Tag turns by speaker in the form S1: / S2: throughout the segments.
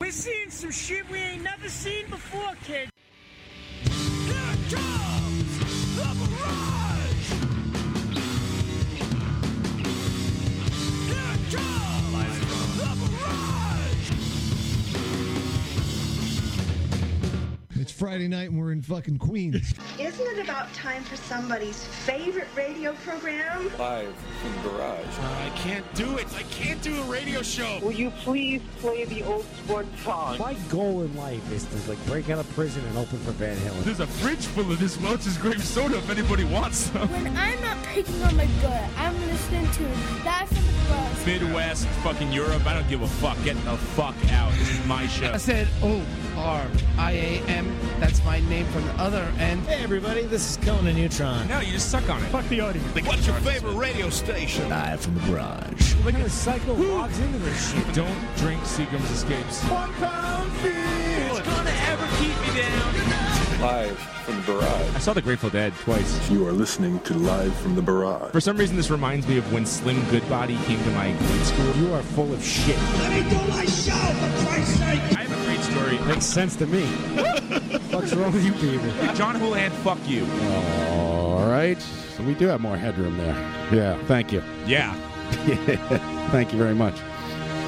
S1: We're seeing some shit we ain't never seen before, kid.
S2: It's Friday night and we're in fucking Queens.
S3: Isn't it about time for somebody's favorite radio program?
S4: Live from Garage.
S5: Uh,
S6: I can't do it. I can't do a radio show.
S7: Will you please play the old sport song?
S8: My goal in life is to like break out of prison and open for Van Halen.
S6: There's a fridge full of this Welch's grape soda if anybody wants some.
S9: When I'm not picking on my gut, I'm listening to Die from the Cross.
S6: Midwest, fucking Europe. I don't give a fuck. Get the fuck out. This is my show.
S10: I said O R I A M. That's my name from the other end.
S8: Hey everybody, this is Conan Neutron.
S6: No, you just suck on it. Fuck the audience.
S11: What's your favorite radio station?
S8: Live from the garage. Look at the cycle logs into this shit.
S6: Don't drink Seagram's Escapes.
S8: One pound feet.
S6: gonna ever keep me down.
S4: Live from the
S6: I
S4: Barrage.
S6: saw the Grateful Dead twice.
S11: You are listening to Live from the Barrage.
S6: For some reason, this reminds me of when Slim Goodbody came to my grade school.
S8: You are full of shit.
S6: I have a great story.
S8: Makes sense to me. What's wrong with you Oh, people?
S6: John Houlihan, fuck you.
S12: All right. So we do have more headroom there. Yeah. Thank you.
S6: Yeah.
S12: Thank you very much.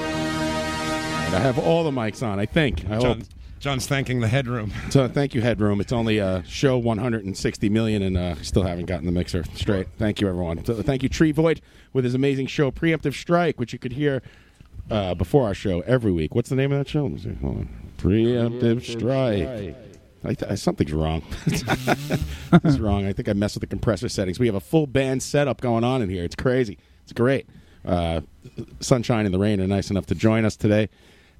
S12: And I have all the mics on, I think. I hope.
S5: John, John's thanking the headroom.
S12: So thank you, Headroom. It's only uh, show 160 million, and uh, still haven't gotten the mixer straight. Thank you, everyone. So thank you, Tree Void, with his amazing show, Preemptive Strike, which you could hear uh, before our show every week. What's the name of that show? Let me see. Hold on. Preemptive, Strike. I th- I, something's wrong. Something's wrong. I think I messed with the compressor settings. We have a full band setup going on in here. It's crazy. It's great. Uh, Sunshine and the Rain are nice enough to join us today,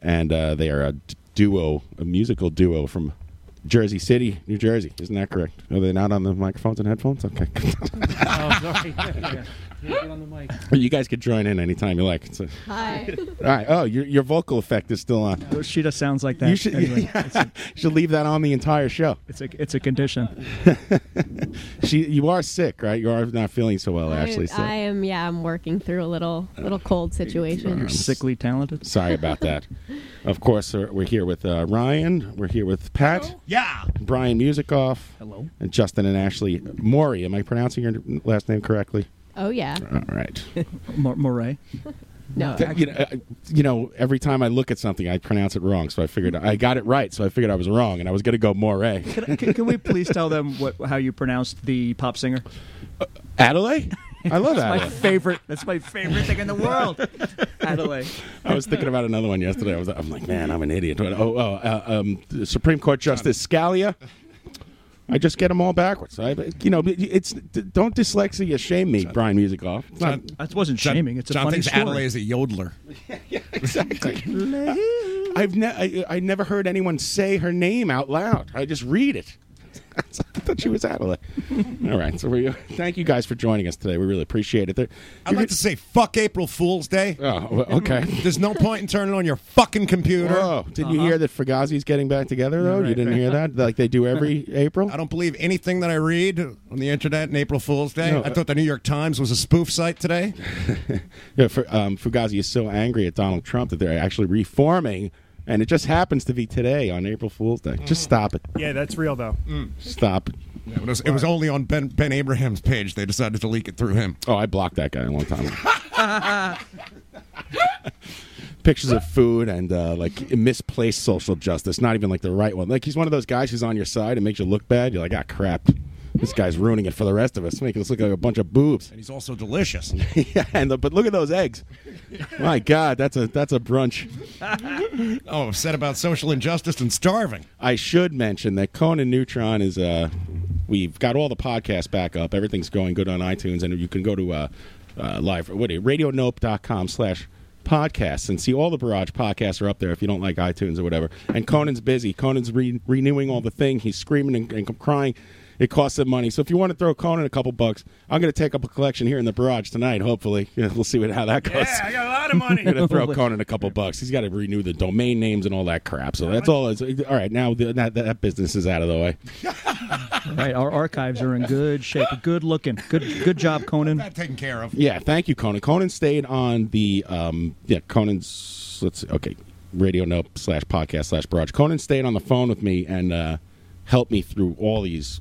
S12: and uh, they are a d- duo, a musical duo from Jersey City, New Jersey. Isn't that correct? Are they not on the microphones and headphones? Okay.
S10: Oh, sorry. yeah, Get on the mic.
S12: you guys could join in anytime you like. It's a-
S9: Hi.
S12: all right. Oh, your, your vocal effect is still on.
S10: She just Oh, sounds like
S12: You should, you should leave that on the entire show.
S10: It's a it's a condition.
S12: She, you are sick, right? You are not feeling so well, Ashley. so-
S9: am, yeah, I'm working through a little little cold situation.
S10: Sickly talented.
S12: Sorry about that. of course, uh, we're here with uh, Ryan. We're here with Pat,
S6: Yeah.
S12: Brian Musicoff,
S10: Hello.
S12: and Justin and Ashley Maury. Am I pronouncing your last name correctly?
S9: Oh, yeah.
S12: All right.
S10: Mor- Moray.
S9: No.
S12: Th- you, know, uh, you know, every time I look at something, I pronounce it wrong. So I figured I got it right. So I figured I was wrong, and I was going to go Moray.
S10: Can, I- can, can we please tell them what how you pronounced the pop singer?
S12: Uh, Adelaide. I love
S10: My
S12: Adelaide.
S10: favorite. That's my favorite thing in the world. Adelaide.
S12: I was thinking about another one yesterday. I was, I'm like, man, I'm an idiot. Oh, oh uh, um, Supreme Court Justice Scalia. I just get them all backwards. I, you know, it's don't dyslexia shame me, Brian Musicoff. It's not,
S5: John,
S10: That wasn't
S5: John-
S10: shaming. It's a
S5: John
S10: funny
S5: thinks
S10: story.
S5: Adelaide is a yodeler.
S12: exactly. I've ne- I, I never heard anyone say her name out loud. I just read it. I thought she was Adelaide. all right, so we thank you guys for joining us today. We really appreciate it. There-
S5: I'd like to say fuck April Fool's Day.
S12: oh, well, okay.
S5: There's no point in turning on your fucking computer. Uh-huh.
S12: Oh, did you hear that Fugazi's getting back together though? you
S10: right,
S12: didn't hear that? Like they do every April.
S5: I don't believe anything that I read on the internet in April Fool's Day.
S12: No,
S5: I
S12: uh,
S5: thought the New York Times was a spoof site today.
S12: Yeah, Fu- um, Fugazi is so angry at Donald Trump that they're actually reforming, and it just happens to be today on April Fool's Day.
S5: Mm.
S12: Just stop it.
S8: Yeah, that's real though.
S12: Stop. it.
S5: Yeah, but it, was, it was only on Ben, ben Abraham's page. They decided to leak it through him.
S12: Oh, I blocked that guy a long time ago. Pictures of food and uh, like misplaced social justice. Not even like the right one. Like he's one of those guys who's on your side and makes you look bad. You're like, ah, crap. This guy's ruining it for the rest of us, making us look like a bunch of boobs.
S5: And he's also delicious.
S12: yeah, and the, but look at those eggs. My God, that's a that's a brunch.
S5: oh, upset about social injustice and starving.
S12: I should mention that Conan Neutron is uh we've got all the podcasts back up. Everything's going good on iTunes and you can go to uh, uh live what is it, radionope.com slash podcasts and see all the barrage podcasts are up there if you don't like iTunes or whatever. And Conan's busy. Conan's re- renewing all the thing. He's screaming and, and crying. It costs him money. So if you want to throw Conan a couple bucks, I'm going to take up a collection here in the barrage tonight, hopefully. Yeah, We'll see what, how that goes.
S8: got a lot of money.
S12: I'm gonna throw Conan a couple bucks. He's got to renew the domain names and all that crap. So that's all. It's, all right, now the, that, that business is out of the way.
S10: Right, our archives are in good shape. Good looking. Good good job, Conan.
S5: That taken care of.
S12: Yeah, thank you, Conan. Conan stayed on the um, yeah Conan's. Let's see, okay, Radio Nope slash podcast slash barrage. Conan stayed on the phone with me and uh, helped me through all these,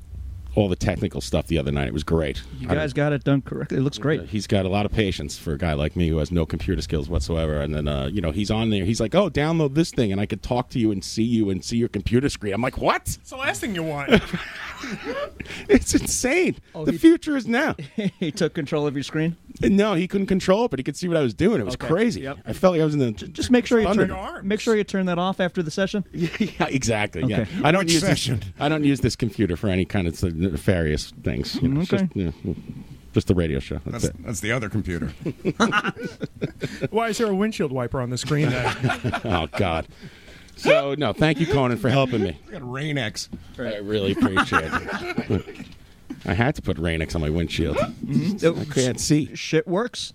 S12: all the technical stuff the other night. It was great.
S10: You guys got it done correctly. It looks great.
S12: He's got a lot of patience for a guy like me who has no computer skills whatsoever. And then, uh, you know, he's on there. He's like, "Oh, download this thing," and I could talk to you and see you and see your computer screen. I'm like, "What?
S13: It's the last thing you want.
S12: It's insane. the future is now."
S10: Oh, he took control of your screen.
S12: No, he couldn't control it, but he could see what I was doing. It was
S10: Okay.
S12: crazy.
S10: Yep.
S12: I felt like I was in the just
S10: Make sure you turn, make sure you turn that off after the session.
S12: yeah, exactly. Yeah,
S10: Okay.
S12: I don't
S10: Which
S12: use
S10: session?
S12: This, I don't use this computer for any kind of sort of nefarious things. You know, it's
S5: Okay.
S12: just, you know, just the radio show.
S5: That's,
S12: That's, it.
S5: that's the other computer.
S13: Why is there a windshield wiper on the screen? Then?
S12: oh God. So no, thank you, Conan, for helping me.
S5: I got Rain X.
S12: I really appreciate it. I had to put Rainix on my windshield. I can't see.
S10: Mm-hmm. Shit works.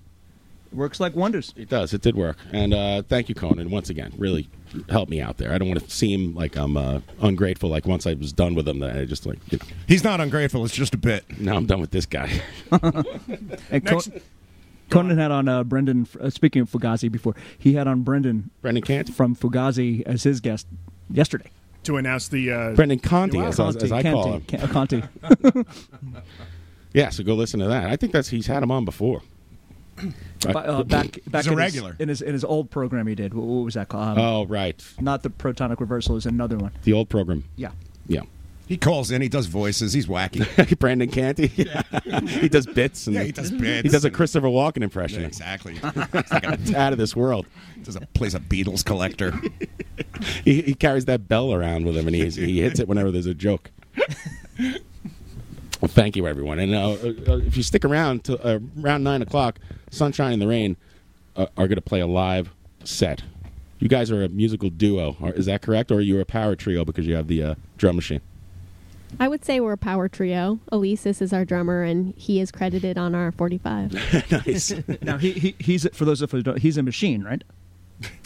S10: Works like wonders.
S12: It does. It did work. And uh, thank you, Conan, once again. Really helped me out there. I don't want to seem like I'm uh, ungrateful. Like once I was done with him, that I just like you know.
S5: He's not ungrateful. It's just a bit.
S12: Now I'm done with this guy.
S10: And Co- Conan had on uh, Brendan. Uh, speaking of Fugazi, before he had on Brendan
S12: Brendan Cant
S10: from Fugazi as his guest yesterday.
S13: to announce the uh,
S12: Brendan Conti,
S13: new
S12: as,
S13: album.
S12: as, as I call him.
S10: Conti, Conti.
S12: Yeah, so go listen to that. I think that's he's had him on before.
S10: Ba- uh, back back
S12: a
S10: in,
S12: regular.
S10: His, in his in his old program he did. What, what was that called? Um,
S12: oh, right.
S10: Not the protonic reversal. Is another one.
S12: The old program.
S10: Yeah.
S12: Yeah.
S5: He calls in. He does voices. He's wacky.
S12: Brandon Canty. Yeah. he does bits. And
S5: Yeah, he does bits
S12: He does a Christopher Walken impression.
S5: exactly.
S12: it's out of this world.
S5: Does a, plays a Beatles collector.
S12: He, he carries that bell around with him, and he he hits it whenever there's a joke. well, thank you, everyone. And uh, uh, uh, if you stick around till uh, around nine o'clock, sunshine and the rain uh, are going to play a live set. You guys are a musical duo, or, is that correct? Or you're a power trio because you have the uh, drum machine.
S14: I would say we're a power trio. Elias is our drummer, and he is credited on our 45.
S12: nice.
S10: now he, he he's for those of us who don't, he's a machine, right?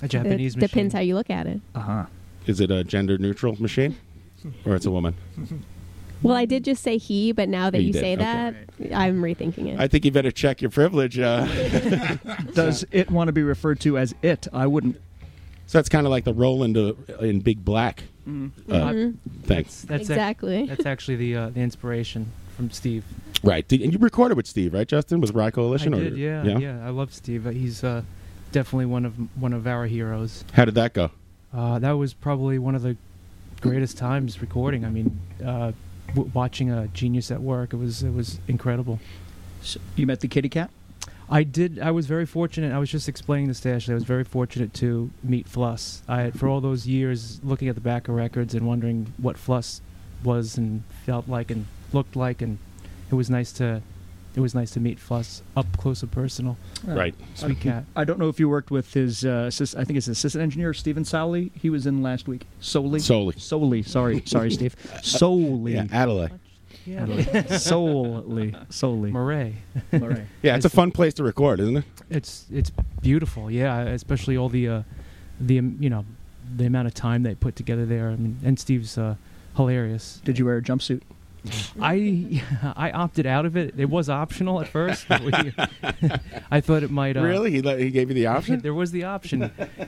S10: A
S14: it depends how you look at it.
S10: Uh huh.
S12: Is it a gender neutral machine, or it's a woman?
S14: Well, I did just say he, but now that
S12: You
S14: you,
S12: did,
S14: say
S12: okay.
S14: that, I'm rethinking it.
S12: I think you better check your privilege. Uh,
S10: Does it want to be referred to as it? I wouldn't.
S12: so that's kind of like the Roland uh, in Big Black.
S15: Mhm.
S12: Uh,
S15: Mhm.
S12: Thanks.
S15: That's ac-
S14: Exactly.
S15: that's actually the uh, the inspiration from Steve.
S12: Right. Did, and you recorded with Steve, right, Justin? With Rock Coalition?
S15: I
S12: or-
S15: did, yeah, yeah, I love Steve. Uh, He's uh, definitely one of one of our heroes.
S12: How did that go?
S15: Uh, that was probably one of the greatest times recording. I mean, uh, w- watching a genius at work, it was it was incredible.
S10: you met the kitty cat.
S15: I did. I was very fortunate. I was just explaining this to Ashley. I was very fortunate to meet Fluss. I, for all those years, looking at the back of records and wondering what Fluss was and felt like and looked like, and it was nice to, it was nice to meet Fluss up close and personal. Sweet cat.
S10: I don't know if you worked with his. Uh, assist, I think his assistant engineer, Stephen Sowley. He was in last week. Solely.
S12: Solely.
S10: Solely. Sorry. Sorry, Steve. Solely.
S12: Yeah, Adelaide.
S15: Yeah.
S10: Adelaide. solely. Solely.
S15: Murray.
S10: Murray.
S12: Yeah, it's a fun place to record, isn't it?
S15: It's it's beautiful. Yeah, especially all the, uh, the um, you know, the amount of time they put together there. I mean, and Steve's uh, hilarious.
S10: Did you wear a jumpsuit?
S15: I I opted out of it. It was optional at first. But we, I thought it might. Uh,
S12: Really? He, let, he gave you the option?
S15: There was the option.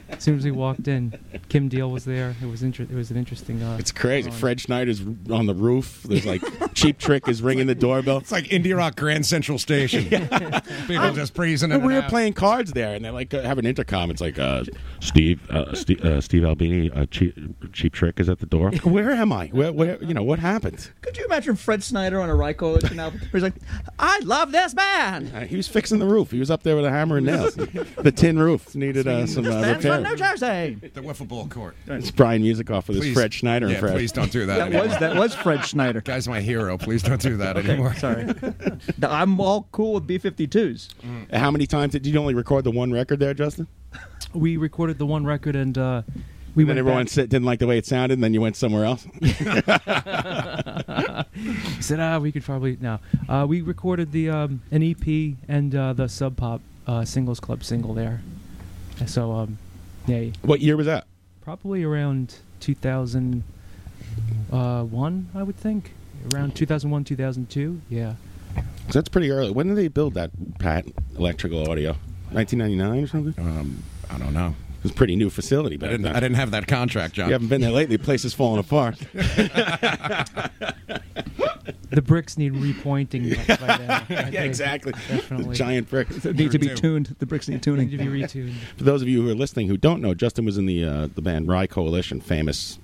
S15: As soon as we walked in, Kim Deal was there. It was inter- It was an interesting. Uh,
S12: It's crazy. Fred Schneider's r- on the roof. There's like Cheap Trick is ringing the doorbell. It's
S5: like Indie Rock Grand Central Station. People just breezing in.
S12: Well, we
S5: and
S12: were
S5: out.
S12: playing cards there, and they like uh, have an intercom. It's like uh, Steve, uh, Steve, uh, Steve Albini, uh, cheap, cheap Trick is at the door. Where am I? Where, where? You know what happened?
S10: Could you imagine Fred Snyder on a Ryko album? Where he's like, I love this band.
S12: Uh, he was fixing the roof. He was up there with a hammer and nails. the tin roof needed uh, some uh,
S10: Band
S12: repair.
S10: from New Jersey.
S5: The wiffle ball court.
S12: It's Brian Music off with
S5: Please-
S12: his Fred Schneider
S5: yeah,
S12: impression.
S5: please don't do that.
S10: That was that was Fred Schneider.
S5: Guy's my hero. Please don't do that
S10: Okay,
S5: anymore.
S10: sorry. No, I'm all cool with B52s.
S12: Mm. How many times did you only record the one record there, Justin?
S15: we recorded the one record and uh, we
S12: We and then
S15: went.
S12: everyone
S15: Everyone
S12: said, didn't like the way it sounded, and then you went somewhere else.
S15: said, "Ah, we could probably no." Uh, we recorded the um, an EP and uh, the Sub Pop uh, Singles Club single there. And So, um, yeah,
S12: What year was that?
S15: probably around 2001, I would think. Around 2001, 2002. Yeah.
S12: 'Cause that's pretty early. When did they build that Pat Electrical Audio? 1999 or something?
S5: Um, I don't know.
S12: was a pretty new facility back
S5: I didn't,
S12: then.
S5: I didn't have that contract, John.
S12: You haven't been there lately. Place is falling apart.
S15: The bricks need repointing. by then, I think.
S12: yeah, exactly.
S15: Definitely.
S12: Giant bricks
S10: Need to be tuned. The bricks need tuning.
S15: Need to be retuned.
S12: For those of you who are listening who don't know, Justin was in the uh, the band Rye Coalition, famous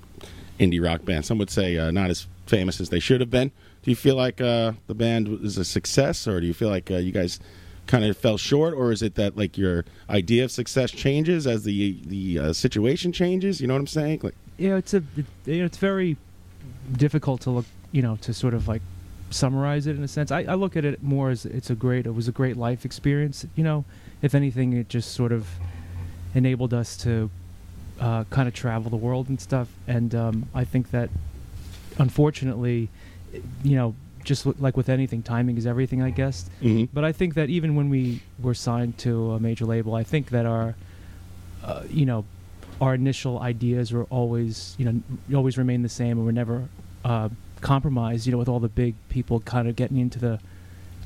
S12: indie rock band. Some would say uh, not as famous as they should have been. Do you feel like uh, the band was a success, or do you feel like uh, you guys kind of fell short, or is it that like your idea of success changes as the the uh, situation changes? You know what I'm saying? Like,
S15: Yeah, it's a it, you know, it's very difficult to look you know to sort of like summarize it in a sense. I, I look at it more as it's a great it was a great life experience. You know, if anything, it just sort of enabled us to uh, kind of travel the world and stuff. And um, I think that unfortunately, i- you know, just w- like with anything, timing is everything, I guess.
S12: Mhm.
S15: But I think that even when we were signed to a major label, I think that our, uh, you know, our initial ideas were always, you know, always remain the same, and were never uh, compromised. You know, with all the big people kind of getting into the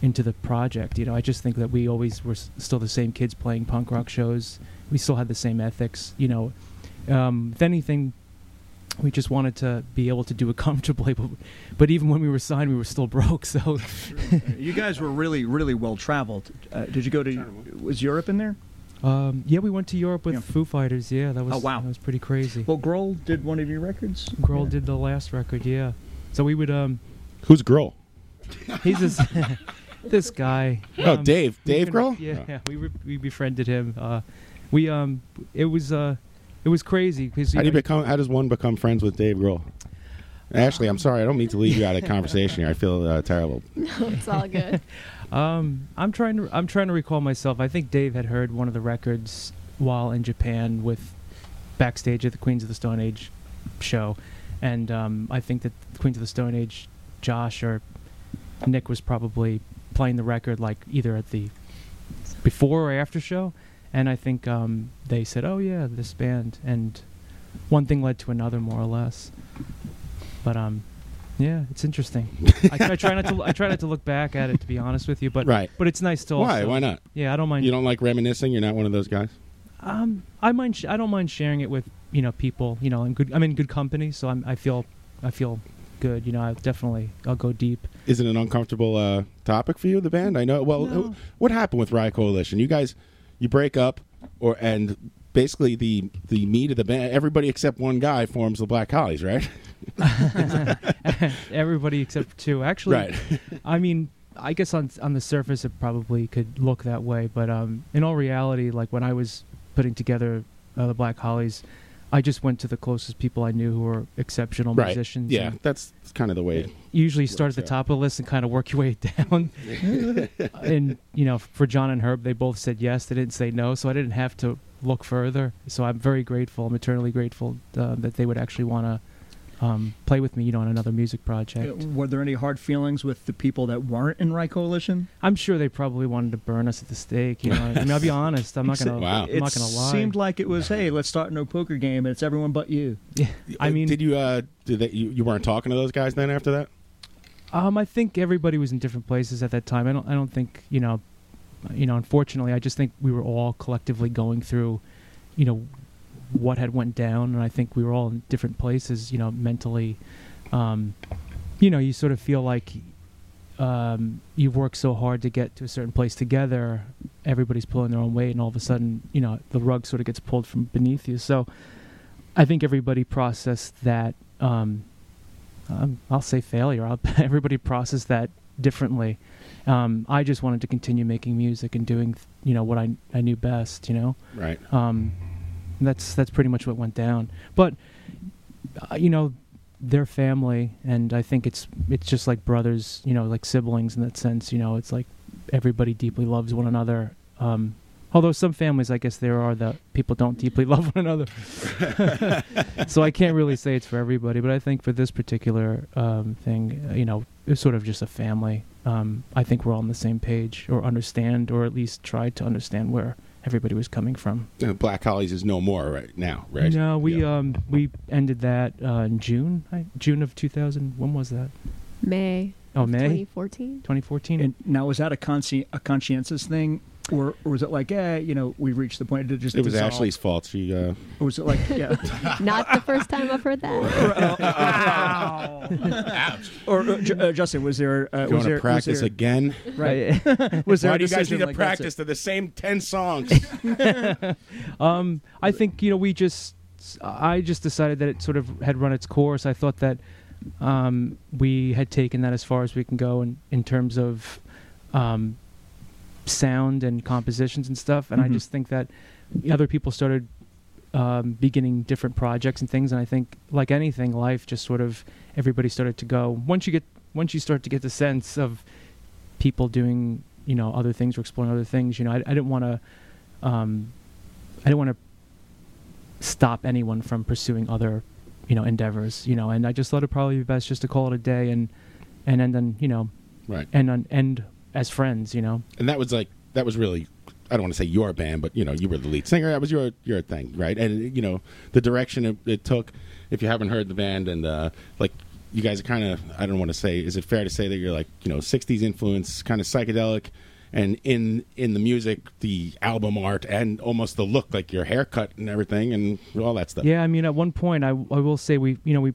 S15: into the project. You know, I just think that we always were s- still the same kids playing punk rock shows. We still had the same ethics. You know, um, if anything, we just wanted to be able to do it comfortably. But, but even when we were signed, we were still broke. So
S10: you guys were really, really well traveled. Uh, did you go to? Was Europe in there?
S15: um, yeah, we went to Europe with Foo Fighters. Yeah, that was
S10: Oh, wow.
S15: that was pretty crazy.
S10: Well, Grohl did one of your records.
S15: Grohl did the last record. Yeah, so we would um.
S12: Who's Grohl?
S15: He's this this guy. Um,
S12: Oh, Dave.
S15: we
S12: Dave
S15: befri-
S12: Grohl?
S15: Yeah,
S12: Oh.
S15: yeah. We re- we befriended him. Uh, we um, it was uh, it was crazy because
S12: how do you become? How does one become friends with Dave Grohl? Ashley, I'm sorry, I don't mean to leave you out of the conversation here. I feel uh, terrible.
S14: No, it's all good.
S15: Um, I'm trying to I'm trying to recall myself. I think Dave had heard one of the records while in Japan with backstage at the Queens of the Stone Age show, and um, I think that Queens of the Stone Age, Josh or Nick was probably playing the record like either at the before or after show, and I think um, they said, "Oh yeah, this band," and one thing led to another, more or less. But um, yeah, it's interesting. I, I try not to I try not to look back at it to be honest with you, but
S12: Right.
S15: but it's nice to
S12: Why?
S15: also-
S12: Why not?
S15: Yeah, I don't mind.
S12: You don't like reminiscing. You're not one of those guys.
S15: Um, I mind. Sh- I don't mind sharing it with you know people. You know, I'm good. I'm in good company, so I'm, I feel I feel good. You know, I definitely I'll go deep.
S12: Is it an uncomfortable uh, topic for you, the band? I know. Well,
S15: No.
S12: what happened with Riot Coalition? You guys, you break up, or and basically the the meat of the band, everybody except one guy forms the Black Hollies, right?
S15: Mm-hmm. Everybody except two, actually.
S12: Right.
S15: I mean, I guess on on the surface it probably could look that way, but um, in all reality, like when I was putting together uh, the Black Hollies, I just went to the closest people I knew who were exceptional
S12: right.
S15: musicians.
S12: Yeah,
S15: and
S12: that's, that's kind of the way.
S15: you usually start at the
S12: Works
S15: top of the list and kind of work your way down. and you know, for John and Herb, they both said yes. They didn't say no, so I didn't have to look further. So I'm very grateful. I'm eternally grateful uh, that they would actually want to um, play with me, you know, on another music project.
S10: Uh, Were there any hard feelings with the people that weren't in Right Coalition?
S15: I'm sure they probably wanted to burn us at the stake. You know, I mean, I'll be honest. I'm not gonna.
S10: It
S15: I'm not gonna lie.
S10: seemed like it was, hey, let's start a no poker game, and it's everyone but you.
S15: Yeah,
S12: I mean, did you uh, did they, you, you weren't talking to those guys then after that?
S15: Um, I think everybody was in different places at that time. I don't. I don't think you know. You know, unfortunately, I just think we were all collectively going through, you know, what had went down, and I think we were all in different places. You know, mentally, um, you know, you sort of feel like um, you've worked so hard to get to a certain place together. Everybody's pulling their own weight, and all of a sudden, you know, the rug sort of gets pulled from beneath you. So, I think everybody processed that. Um, um, I'll say failure. I'll, everybody processed that differently. Um, I just wanted to continue making music and doing, you know, what I I knew best. You know,
S12: Right.
S15: Um, that's that's pretty much what went down. But uh, you know, their family, and I think it's it's just like brothers. You know, like siblings in that sense. You know, it's like everybody deeply loves one another. Um, although some families, I guess, there are the people don't deeply love one another. so I can't really say it's for everybody, but I think for this particular um, thing, uh, you know, it's sort of just a family. Um, I think we're all on the same page, or understand, or at least try to understand where everybody was coming from.
S12: Uh, Black Hollies is no more right now, right?
S15: No, we um we ended that uh, in June, I, June of 2000. When was that?
S14: May.
S15: Oh, May.
S14: 2014.
S15: 2014.
S10: And now, was that a, consci- a conscientious thing Or, or was it like, eh, you know, we reached the point to just
S12: It was
S10: dissolve?
S12: Ashley's fault. She uh,
S10: Or was it like, yeah,
S14: Not the first time I've heard that.
S10: or uh, Ju- uh, Justin, was there uh,
S12: Going
S10: was
S12: to
S10: there, was
S12: practice
S10: there-
S12: again?
S10: Right. was there
S12: Why
S10: a
S12: do you guys
S10: decision
S12: need to
S10: like, Oh, that's
S12: practice
S10: it?
S12: to the same ten songs?
S15: um, I think you know we just I just decided that it sort of had run its course. I thought that um, we had taken that as far as we can go in, in terms of um, sound and compositions and stuff. And
S10: Mhm.
S15: I just think that other people started um, beginning different projects and things. And I think like anything, life just sort of everybody started to go once you get once you start to get the sense of people doing you know other things or exploring other things you know i, I didn't want to um, i didn't want to stop anyone from pursuing other you know endeavors you know and i just thought it probably be best just to call it a day and and end on you know
S12: Right.
S15: and on end as friends you know
S12: and that was like that was really I don't want to say your band, but you know you were the lead singer. That was your your thing, right? And you know the direction it, it took. If you haven't heard the band, and uh, like you guys are kind of I don't want to say. Is it fair to say that you're like you know '60s influence, kind of psychedelic, and in in the music, the album art, and almost the look, like your haircut and everything, and all that stuff.
S15: Yeah, I mean, at one point, I I will say we you know we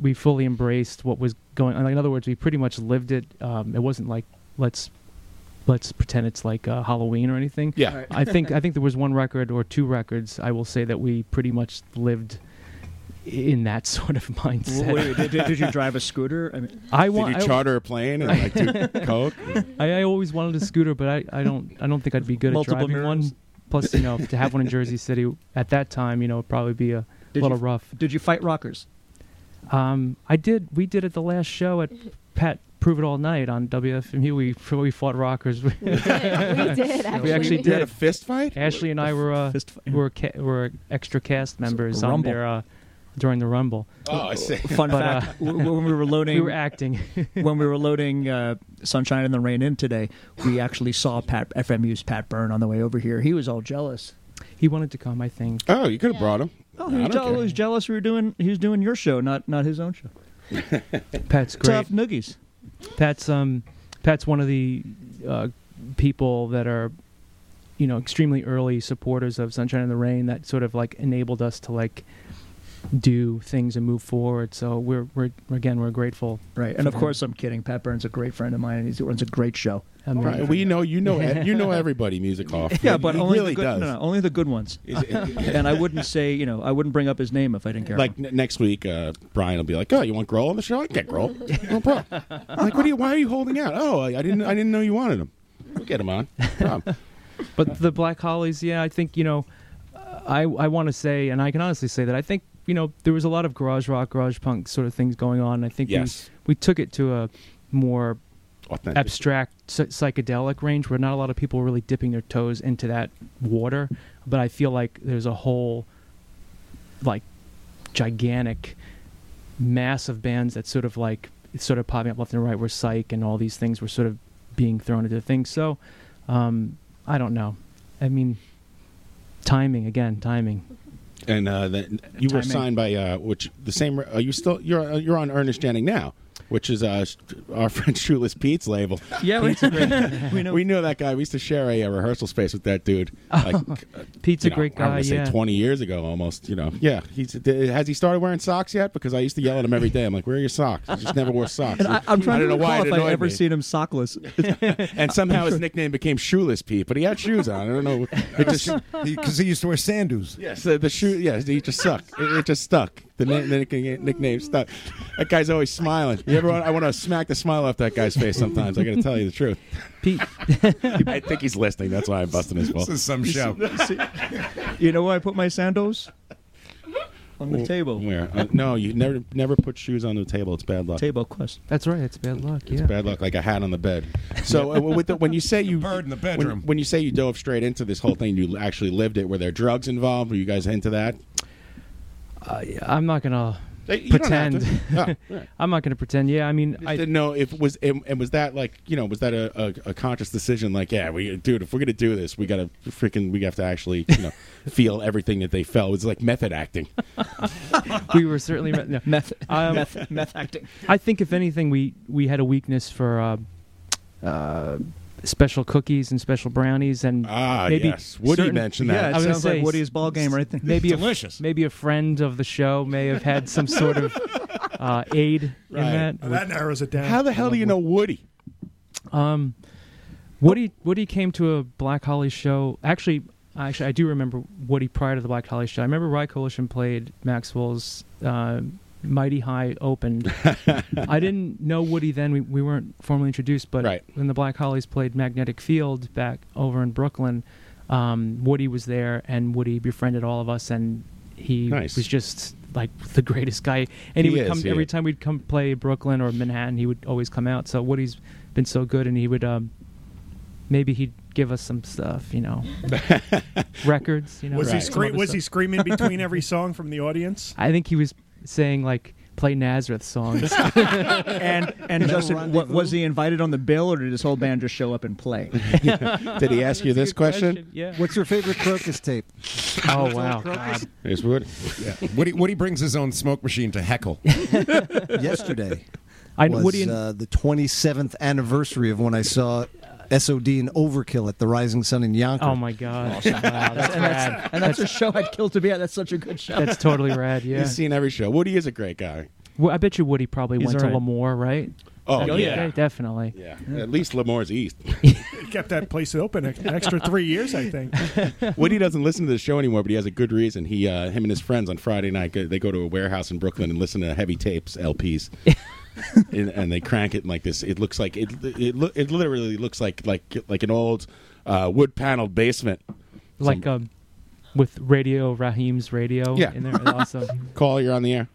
S15: we fully embraced what was going. on. Like, in other words, we pretty much lived it. Um, it wasn't like let's let's pretend it's like uh, Halloween or anything.
S12: Yeah. Right.
S15: I think I think there was one record or two records. I will say that we pretty much lived in that sort of mindset.
S10: Wait, did, did, did you drive a scooter? I mean,
S15: I want.
S12: Did you charter a plane and like do coke?
S15: I, I always wanted a scooter, but I, I don't I don't think I'd be good
S10: Multiple
S15: at driving one. Plus, you know, to have one in Jersey City at that time, you know, it'd probably be a
S10: Did
S15: little
S10: you-
S15: rough.
S10: Did you fight rockers?
S15: Um, I did. We did at the last show at Pat Prove It All Night on WFMU. We we fought rockers. We did.
S12: actually.
S15: we actually
S12: You
S15: did
S12: had a fist fight?
S15: Ashley and I were uh, were ca- were extra cast members on
S10: rumble.
S15: there uh, during the rumble.
S12: Oh, I see.
S10: Fun
S15: But, uh,
S10: fact: w- when we were loading,
S15: we were acting.
S10: when we were loading uh, "Sunshine and the Rain" in today, we actually saw Pat FMU's Pat Byrne on the way over here. He was all jealous.
S15: He wanted to come, I think.
S10: Uh,
S12: Oh, you could have brought him.
S10: Oh, he
S12: I
S10: was,
S12: don't
S10: jealous,
S12: care.
S10: he was jealous. We were doing. He was doing your show, not not his own show.
S15: Pat's great.
S10: Tough noogies.
S15: Pat's um, Pat's one of the uh, people that are, you know, extremely early supporters of Sunshine and the Rain. That sort of like enabled us to like do things and move forward. So we're we're again we're grateful.
S10: Right, and of course I'm kidding. Pat Byrne's a great friend of mine, and he runs a great show.
S12: Right, We know you know e, you know everybody music off.
S10: Yeah, but
S12: He
S10: only
S12: really
S10: the good,
S12: does.
S10: No, no, only the good ones.
S12: Is it-
S10: and I wouldn't say, you know, I wouldn't bring up his name if I didn't care.
S12: Like n- next week, uh, Brian will be like, "Oh, you want Grohl on the show? I can get Grohl. No problem." I'm like, what are you? Why are you holding out? Oh, I I didn't. I didn't know you wanted him. We'll get him on. No problem.
S15: But the Black Hollies, yeah, I think you know, uh, I I want to say, and I can honestly say that I think you know there was a lot of garage rock, garage punk sort of things going on. I think
S12: Yes.
S15: we we took it to a more
S12: Authentic.
S15: abstract psy- psychedelic range where not a lot of people were really dipping their toes into that water. But I feel like there's a whole like gigantic mass of bands that sort of like it's sort of popping up left and right where psych and all these things were sort of being thrown into things so um i don't know i mean timing again timing
S12: And uh, then you were
S15: Timing.
S12: signed by uh, which the same. Are you still? You're uh, you're on Ernest Jennings now, which is uh, our friend Shoeless Pete's label.
S10: Yeah, we-
S12: Pete's a great-
S10: we know- Oh,
S12: we know that guy. We used to share a, uh rehearsal space with that dude. Like,
S15: Pete's
S12: you
S15: a
S12: know,
S15: great
S12: I wanna
S15: guy,
S12: say
S15: yeah.
S12: twenty years ago, almost. You know, yeah. He's d- has he started wearing socks yet? Because I used to yell at him every day. I'm like, "Where are your socks?" He just never wore socks.
S10: and I, I'm trying
S12: don't
S10: to
S12: know why
S10: recall
S12: it
S10: if I
S12: annoyed
S10: ever
S12: me.
S10: seen him sockless.
S12: And somehow his nickname became Shoeless Pete, but he had shoes on. I don't know. It just
S5: Because he used to wear sandals.
S12: Yes, the, the shoe. Yes, he just sucked. It, it just stuck. The, na- the nickname, nickname stuck. That guy's always smiling. You ever? want- I want to smack the smile off that guy's face sometimes. I got to tell you the truth.
S15: Pete,
S12: I think he's listening. That's why I'm busting his ball.
S5: This is some show.
S10: you know where I put my sandals? On the table.
S12: Where? Uh, no, you never never put shoes on the table. It's bad luck.
S10: Table quest.
S15: that's right it's bad luck yeah
S12: It's bad luck, like a hat on the bed. So uh, with the, when you say you bird in the
S5: bedroom.
S12: when, when you say you dove straight into this whole thing, you actually lived it. Were there drugs involved? Were you guys into that?
S15: Uh, i'm not gonna
S12: Hey, you don't have
S15: pretend
S12: to. Oh, right.
S15: i'm not gonna pretend yeah i mean
S12: I didn't know if was and, and was that like you know was that a, a, a conscious decision like yeah we dude if we're gonna do this we gotta freaking we have to actually you know feel everything that they felt it's like method acting
S15: we were certainly met, no.
S10: meth,
S15: Um,
S10: meth, meth acting.
S15: I think if anything, we we had a weakness for uh, uh, special cookies and special brownies and
S12: ah
S15: maybe
S12: yes. Woody
S15: certain-
S12: mentioned that.
S15: Yeah,
S12: It
S15: I was gonna
S12: sounds like
S15: say,
S12: Woody's ball game right there.
S15: Maybe
S12: Delicious.
S15: A, maybe a friend of the show may have had some sort of uh, aid
S12: Right.
S15: in that.
S12: Now that narrows it down.
S8: How the hell do you know
S12: Woody?
S15: Um, Woody Woody came to a Black Holly show. Actually, actually, I do remember Woody prior to the Black Holly show. I remember Rye Coalition played Maxwell's uh, Mighty High Open. I didn't know Woody then. We, we weren't formally introduced, but when the Black Hollies played Magnetic Field back over in Brooklyn, um, Woody was there, and Woody befriended all of us, and he
S12: Nice.
S15: was just like the greatest guy. And he,
S12: He
S15: would
S12: is,
S15: come
S12: he
S15: every
S12: is.
S15: time we'd come play Brooklyn or Manhattan. He would always come out. So Woody's been so good, and he would um, maybe he'd give us some stuff, you know, records. You know,
S8: was he
S15: some other
S8: scre- was he
S15: stuff.
S8: screaming between every song from the audience?
S15: I think he was saying like play Nazareth songs.
S16: and and Justin, what, was he invited on the bill, or did his whole band just show up and play?
S12: Did he ask you this question?
S17: What's your favorite Crocus tape?
S15: Oh wow!
S12: There's Woody.
S5: Woody, Woody brings his own smoke machine to heckle.
S17: Yesterday
S5: I-
S17: was
S5: Woody and-
S17: uh, the 27th anniversary of when I saw SOD and Overkill at the Rising Sun in Yonkers.
S15: Oh my god! Wow, that's rad.
S16: and, that's, and that's a show I'd kill to be at. That's such a good show.
S15: That's totally rad. Yeah,
S12: He's seen every show. Woody is a great guy.
S15: Well, I bet you Woody probably
S12: He's
S15: went
S12: alright.
S15: to Lemoore, right?
S12: Oh,
S15: That-
S12: yeah.
S15: definitely.
S12: Yeah. At least Lamore's East.
S8: It kept that place open an extra three years, I think.
S12: Woody doesn't listen to the show anymore, but he has a good reason. He, uh, him, and his friends on Friday night go, they go to a warehouse in Brooklyn and listen to heavy tapes LPs, and, and they crank it like this. It looks like it. It, lo- it literally looks like like like an old uh, wood paneled basement.
S15: Like
S16: uh,
S15: um, with Radio Raheem's radio.
S12: Yeah.
S15: in there. It's Awesome.
S12: Call, you're on the air.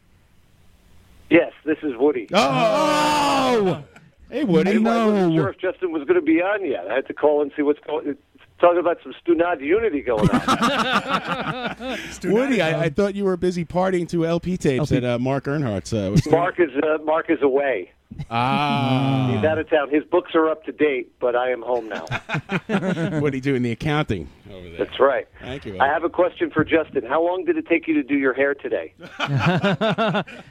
S18: Yes, this is Woody.
S12: Oh! Hey, Woody.
S18: I wasn't sure if Justin was going to be on yet. I had to call and see what's going Talking about some Stunad unity going on.
S12: Woody,
S16: uh,
S12: I, I thought you were busy partying to LP tapes at uh, Mark Earnhardt's. Uh, was-
S18: Mark is uh, Mark is away.
S12: Ah.
S18: He's out of town. His books are up to date, but I am home now.
S12: Woody doing the accounting.
S18: That's right.
S12: Thank you.
S18: I have a question for Justin. How long did it take you to do your hair today?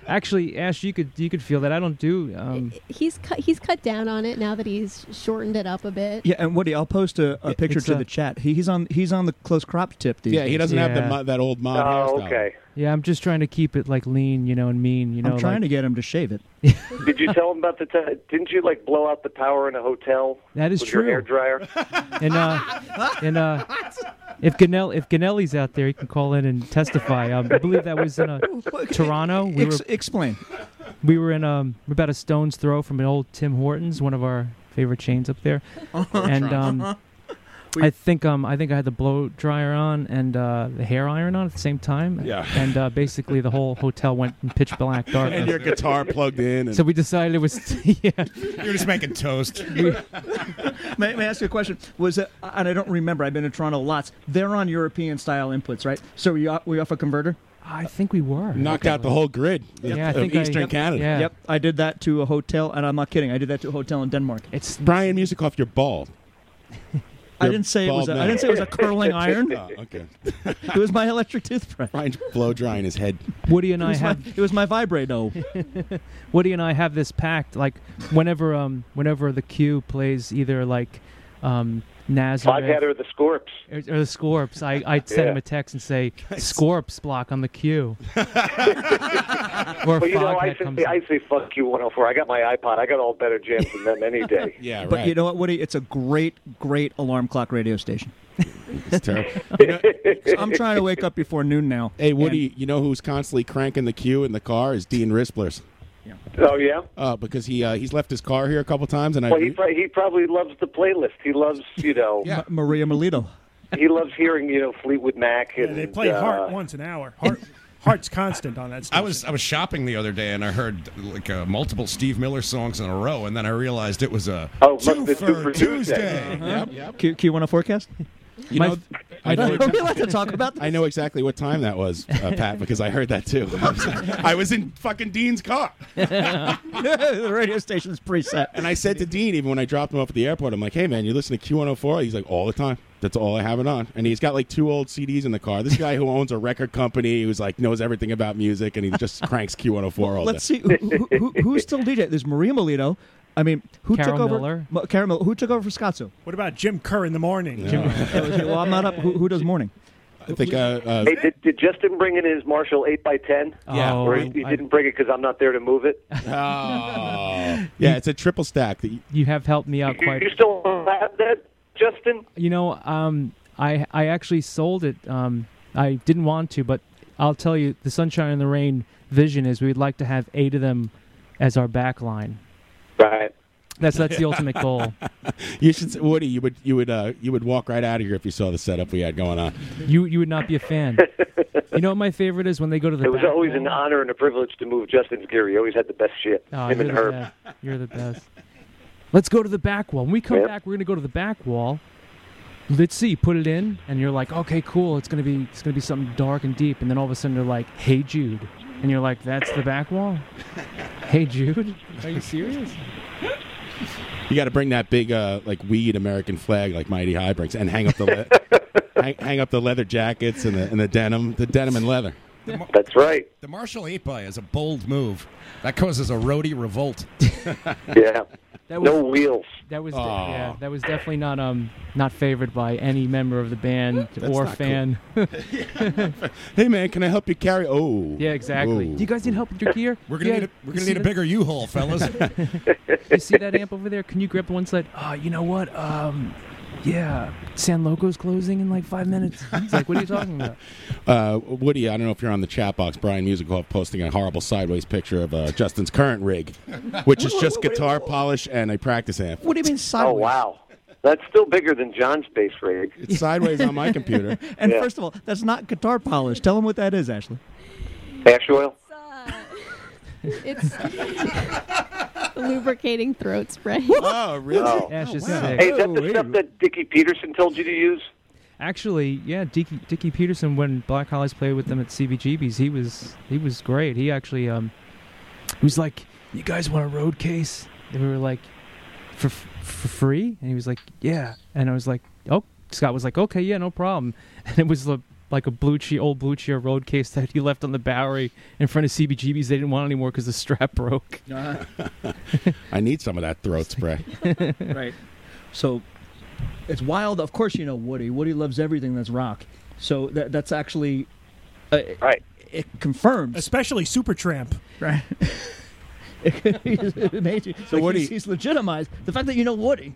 S15: Actually, Ash, you could you could feel that. I don't do. Um,
S14: He's cut, he's cut down on it now that he's shortened it up a bit.
S16: Yeah, and Woody, I'll post a, a picture to
S15: a-
S16: the chat. He, he's on he's on the close crop tip. These
S12: Yeah, he
S16: days.
S12: doesn't have the
S15: Yeah.
S12: mo- that old mod hairstyle.
S15: yeah, I'm just trying to keep it like lean, you know, and mean. You know,
S16: I'm trying
S15: like-
S16: to get him to shave it.
S18: Did you tell him about the? T- didn't you like blow out the power in a hotel?
S15: That is
S18: with
S15: true.
S18: Your hair dryer.
S15: and uh, and uh, if Ganel if Ganelli's out there, he can call in and testify. Um, I believe that was in a Toronto. We
S16: Ex-
S15: were
S16: explain.
S15: we were in um we're about a stone's throw from an old Tim Hortons, one of our favorite chains up there,
S16: Uh-huh.
S15: and um. I think um I think I had the blow dryer on and uh, the hair iron on at the same time.
S12: Yeah.
S15: And uh, basically the whole hotel went in pitch black darkness.
S12: And your guitar plugged in. And
S15: So we decided it was yeah.
S5: You're just making toast.
S16: may, may I ask you a question? Was it, and I don't remember. I've been to Toronto lots. They're on European style inputs, right? So were you off, were you off a converter?
S15: I think we were.
S12: knocked out the whole grid of,
S16: Yeah, I
S12: of
S16: think I-
S12: Eastern
S16: yep,
S12: Canada.
S16: Yep. I did that to a hotel, and I'm not kidding. I did that to a hotel in Denmark.
S15: It's
S12: Brian, music off your ball.
S16: I didn't say it was. A, I didn't say it was a curling iron.
S12: oh, okay.
S16: It was my electric toothbrush.
S12: Brian's blow drying his head.
S15: Woody and
S16: It
S15: I
S16: was my-
S15: have
S16: it was my vibrato.
S15: Woody and I have this pact. Like whenever um whenever the Q plays either like um
S18: I've had
S15: Nazareth
S18: her the Scorps.
S15: or, or the Scorps, I I send
S18: Yeah.
S15: him a text and say Scorps block on the Q. or
S18: well, you know, I
S15: Foghat
S18: say,
S15: comes.
S18: I say fuck you 104. I got my iPod. I got all better jams than them any day.
S12: yeah,
S16: But you know what, Woody? It's a great, great alarm clock radio station.
S12: It's terrible.
S16: So I'm trying to wake up before noon now.
S12: Hey, Woody, you know who's constantly cranking the queue in the car is Dean Risplers.
S18: Oh yeah.
S12: Uh, because he uh, he's left his car here a couple times, and I
S18: Well, he, pro- he probably loves the playlist. He loves, you know,
S16: Ma- Maria Melito.
S18: he loves hearing, you know, Fleetwood Mac. And,
S8: Yeah, they play
S18: uh,
S8: Heart once an hour. Heart, heart's constant on that. Station.
S5: I was I was shopping the other day and I heard like uh, multiple Steve Miller songs in a row, and then I realized it was a
S18: Oh,
S5: two
S18: must be
S5: for
S18: Super Tuesday.
S5: Tuesday.
S12: Uh-huh. Yep.
S16: Q Q10 forecast.
S12: You
S16: My-
S12: know, I know,
S16: Are we allowed to talk about
S12: I know exactly what time that was, uh, Pat, because I heard that too. I was in fucking Dean's car.
S16: the radio station's preset.
S12: And I said to Dean, even when I dropped him off at the airport, I'm like, hey, man, you listen to Q104? He's like, all the time. That's all I have it on. And he's got like two old CDs in the car. This guy who owns a record company who's like knows everything about music and he just cranks Q104 all
S16: Let's
S12: day.
S16: see who, who, who- who's still DJ. There's Maria Melito.
S10: I mean, who took
S15: Carol
S10: over?
S15: Miller.
S10: Mo- Carol Miller. Who took over for Scotso?
S13: What about Jim Kerr in the morning?
S10: well, I'm not up. Who, who does morning?
S12: I think. Uh, uh,
S18: Hey, did, did Justin bring in his Marshall 8x10?
S12: Yeah.
S18: Or he, he
S12: I-
S18: didn't bring it because I'm not there to move it?
S12: Oh. yeah, it's a triple stack. That you,
S15: You have helped me out quite.
S18: You still have that, Justin?
S15: You know, um, I I actually sold it. Um, I didn't want to, but I'll tell you, the sunshine and the rain vision is we'd like to have eight of them as our back line.
S18: Right.
S15: That's that's the ultimate goal.
S12: you should, Woody. You would, you would, uh, you would walk right out of here if you saw the setup we had going on.
S15: You you would not be a fan. You know what my favorite is when they go to the.
S18: It was
S15: back
S18: always
S15: wall.
S18: an honor and a privilege to move Justin's gear. He always had the best shit.
S15: Oh,
S18: Him
S15: you're
S18: and
S15: the
S18: Herb.
S15: best. You're the best. Let's go to the back wall. When we come
S18: Yep.
S15: back, we're gonna go to the back wall. Let's see. Put it in, and you're like, okay, cool. It's gonna be it's gonna be something dark and deep, and then all of a sudden they're like, hey Jude, and you're like, that's the back wall. hey Jude, are you serious?
S12: You got to bring that big, uh, like weed American flag, like Mighty High brings, and hang up the le- hang, hang up the leather jackets and the and the denim, the denim and leather.
S18: That's right.
S5: The Marshall 8 by is a bold move. That causes a roadie revolt.
S18: yeah.
S15: That was- No
S18: wheels.
S15: That was
S5: Aw.
S15: yeah, that was definitely not um not favored by any member of the band
S12: That's
S15: or
S12: not
S15: fan.
S12: Hey man, can I help you carry? Oh,
S15: Yeah, exactly.
S12: Whoa.
S15: Do you guys need help with your gear?
S5: We're gonna
S15: Yeah,
S5: need a,
S15: you
S5: we're gonna
S15: see
S5: need a
S15: that-
S5: bigger U-Haul, fellas.
S15: you see that amp over there? Can you grab the one side? Uh, you know what? Um, yeah, San Loco's closing in like five minutes. It's like, what are you talking about?
S12: Uh, Woody, I don't know if you're on the chat box. Brian Musical posting a horrible sideways picture of uh, Justin's current rig, which is just guitar polish and a practice amp.
S10: What do you mean
S18: Oh, wow. That's still bigger than John's space rig.
S12: It's sideways on my computer.
S10: And
S18: Yeah.
S10: first of all, that's not guitar polish. Tell them what that is, Ashley.
S18: Ash oil?
S14: It's lubricating throat spray.
S12: Oh, really?
S18: Oh.
S15: Ash is sick.
S18: Hey, is that the stuff that Dickie Peterson told you to use?
S15: Actually, yeah, Dickie, Dickie Peterson, when Black Hollies played with them at CBGB's, he was he was great. He actually um, he was like, "You guys want a road case?" And we were like, "For f- for free?" And he was like, "Yeah." And I was like, "Oh." Scott was like, "Okay, yeah, no problem." And it was a, like a blue cheer, old blue cheer road case that he left on the Bowery in front of CBGB's. They didn't want anymore because the strap broke.
S12: I need some of that throat spray.
S10: right. So it's wild. Of course, you know Woody. Woody loves everything that's rock. So that, that's actually uh,
S18: right.
S10: It confirms.
S13: Especially Supertramp.
S10: Right. he's amazing.
S12: So
S10: Like,
S12: Woody-
S10: he's, he's legitimized the fact that you know Woody.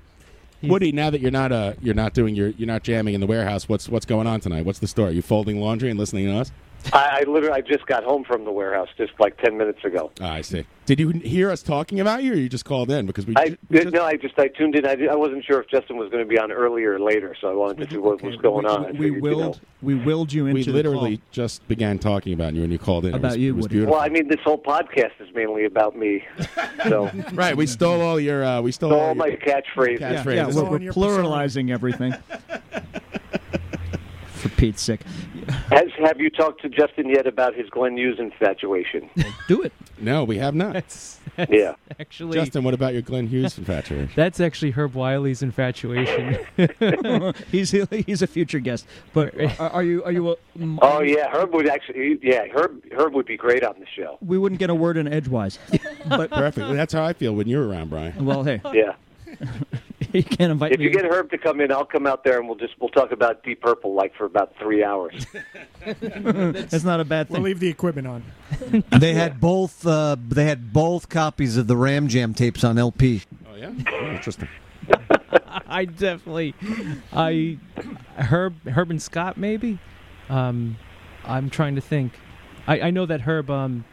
S12: Woody, now that you're not uh, you're not doing your you're not jamming in the warehouse. What's what's going on tonight? What's the story? You folding laundry and listening to us?
S18: I, I literally I just got home from the warehouse just like ten minutes ago.
S12: Ah, I see. Did you hear us talking about you, or you just called in because we?
S18: I no, I just I tuned in. I, di- I wasn't sure if Justin was going to be on earlier or later, so I wanted to see what was going on. I figured, you know.
S10: we willed you
S12: We
S10: into the
S12: literally just began talking about you, and you called in. It
S10: About
S12: was-
S10: you,
S12: it was
S10: Woody.
S12: beautiful.
S18: Well, I mean, this whole podcast is mainly about me, so
S12: right, we stole all your. Uh, we stole
S18: so all
S12: your-
S18: my catchphrases.
S10: Yeah, yeah, we're, we're pluralizing everything. For Pete's sake,
S18: Has, have you talked to Justin yet about his Glenn Hughes infatuation?
S10: do it.
S12: No, we have not.
S18: yeah.
S15: Actually,
S12: Justin, what about your Glenn Hughes infatuation?
S15: That's actually Herb Wiley's infatuation.
S10: he's he's a future guest. But uh, are, are you are you? A,
S18: Oh yeah, Herb would actually. Yeah, Herb Herb would be great on the show.
S10: We wouldn't get a word in edgewise. But
S12: Perfect. That's how I feel when you're around, Brian.
S10: well, hey,
S18: Yeah.
S10: you can't invite
S18: If
S10: me.
S18: you get Herb to come in, I'll come out there and we'll just we'll talk about Deep Purple like for about three hours.
S10: That's not a bad
S13: We'll
S10: thing.
S13: leave the equipment on.
S2: They had both. Uh, they had both copies of the Ram Jam tapes on LP.
S12: Oh yeah, interesting.
S15: I definitely, I Herb Herb and Scott maybe. Um, I'm trying to think. I, I know that Herb um,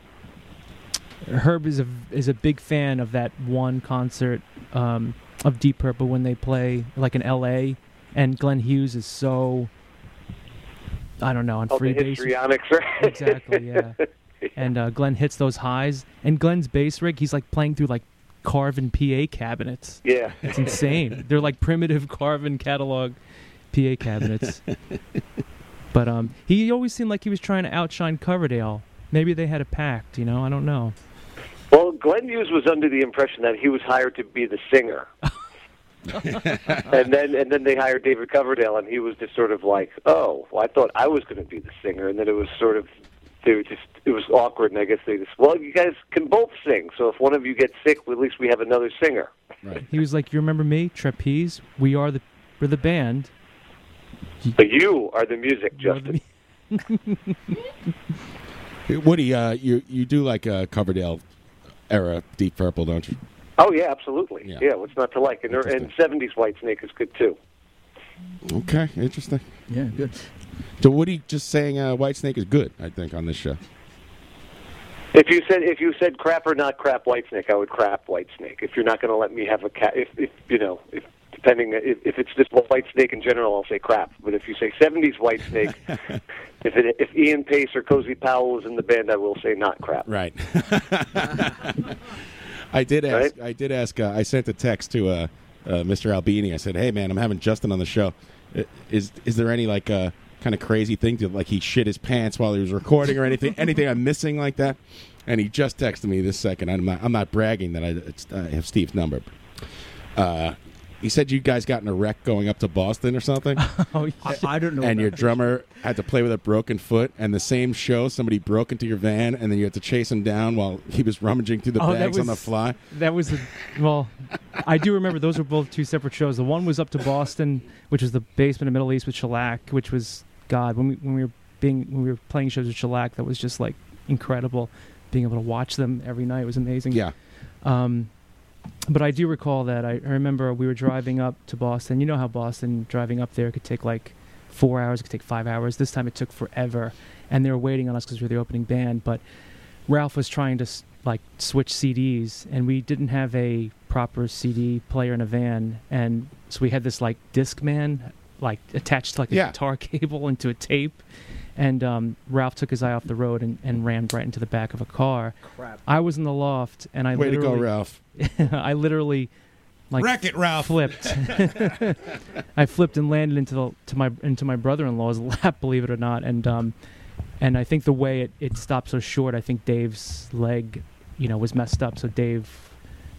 S15: Herb is a is a big fan of that one concert um, of Deep Purple when they play like in L.A. and Glenn Hughes is so. I don't know on
S18: Oh,
S15: free
S18: the
S15: bass.
S18: histrionics, right?
S15: exactly, yeah. And uh, Glenn hits those highs, and Glenn's bass rig, he's like playing through like Carvin PA cabinets.
S18: Yeah.
S15: It's insane. They're like primitive Carvin catalog PA cabinets. but um, he always seemed like he was trying to outshine Coverdale. Maybe they had a pact, you know? I don't know.
S18: Well, Glenn Hughes was under the impression that he was hired to be the singer. and then and then they hired David Coverdale and he was just sort of like, "Oh, well, I thought I was going to be the singer." And then it was sort of they were just it was awkward, and I guess they just well, you guys can both sing, so if one of you gets sick, well, at least we have another singer.
S15: He was like, "You remember me, Trapeze? We are the we're the band."
S18: But Hmm. you are the music, Justin.
S12: Woody, uh, you you do like uh, Coverdale era Deep Purple, don't you?
S18: Oh yeah, absolutely. Yeah, what's not to like? And, they're- and '70s Whitesnake is good too.
S12: Okay, interesting.
S10: Yeah, good.
S12: So Woody just saying uh, White Snake is good, I think, on this show.
S18: If you said if you said crap or not crap Whitesnake, I would crap Whitesnake. If you're not going to let me have a cat, if, if you know, if depending if, if it's just Whitesnake in general, I'll say crap. But if you say '70s Whitesnake, if it, if Ian Pace or Cozy Powell is in the band, I will say not crap.
S12: Right. I did ask. I did ask. Uh, I sent a text to uh, uh, Mr. Albini. I said, "Hey, man, I'm having Justin on the show. I- Is is there any like uh, kind of crazy thing to like he shit his pants while he was recording or anything? anything I'm missing like that?" And he just texted me this second. I'm not. I'm not bragging that I, it's, I have Steve's number. Uh, he said you guys got in a wreck going up to Boston or something.
S10: Oh, I, I don't know.
S12: And your drummer had to play with a broken foot, and the same show somebody broke into your van, and then you had to chase him down while he was rummaging through the
S15: Oh, that
S12: bags on the
S15: was-
S12: fly.
S15: That was the well, I do remember those were both two separate shows. The one was up to Boston, which was the basement of Middle East with Shellac, which was God when we when we were being when we were playing shows with Shellac, that was just like incredible. Being able to watch them every night was amazing.
S12: Yeah.
S15: Um, but I do recall that I, I remember we were driving up to Boston. You know how Boston driving up there could take like four hours, it could take five hours. This time it took forever, and they were waiting on us because we were the opening band. But Ralph was trying to s- like switch CDs, and we didn't have a proper CD player in a van, and so we had this like Discman, like attached to like a
S12: Yeah.
S15: guitar cable into a tape. And um, Ralph took his eye off the road and, and rammed right into the back of a car.
S12: Crap.
S15: I was in the loft, and I
S12: Way to go,
S15: literally-
S12: Ralph.
S15: I literally like
S12: Wreck it, Ralph.
S15: Flipped. I flipped and landed into the to my into my brother-in-law's lap, believe it or not, and um, and I think the way it, it stopped so short, I think Dave's leg, you know, was messed up, so Dave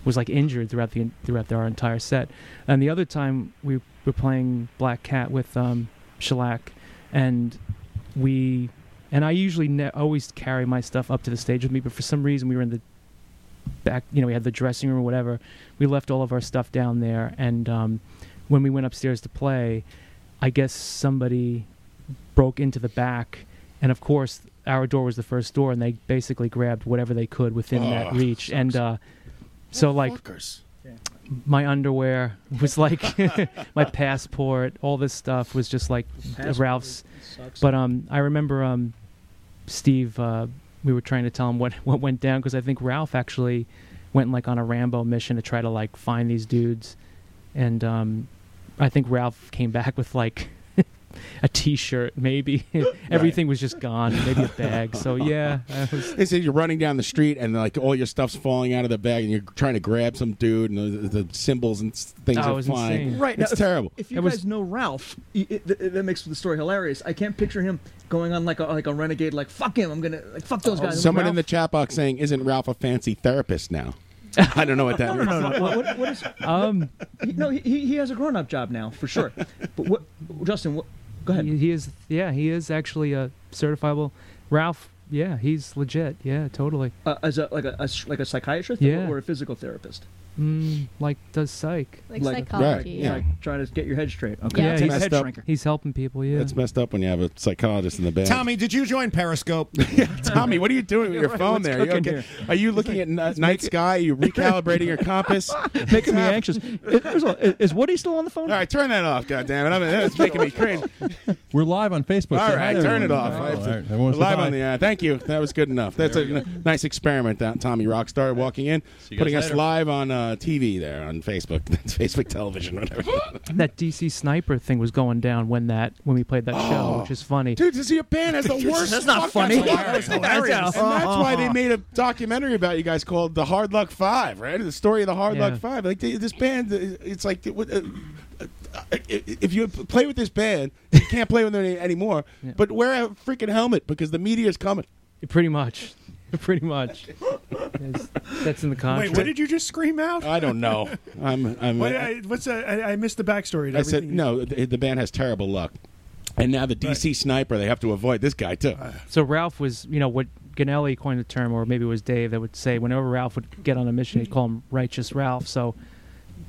S15: was like injured throughout the throughout our entire set. And the other time we were playing Black Cat with um, Shellac, and we and I usually ne- always carry my stuff up to the stage with me, but for some reason we were in the back you know we had the dressing room or whatever we left all of our stuff down there and um, when we went upstairs to play i guess somebody broke into the back and of course our door was the first door and they basically grabbed whatever they could within that
S12: Ugh,
S15: reach and uh, so like my underwear was like my passport all this stuff was just like
S10: Passport
S15: ralph's
S10: sucks.
S15: but um, i remember um, steve uh, we were trying to tell him what, what went down because i think ralph actually went like on a rambo mission to try to like find these dudes and um, i think ralph came back with like a t-shirt maybe everything was just gone maybe a bag so yeah I was-
S12: They said you're running down the street and like all your stuff's falling out of the bag, and you're trying to grab some dude, and the, the symbols and s- things
S15: Oh, it
S12: are
S15: was
S12: flying.
S15: insane.
S10: Right. now,
S12: it's
S10: if-
S12: terrible.
S10: If, you guys know Ralph, y- it, th- that makes the story hilarious. I can't picture him going on like a like a renegade, like fuck him. I'm gonna like fuck those guys.
S12: Someone in the chat box saying, "Isn't Ralph a fancy therapist now?" I don't know what
S10: No,
S12: that means.
S10: no, no, no. What, what- what is?
S15: Um,
S10: no, he, he he has a grown up job now for sure. But what, Justin? What, go ahead.
S15: He, he is, yeah, he is actually a certifiable Ralph. Yeah, he's legit. Yeah, totally.
S10: Uh, as a like a, a s- like a psychiatrist
S15: Yeah.
S10: or a physical therapist?
S15: Mm, like does psych.
S10: Like trying to get your head straight. Okay.
S15: Yeah, he's,
S12: messed up.
S15: he's helping people. Oh, Yeah,
S12: That's messed up when you have a psychologist in the band.
S5: Tommy, did you join Periscope?
S12: Tommy, what are you doing with
S5: You're
S12: your
S5: right,
S12: phone
S5: what's
S12: there? You
S5: cooking
S12: okay?
S5: here?
S12: Are you looking at n- night sky? Are you recalibrating your compass?
S10: making me anxious. Is, first of all, is, is Woody still on the phone?
S12: All right, turn that off, goddammit. I mean, that's making me cringe.
S19: We're live on Facebook.
S12: All
S19: Say hi
S12: right,
S19: to
S12: turn it
S19: everyone.
S12: off. I-
S19: All right,
S12: we're
S19: everyone say
S12: live
S19: bye.
S12: on the air. Thank you. That was good enough. That's a n- nice experiment, that Tommy Rockstar walking in,
S19: you guys
S12: putting us
S19: later.
S12: live on uh, TV there on Facebook. That's Facebook television, whatever.
S15: that DC sniper thing was going down when that when we played that show,
S12: Oh.
S15: which is funny.
S12: Dude, to see a band has the
S15: That's
S12: worst.
S15: not
S12: fuck
S15: funny.
S12: ups.
S15: That was hilarious. Uh-huh.
S12: And that's why they made a documentary about you guys called "The Hard Luck Five, right? The story of the Hard
S15: Yeah.
S12: Luck Five. Like they- this band, uh, it's like it would, uh, uh, if you play with this band, you can't play with them any- anymore. But wear a freaking helmet because the media is coming.
S15: Pretty much, pretty much. That's, that's in the contract.
S13: Wait, what did you just scream out?
S12: I don't know. I'm. I'm
S8: uh,
S13: Wait, I, what's the, I, I missed the backstory. to
S12: I said
S13: everything.
S12: no. The, the band has terrible luck. And now the DC sniper, they have to avoid this guy too.
S15: So Ralph was, you know, what Ganelli coined the term, or maybe it was Dave that would say whenever Ralph would get on a mission, he'd call him Righteous Ralph. So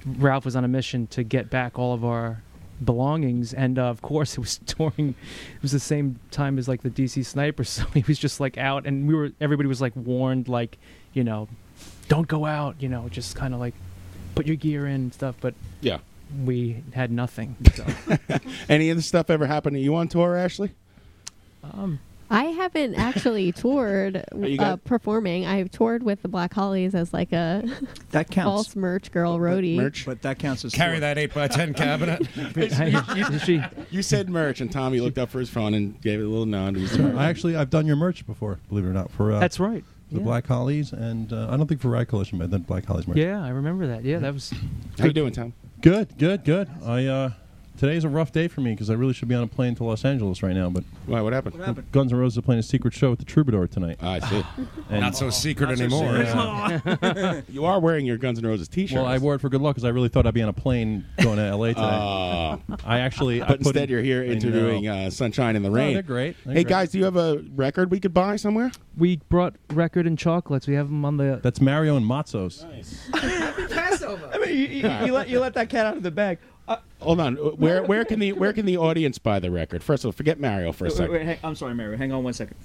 S15: Ralph was on a mission to get back all of our belongings, and uh, of course it was during, it was the same time as like the DC sniper, so he was just like out, and we were everybody was like warned, like you know, don't go out, you know, just kind of like put your gear in and stuff, but
S12: Yeah.
S15: we had nothing. So.
S12: Any of this stuff ever happened to you on tour, Ashley?
S15: Um,
S14: I haven't actually toured
S12: you
S14: uh,
S12: got-
S14: performing. I've toured with the Black Hollies as like a
S10: that counts.
S14: false merch girl roadie.
S10: but that counts as
S5: carry that eight by ten cabinet.
S12: you, you said merch, and Tommy looked up for his phone and gave it a little nod.
S19: I actually I've done your merch before, believe it or not. For uh,
S15: That's right.
S19: The
S15: Yeah.
S19: Black Hollies, and uh, I don't think for Ride Collision, but then Black Hollies merch.
S15: yeah, I remember that. Yeah, that was.
S12: How you doing, Tom?
S19: Good, good, good. I uh, today's a rough day for me because I really should be on a plane to Los Angeles right now. But
S12: why? What happened?
S19: Guns N' Roses are playing a secret show at the Troubadour tonight.
S12: I see.
S5: Not so secret Not so anymore.
S19: Yeah.
S12: you are wearing your Guns N' Roses T-shirt.
S19: Well, I wore it for good luck because I really thought I'd be on a plane going to LA today.
S12: Oh.
S19: I actually, I
S12: but
S19: put
S12: instead
S19: in-
S12: you're here
S19: I know.
S12: interviewing uh, Sunshine in the
S19: No,
S12: Rain.
S19: they're great. They're
S12: hey
S19: great.
S12: guys, do you have a record we could buy somewhere?
S15: We brought record and chocolates. We have them on the.
S19: That's Mario and Matzos.
S20: Passover.
S16: I mean, you, you, you let you let that cat out of the bag. Uh,
S12: Hold on. Where where can the where can the audience buy the record? First of all, forget Mario for a
S16: wait,
S12: second.
S16: wait, hang, I'm sorry, Mary. Hang on one second.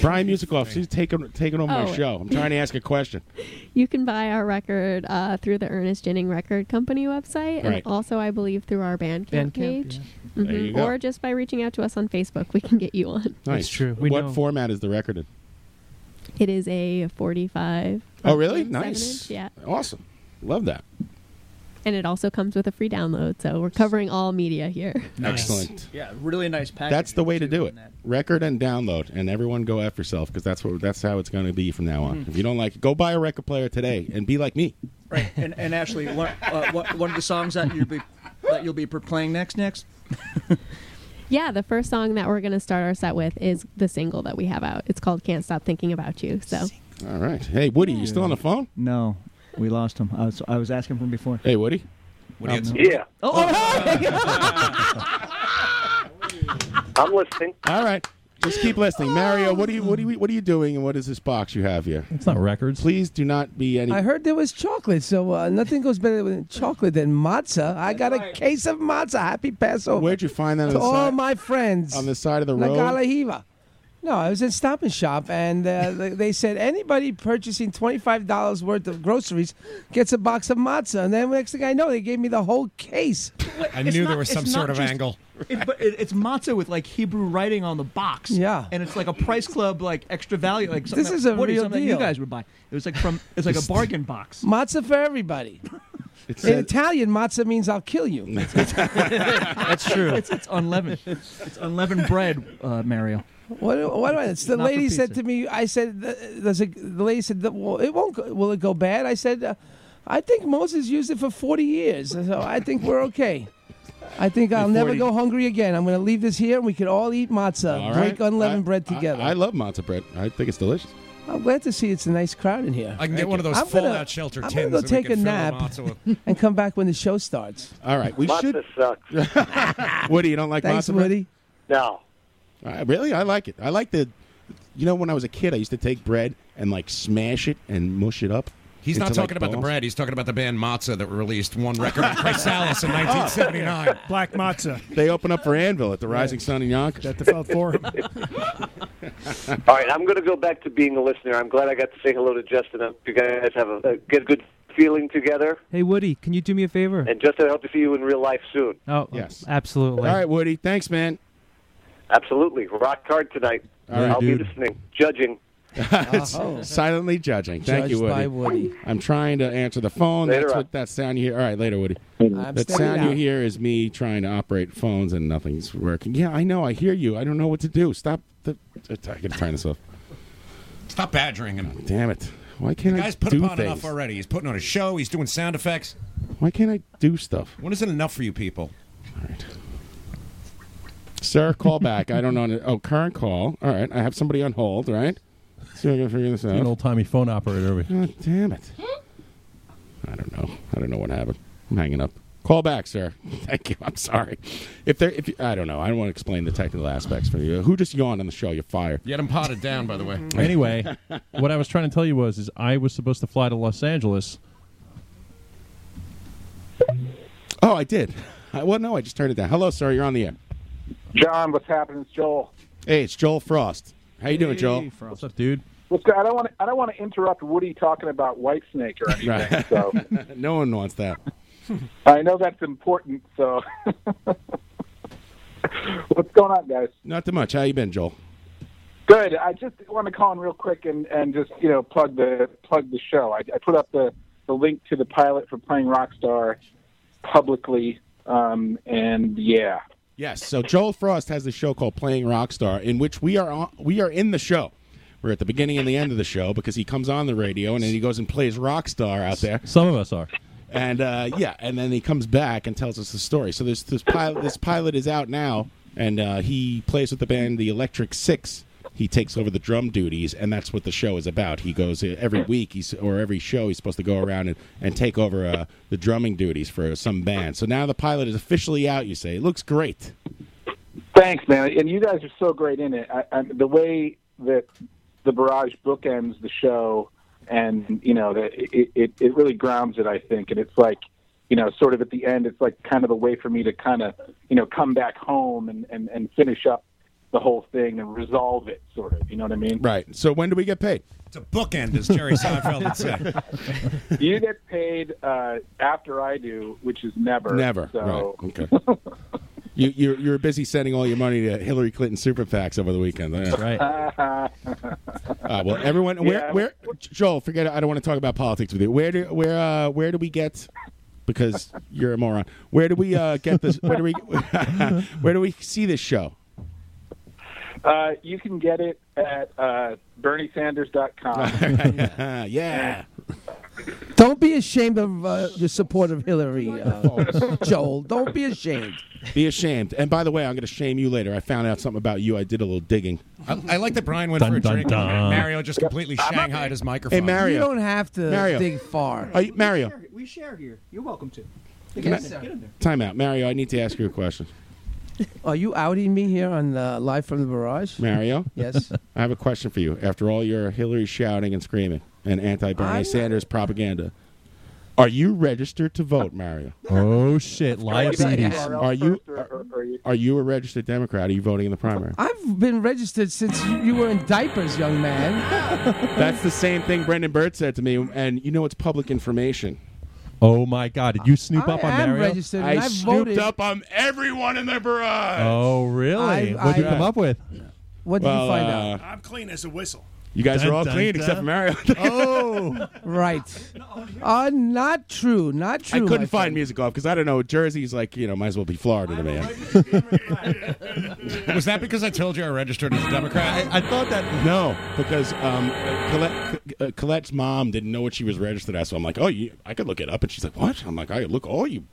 S12: Brian Musikoff, she's taking taking over my
S14: Oh.
S12: show. I'm trying to ask a question.
S14: You can buy our record uh, through the Ernest Jennings Record Company website,
S12: Right.
S14: and also I believe through our Bandcamp,
S12: Bandcamp,
S14: page,
S12: yeah. There
S14: Mhm.
S12: you go.
S14: or just by reaching out to us on Facebook, we can get you on.
S12: Nice.
S15: true. We
S12: what
S15: know.
S12: format is the record in?
S14: It is a 45.
S12: Oh, really?
S14: seven
S12: Nice.
S14: inch, yeah,
S12: Awesome. Love that.
S14: and it also comes with a free download, so we're covering all media here.
S12: Excellent.
S10: Yeah, really nice package.
S12: That's the way to do it. Record and download, and everyone go F yourself because that's what that's how it's going to be from now on.
S10: Mhm.
S12: If you don't like, it, go buy a record player today and be like me.
S16: Right.
S10: And, and Ashley, one, uh, one one of the songs that you'll be that you'll be per- playing next next.
S14: Yeah, the first song that we're going to start our set with is the single that we have out. It's called Can't Stop Thinking About You. So,
S12: All right. Hey, Woody, you still on the phone?
S10: No, we lost him. I was I was asking from before.
S12: Hey, Woody.
S10: Woody,
S16: Um,
S18: Yeah.
S16: Oh,
S12: I'm listening. All right. Just keep listening, Mario. What are you? What are you? What are you doing? And what is this box you have here? It's
S19: not records.
S12: Please do not be any.
S20: I heard there was chocolate, so uh, nothing goes better with chocolate than matzah. I got a case of matzah. Happy Passover.
S12: Where'd you find that? on
S20: To
S12: the
S20: all
S12: side-
S20: my friends
S12: on the side of the
S20: La
S12: road?
S20: Galahiva. No, I was in Stop and Shop, and uh, they- they said anybody purchasing twenty-five dollars worth of groceries gets a box of matzah. And then the next thing I know, they gave me the whole case.
S5: I knew there was some sort of angle.
S16: It, but it, it's matzah with like Hebrew writing on the box. Yeah, and it's like a price club, like extra value. Like something
S20: This
S16: that-
S20: is a
S16: what
S20: real
S16: something
S20: deal.
S16: That you guys would buy. It was like from it's like a bargain box.
S20: Matzah for everybody. in
S12: It
S16: said-
S20: Italian, matzah means I'll kill you.
S10: That's true. it's, it's unleavened. It's unleavened bread, uh, Mario.
S20: What, do- what do I? It's the
S10: Not for
S20: lady said
S10: pizza.
S20: to me. I said, th- "Does it?" The lady said, that, "Well, it won't. Go, will it go bad?" I said, uh, "I think Moses used it for forty years, so I think we're okay. I think I'll never
S12: 40
S20: go hungry again. I'm going to leave this here, and we can all eat matzah,
S12: All
S20: break
S12: right.
S20: unleavened
S12: I-
S20: bread
S12: I-
S20: together."
S12: I, love matzah bread. I think it's delicious.
S20: I, am glad to see it's a nice crowd in here.
S12: I can get one of those
S20: I'm gonna-
S12: fold-out shelter
S20: I'm
S12: tins
S20: gonna
S12: and
S20: go
S12: we
S20: take
S12: can
S20: a
S12: fill the
S20: nap
S12: matzah
S20: and come back when the show starts.
S12: All right, we should. sucks. Woody, you don't like
S20: Thanks,
S12: matzah bread?
S20: Woody.
S18: No.
S12: Uh, really, I like it. I like the. You know, when I was a kid, I used to take bread and like smash it and mush it up.
S5: He's not
S12: into, like,
S5: talking about the
S12: balls.
S5: bread. He's talking about the band Matzah that released one record in Chrysalis in
S12: Oh.
S5: 1979.
S13: Black matzah.
S12: They open up for Anvil at the Rising Sun in Yonkers.
S13: That the felt for him.
S18: All right, I'm going to go back to being a listener. I'm glad I got to say hello to Justin. I hope You guys have a, a get a good feeling together,
S15: Hey Woody, can you do me a favor?
S18: and Justin, I hope to see you in real life soon.
S15: Oh
S12: yes,
S15: absolutely.
S12: All right, Woody. Thanks, man.
S18: Absolutely, rock hard tonight.
S12: All right,
S18: I'll
S12: dude.
S18: be listening, judging.
S12: Silently judging. Thank
S18: Uh-huh.
S12: you,
S18: Oh. Judged
S12: Woody.
S18: by Woody.
S12: I'm trying to answer the phone.
S18: Later
S12: That's
S18: on.
S12: what that sound you hear. All right, later, Woody.
S18: I'm
S12: that
S18: staying
S12: sound you
S18: out.
S12: hear is me trying to operate phones and nothing's working. Yeah, I know. I hear you. I don't know what to do. Stop. The, I gotta turn this off.
S5: Stop badgering him.
S12: Damn it! Why can't
S5: the
S12: I
S5: guy's put
S12: do
S5: upon
S12: things?
S5: enough already. He's putting on a show. He's doing sound effects.
S12: Why can't I do stuff?
S5: When is it enough for you people?
S12: Sir, call back. I don't know. Oh, current call. All right. I have somebody on hold, right? See if I can figure this out.
S19: An old timey phone operator.
S12: God damn it. I don't know. I don't know what happened. I'm hanging up. Call back, sir. Thank you. I'm sorry. If there, if you, I don't know, I don't want to explain the technical aspects for you. Who just yawned on the show? You're fired.
S5: Get him potted down, by the way.
S19: Anyway, what I was trying to tell you was, is I was supposed to fly to Los Angeles.
S12: Oh, I did. I, well, no, I just turned it down. Hello, sir. You're on the air.
S21: John, what's happening? It's Joel.
S12: Hey, it's Joel Frost. How you doing, Joel?
S19: What's up, dude?
S21: What's good? I don't want to. I don't want to interrupt Woody talking about Whitesnake or anything.
S12: Right.
S21: So
S12: no one wants that.
S21: I know that's important. So what's going on, guys?
S12: Not too much. How you been, Joel?
S21: Good. I just want to call in real quick and, and just you know plug the plug the show. I, I put up the, the link to the pilot for playing Rockstar publicly, um, and yeah,
S12: Yes. So Joel Frost has this show called Playing Rockstar, in which we are on, we are in the show. We're at the beginning and the end of the show because he comes on the radio and then he goes and plays Rockstar out there.
S19: Some of us are.
S12: And uh, yeah, and then he comes back and tells us the story. So this this pilot this pilot is out now, and uh, he plays with the band the Electric Six. He takes over the drum duties, and that's what the show is about. He goes uh, every week, he's or every show, he's supposed to go around and, and take over uh, the drumming duties for some band. So now the pilot is officially out. You say it looks great.
S21: thanks, man. And you guys are so great in it. I, I, the way that the barrage bookends the show, and you know, that it, it it really grounds it. I think, and it's like. You know, sort of at the end, it's like kind of a way for me to kind of, you know, come back home and, and, and finish up the whole thing and resolve it, sort of. You know what I mean?
S12: Right. So when do we get paid?
S5: It's a bookend, as Jerry Seinfeld would say.
S21: you get paid uh, after I do, which is never.
S12: Never.
S21: So
S12: Right. Okay. you you're, you're busy sending all your money to Hillary Clinton super PACs over the weekend. That's Uh, well, everyone, where,
S21: Yeah.
S12: where, Joel, forget it. I don't want to talk about politics with you. Where do, where, uh, where do we get? Because you're a moron. Where do we uh, get this? Where do we, where do we see this show?
S21: uh, you can get it at uh, BernieSanders.com.
S12: yeah.
S20: Don't be ashamed of uh, your support of Hillary, uh, Joel. Don't be ashamed.
S12: Be ashamed. And by the way, I'm going to shame you later. I found out something about you. I did a little digging.
S5: I, I like that Brian went
S12: Dun,
S5: for a
S12: dun,
S5: drink.
S12: dun.
S5: Mario just completely shanghaied his microphone.
S12: Hey, Mario. Mario.
S20: far.
S12: Are you- Mario.
S16: We share here. You're welcome to.
S12: Can I- Time out. Mario, I need to ask you a question.
S20: Are you outing me here on uh, live from the barrage,
S12: Mario?
S20: Yes.
S12: I have a question for you. After all your Hillary shouting and screaming and anti Bernie
S20: I'm-
S12: Sanders propaganda, are you registered to vote, Mario?
S19: Oh shit,
S12: Are you are you a registered Democrat? Are you voting in the primary?
S20: I've been registered since you, you were in diapers, young man.
S12: That's the same thing Brendan Bird said to me, and you know it's public information.
S19: Oh my God! Did you snoop up on Mario?
S12: I snooped up on
S5: everyone in their barrage.
S19: Oh really?
S20: I-
S19: What'd you
S20: I-
S19: come up with?
S20: What did
S19: Well,
S20: you find
S19: uh,
S20: out?
S5: I'm clean as a whistle.
S12: You guys are all
S20: dun,
S12: clean
S20: dun.
S12: except for Mario.
S20: Oh, right. Uh, not true. Not
S12: I
S20: true. my
S12: couldn't
S20: friend.
S12: find music off because I don't know. Jersey's like you know, might as well be Florida to me.
S5: Was that because I told you I registered as a Democrat?
S12: I, I thought that no, because um, Colette, C- uh, Colette's mom didn't know what she was registered as, so I'm like, oh, you, I could look it up, and she's like, what? I'm like, I could look all you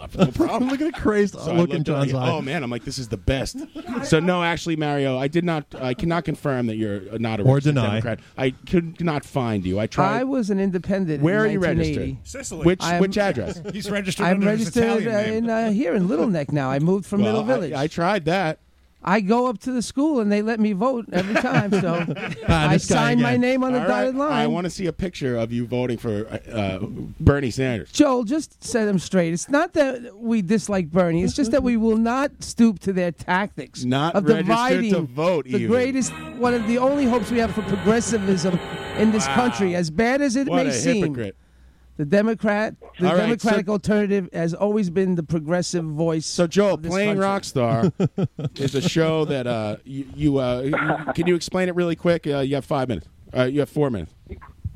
S12: up, no problem.
S19: look at the crazed
S12: So I
S19: look in
S12: looked it up,
S19: John's
S12: like,
S19: eye.
S12: Oh man, I'm like, this is the best. So no, actually, Mario, I did not. I cannot confirm that you're not a
S19: Or
S12: registered
S19: deny.
S12: Democrat. I could not find you. I tried.
S20: I was an independent.
S12: Where are
S20: in
S12: you
S20: 1980.
S12: registered? Sicily. Which-
S20: I am-
S12: which address?
S5: He's registered
S20: I'm
S5: under his
S20: registered
S5: Italian
S20: uh,
S5: name.
S20: in uh, here in Little Neck now. I moved from
S12: Well,
S20: Middle
S12: I-
S20: Village.
S12: I tried that.
S20: I go up to the school and they let me vote every time.
S12: Ah,
S20: So I sign my name on the
S12: All right,
S20: dotted line.
S12: I want to see a picture of you voting for uh, Bernie Sanders.
S20: Joel, just set them straight. It's not that we dislike Bernie. It's just that we will not stoop to their tactics
S12: Not
S20: of
S12: registered
S20: dividing
S12: to vote,
S20: the
S12: even.
S20: greatest, one of the only hopes we have for progressivism in this country. As bad as it
S12: What
S20: may
S12: a
S20: seem,
S12: hypocrite.
S20: the Democrat, the
S12: All right,
S20: Democratic
S12: so-
S20: alternative has always been the progressive voice. So
S12: Joel, Playing Rockstar is a show that uh, you, you uh, you- can you explain it really quick? Uh, you have five minutes. Uh, you have four minutes.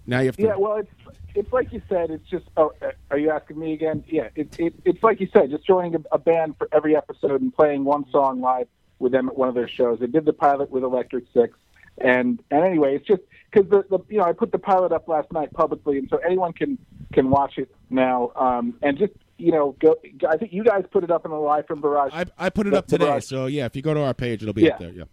S12: Now you have. Three.
S21: Yeah, well, it's it's like you said. It's just. Oh, uh, are you asking me again? Yeah, it, it, it's like you said. Just joining a, a band for every episode and playing one song live with them at one of their shows. They did the pilot with Electric Six, and and anyway, it's just because the, the you know I put the pilot up last night publicly, and so anyone can can watch it now. Um, and just you know, go. I think you guys put it up in the live from Barrage.
S12: I, I put it
S21: the-
S12: up
S21: the
S12: today.
S21: Barrage
S12: So yeah, if you go to our page, it'll be up
S21: Yeah.
S12: there. Yeah.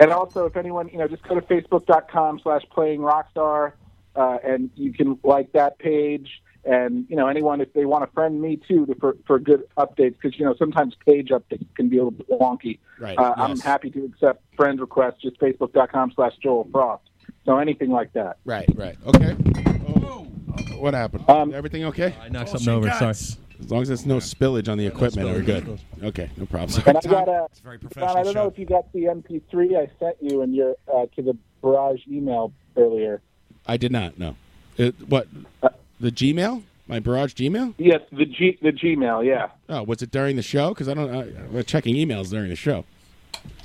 S21: and also, if anyone, you know, just go to facebook.com slash playing rockstar, uh, and you can like that page. And you know, anyone if they want to friend me too to, for for good updates, because you know sometimes page updates can be a little bit wonky.
S12: Right,
S21: Uh, I'm
S12: yes.
S21: happy to accept friend requests. Just Facebook.com/slash Joel Frost. So anything like that.
S12: Right, right. Okay. Oh, What happened?
S21: Um,
S12: Everything okay? I
S21: knocked Oh, something she over, sorry. guts.
S12: As long as there's no spillage on the equipment, we're good. Okay, no problem.
S21: And I got a. John, I
S5: professional
S21: don't know if you got the MP3 I sent you in your uh, to the barrage email earlier.
S12: I did not. No. It, what? The Gmail? My barrage Gmail?
S21: Yes, the G the Gmail. Yeah.
S12: Oh, was it during the show? Because I don't. I, we're checking emails during the show.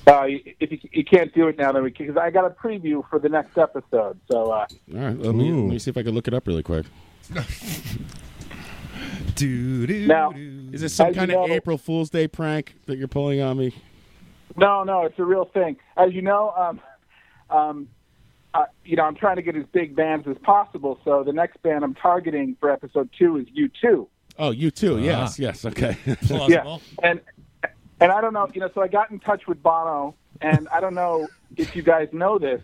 S21: Uh, if you, you can't do it now, then we because I got a preview for the next episode. So
S12: All
S21: uh,
S12: right. Let me, let me see if I can look it up really quick.
S21: now
S12: Is this some
S21: as you
S12: kind of
S21: know-
S12: April Fool's Day prank that you're pulling on me?
S21: No, no, it's a real thing. As you know, um, um, uh, you know, I'm trying to get as big bands as possible. So the next band I'm targeting for episode two is U2.
S12: Oh, you
S19: Ah.
S12: too. Yes, yes. Okay.
S21: Yeah. And and I don't know, you know, so I got in touch with Bono and I don't know if you guys know this,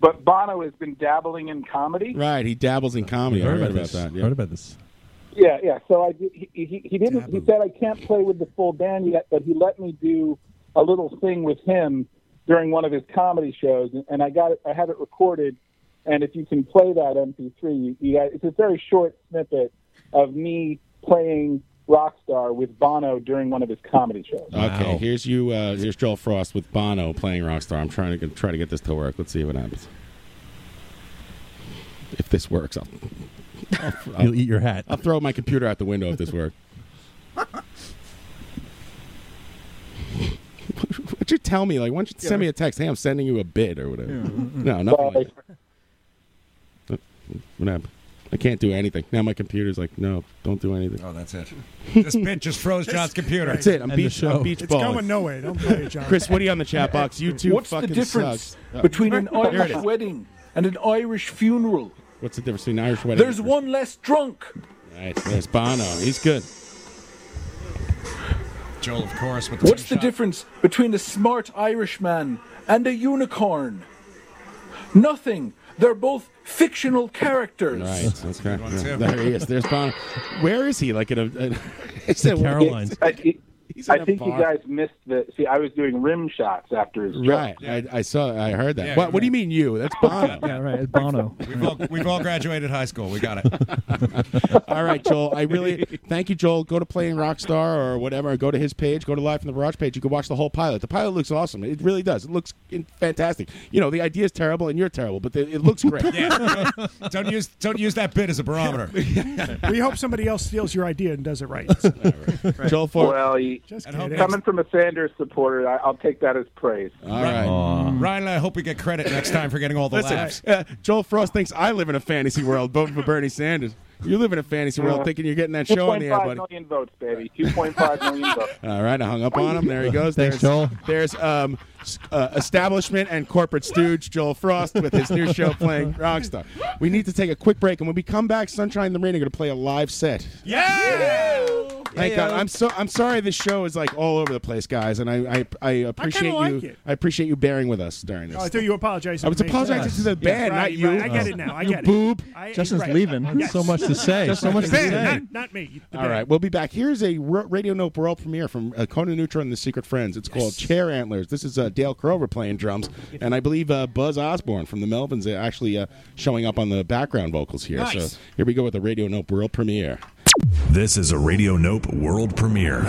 S21: but Bono has been dabbling in comedy.
S12: Right. He dabbles in comedy. I
S19: Heard
S12: heard
S19: about
S12: about
S19: this.
S12: that. Yeah.
S19: Heard about this.
S21: Yeah, yeah. So I did, he, he he didn't he said I can't play with the full band yet, but he let me do a little thing with him during one of his comedy shows, and- and I got it. I had it recorded, and if you can play that MP3, you, you got, it's a very short snippet of me playing Rockstar with Bono during one of his comedy shows.
S12: Okay. Here's you. Uh, here's Joel Frost with Bono playing Rockstar. I'm trying to get, try to get this to work. Let's see what happens. If this works, I'll, I'll-
S19: You'll eat your hat.
S12: I'll throw my computer out the window if this works. Why don't you tell me? Like, why don't you send me a text? Hey, I'm sending you a bid or whatever.
S5: mm-hmm.
S12: No, nothing. Like that. What happened? I can't do anything now. My computer's like, no, don't do anything.
S5: Oh, that's it. This bit just froze John's computer.
S12: That's it. I'm beach, I'm beach
S5: It's
S12: balling.
S5: going nowhere. Don't play it, John.
S12: Chris Woody on the chat box. You two
S22: What's the
S12: fucking
S22: difference
S12: sucks.
S22: between an
S12: There it
S22: Irish
S12: is.
S22: wedding and an Irish funeral?
S12: What's the difference between an Irish wedding?
S22: There's one less drunk.
S12: Nice. There's Bono. He's good.
S5: Joel, of course, with the
S22: What's the
S5: two-shot.
S22: difference between a smart Irishman and a unicorn? Nothing. They're both fictional characters.
S12: Right. Okay.
S22: one, too.
S12: Yeah. There he is. There's Bono. Where is he? Like in a. a it's
S22: The
S12: a-
S21: Carolines. I,
S12: He's in
S21: I
S12: a
S21: think you
S12: bar.
S21: guys missed the. See, I was doing rim shots after his
S12: Right. I, I saw. I heard that.
S5: Yeah,
S12: what? What do you mean you? That's Bono.
S10: yeah, right. It's Bono.
S5: We've all, we've all graduated high school. We got it.
S12: All right, Joel. I really thank you, Joel. Go to playing Rockstar or whatever. Or go to his page. Go to Live from the Barrage page. You can watch the whole pilot. The pilot looks awesome. It really does. It looks in- fantastic. You know, the idea is terrible and you're terrible, but the, it looks great.
S5: Yeah. Don't, don't use don't use that bit as a barometer.
S13: we hope somebody else steals your idea and does it right.
S12: Joel
S21: Well, you,
S5: kidding.
S21: coming from a Sanders supporter, I, I'll take that as praise.
S12: All right.
S5: Ryan, I hope we get credit next time for getting all the
S12: Listen,
S5: laughs.
S12: uh, Joel Frost thinks I live in a fantasy world, voting for Bernie Sanders. You live in a fantasy world thinking you're getting that show on the air,
S21: 2.5
S12: buddy.
S21: million votes, baby. 2.5 million votes.
S12: All right, I hung up on him. There he goes.
S21: Thanks,
S12: there's there's um, s- uh, establishment and corporate stooge Joel Frost with his new show playing Rockstar. We need to take a quick break, and when we come back, Sunshine and the Rain are going to play a live set.
S5: Yeah.
S12: Thank God. I'm so I'm sorry. This show is like all over the place, guys, and I I, I appreciate
S13: like
S12: you.
S13: it.
S12: I appreciate you bearing with us during this.
S13: Oh, I thought you apologized.
S12: I was apologizing to the band, not you.
S13: I get it now. I
S12: You
S13: get
S12: boob.
S13: it. I-
S12: Justin's
S13: right.
S12: leaving.
S13: Yes.
S12: So much to say.
S13: Just
S12: So much
S13: the
S12: to
S13: band,
S12: say.
S13: Not, not me. The
S12: All
S13: band.
S12: right, we'll be back. Here's a Ro- Radio Nope World premiere from uh, Conan Neutron and the Secret Friends. It's called Chair Antlers. This is uh, Dale Crover playing drums, and I believe uh, Buzz Osborne from the Melvins are actually uh, showing up on the background vocals here.
S11: Nice.
S12: So here we go with the Radio Nope World premiere.
S23: This is a Radio Nope world premiere.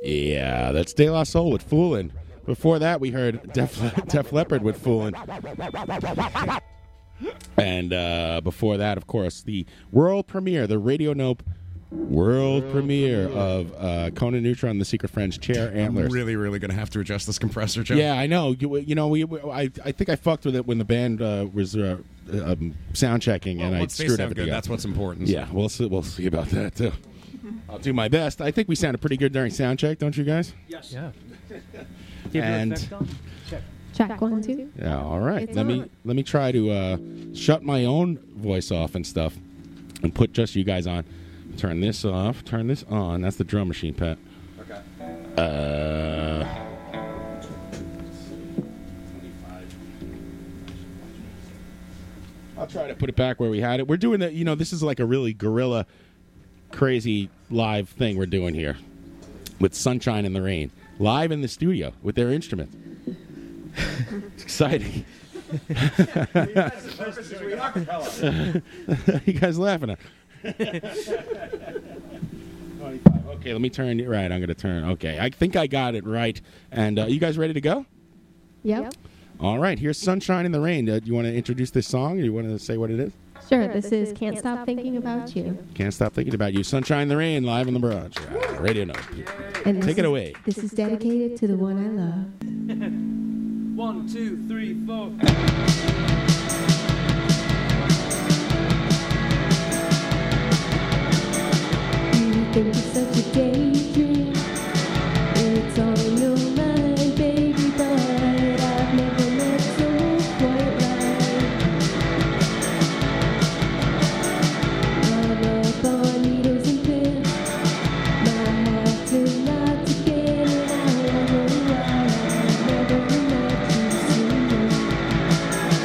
S12: Yeah, that's De La Soul with Foolin'. Before that, we heard Def, Le- Def Leppard with Foolin'. And uh, before that, of course, the world premiere, the Radio Nope world, premiere, of uh, Conan Neutron, The Secret Friend's Chair
S5: I'm
S12: Antlers.
S5: really, really going to have to adjust this compressor, Joe.
S12: Yeah, I know. You, you know, we, we- I, I think I fucked with it when the band uh, was uh, um, sound checking, and I
S5: once they
S12: screwed
S5: sound
S12: everything
S5: good,
S12: up.
S5: that's what's important.
S12: Yeah, we'll see, we'll see about that too. I'll do my best. I think we sounded pretty good during sound check, don't you guys?
S15: Yes. Yeah.
S12: And-
S15: Check.
S14: Check one, two.
S12: Yeah. All right.
S14: It's
S12: let me
S14: on.
S12: let me try to uh, shut my own voice off and stuff, and put just you guys on. Turn this off. Turn this on. That's the drum machine, Pat.
S5: Okay.
S12: Uh. I'll try to put it back where we had it. We're doing that. You know, this is like a really gorilla, crazy live thing we're doing here with sunshine and the rain, live in the studio with their instruments. it's exciting. you guys laughing at? Okay, let me turn it right. I'm going to turn. Okay, I think I got it right. And uh, you guys ready to go?
S14: Yep.
S12: All right, here's Sunshine in the Rain. Uh, do you want to introduce this song? Or you want to say what it is?
S14: Sure, this, is Can't, Stop, Thinking About You.
S12: Can't Stop Thinking About You. Sunshine in the Rain, live on the barrage. Uh, radio Note.
S14: And
S12: Take
S14: this
S12: it
S14: is-
S12: away.
S14: This is dedicated to the one I love.
S15: One, two, three, four.
S1: You think it's such a daydream. It's all in your mind, baby, but I've never met someone quite like. Run up on needles and pins. My heart turned out to get it. I wonder why I never met you sooner.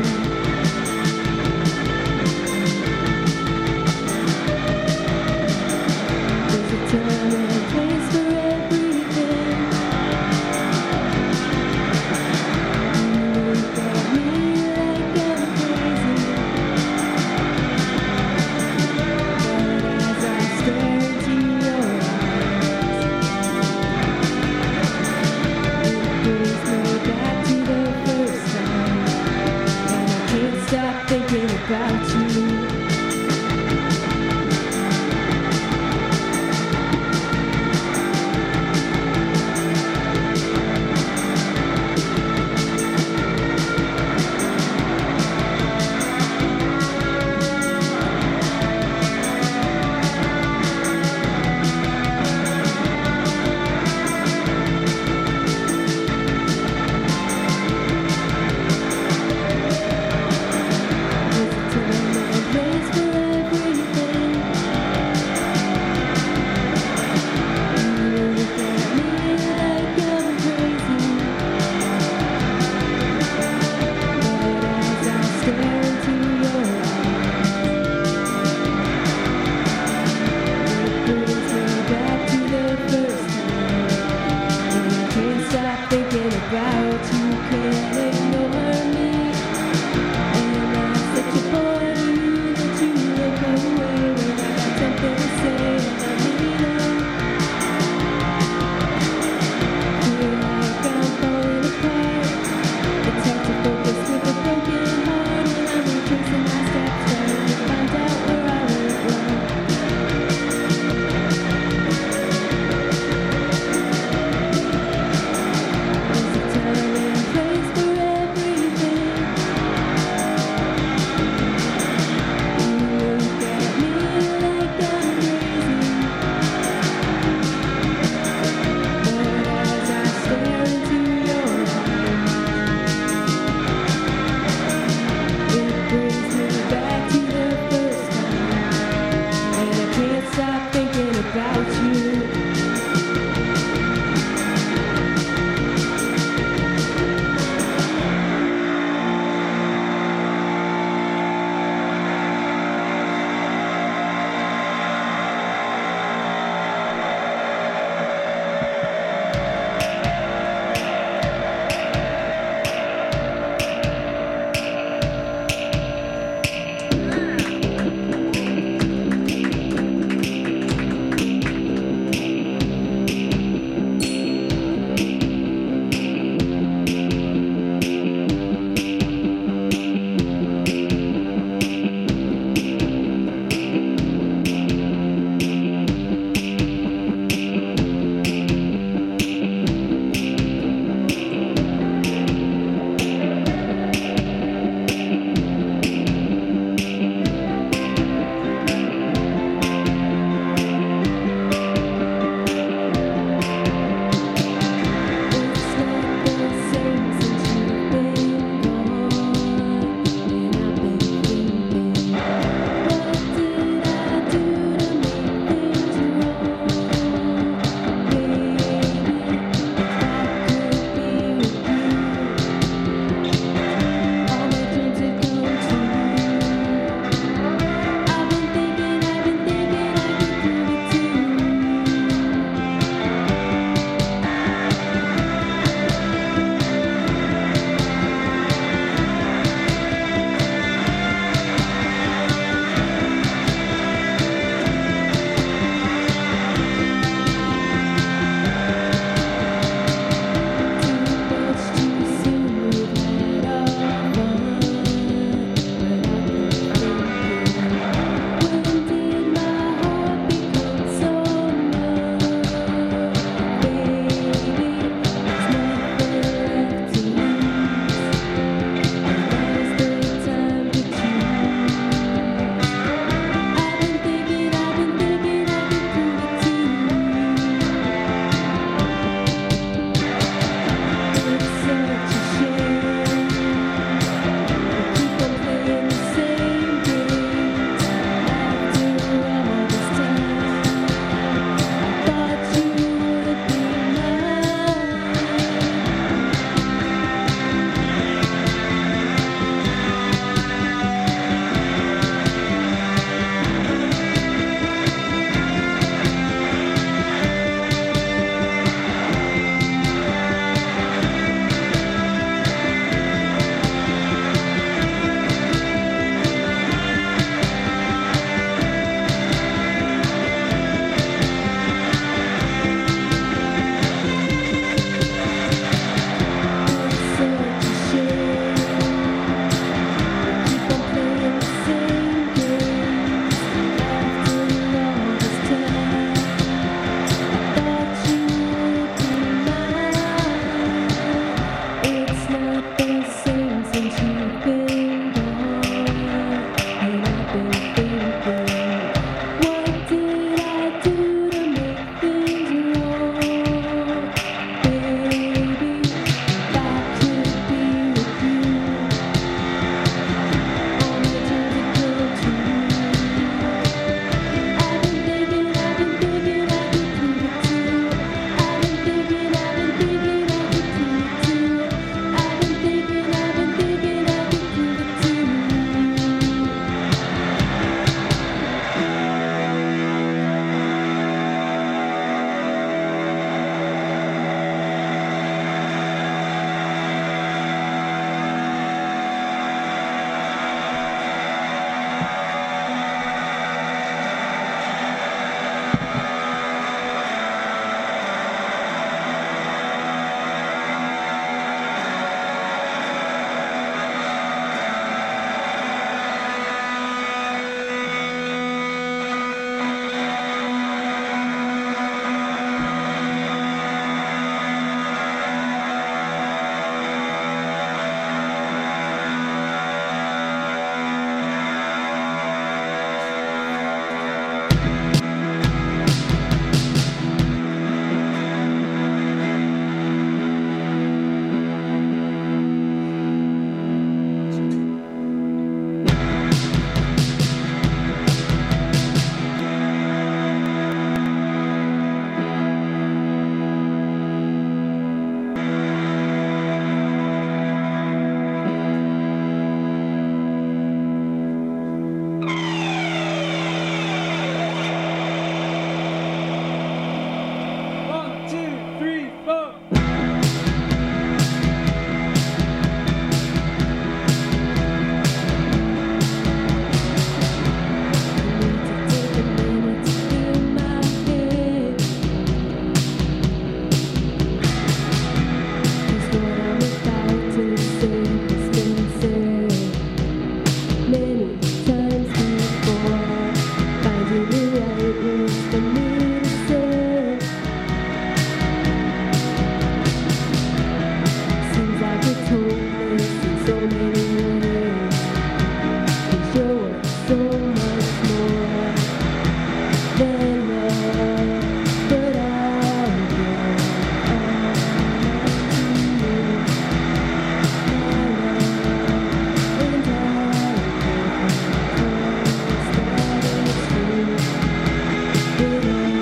S1: Thank you There's a time and a place for everything. You look at me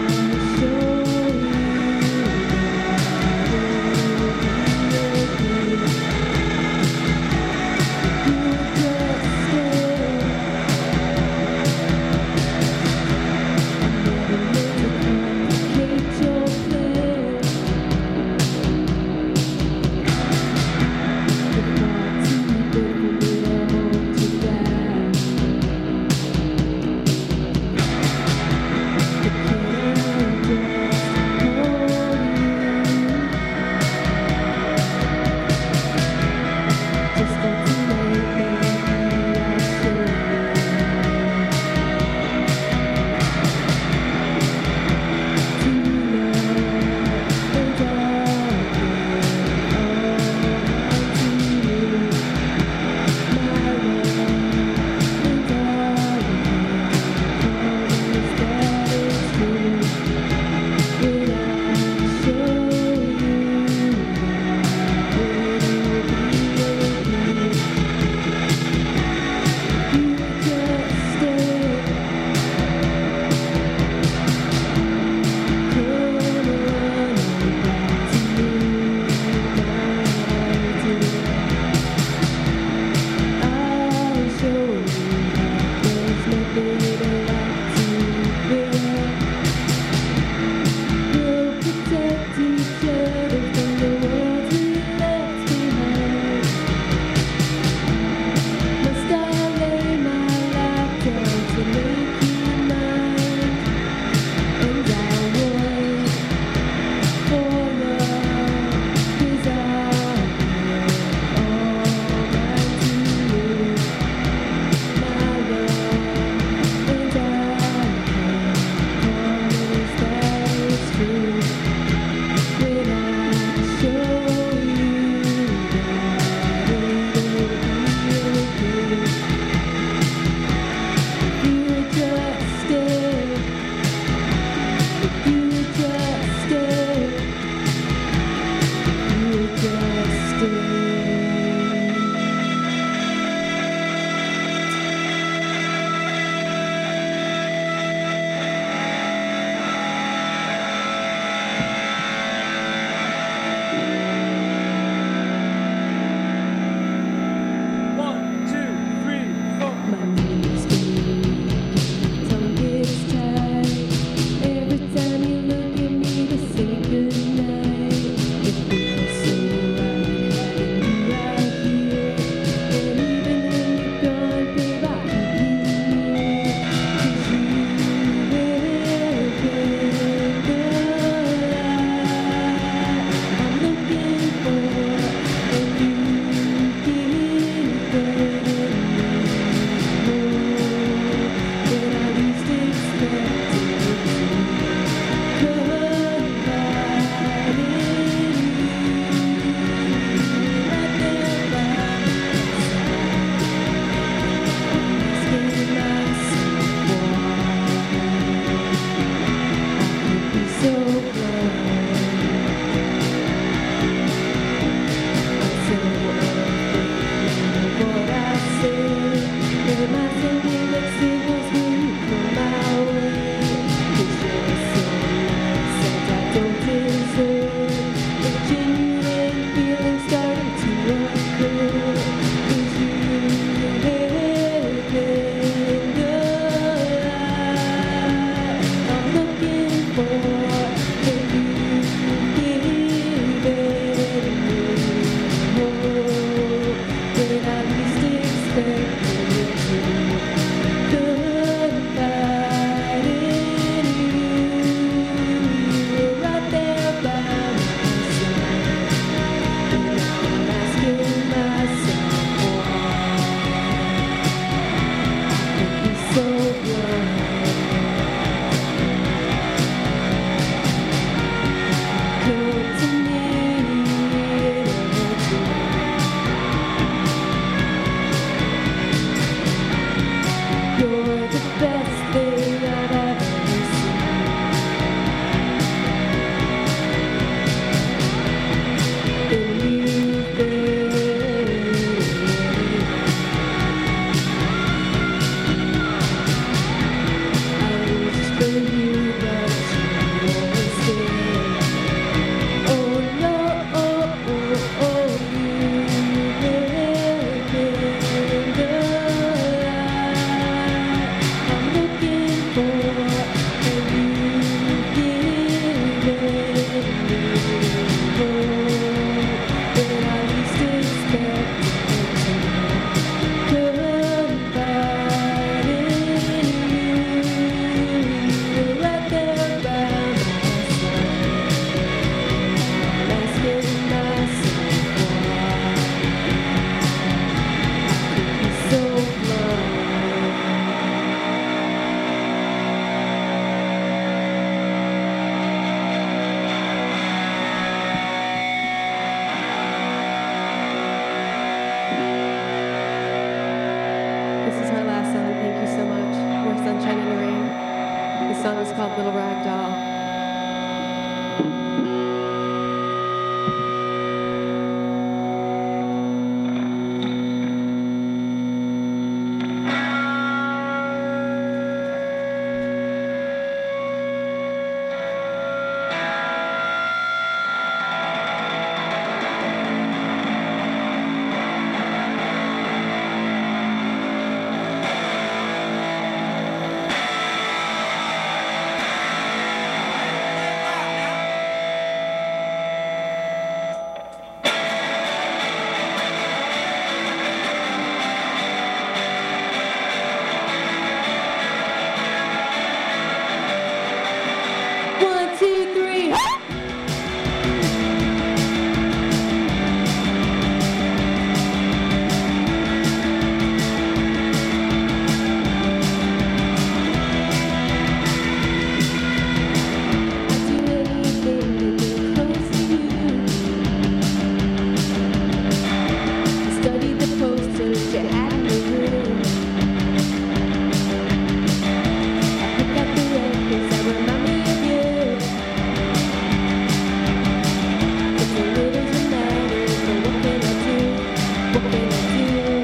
S1: Thank you
S3: song was called Little Rag Doll.
S1: One, two, three. Study the posters you had in the room. Pick up the records that remind me of you. It's a little dramatic, but what can I do? What can I do?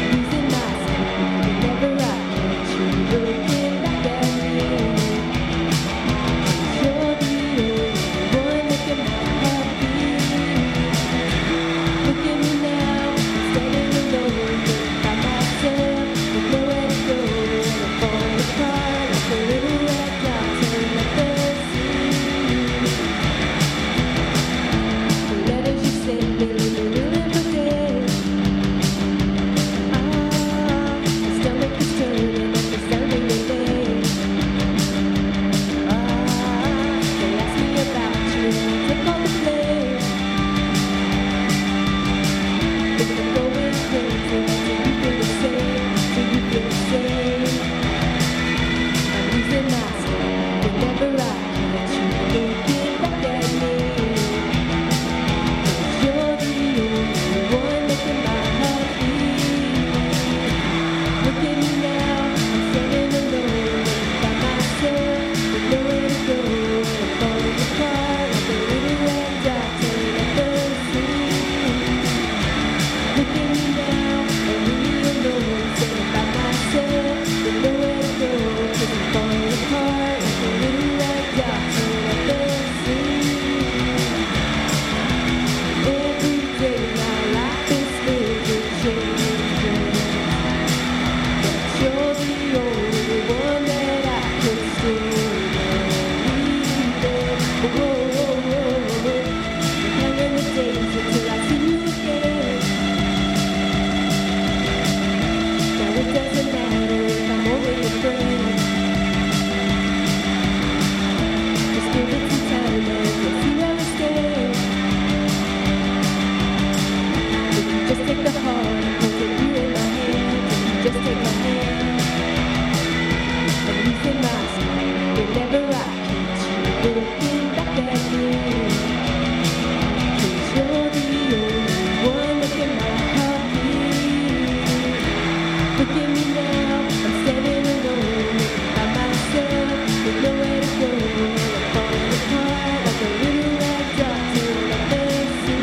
S1: Losing myself, whenever I catch you, you're looking back at me. You're the only one that can make me happy. Look at me now, standing alone, by myself, with nowhere to go. Thank you Just take the heart, and put it you in my hand. Just take my hand. And you can rise whenever I catch you. Looking back at you. Cause you're the only one that can make heart beat. Look at me now. I'm standing alone by myself. With nowhere to go. I'm falling apart like a little red dot to my fancy.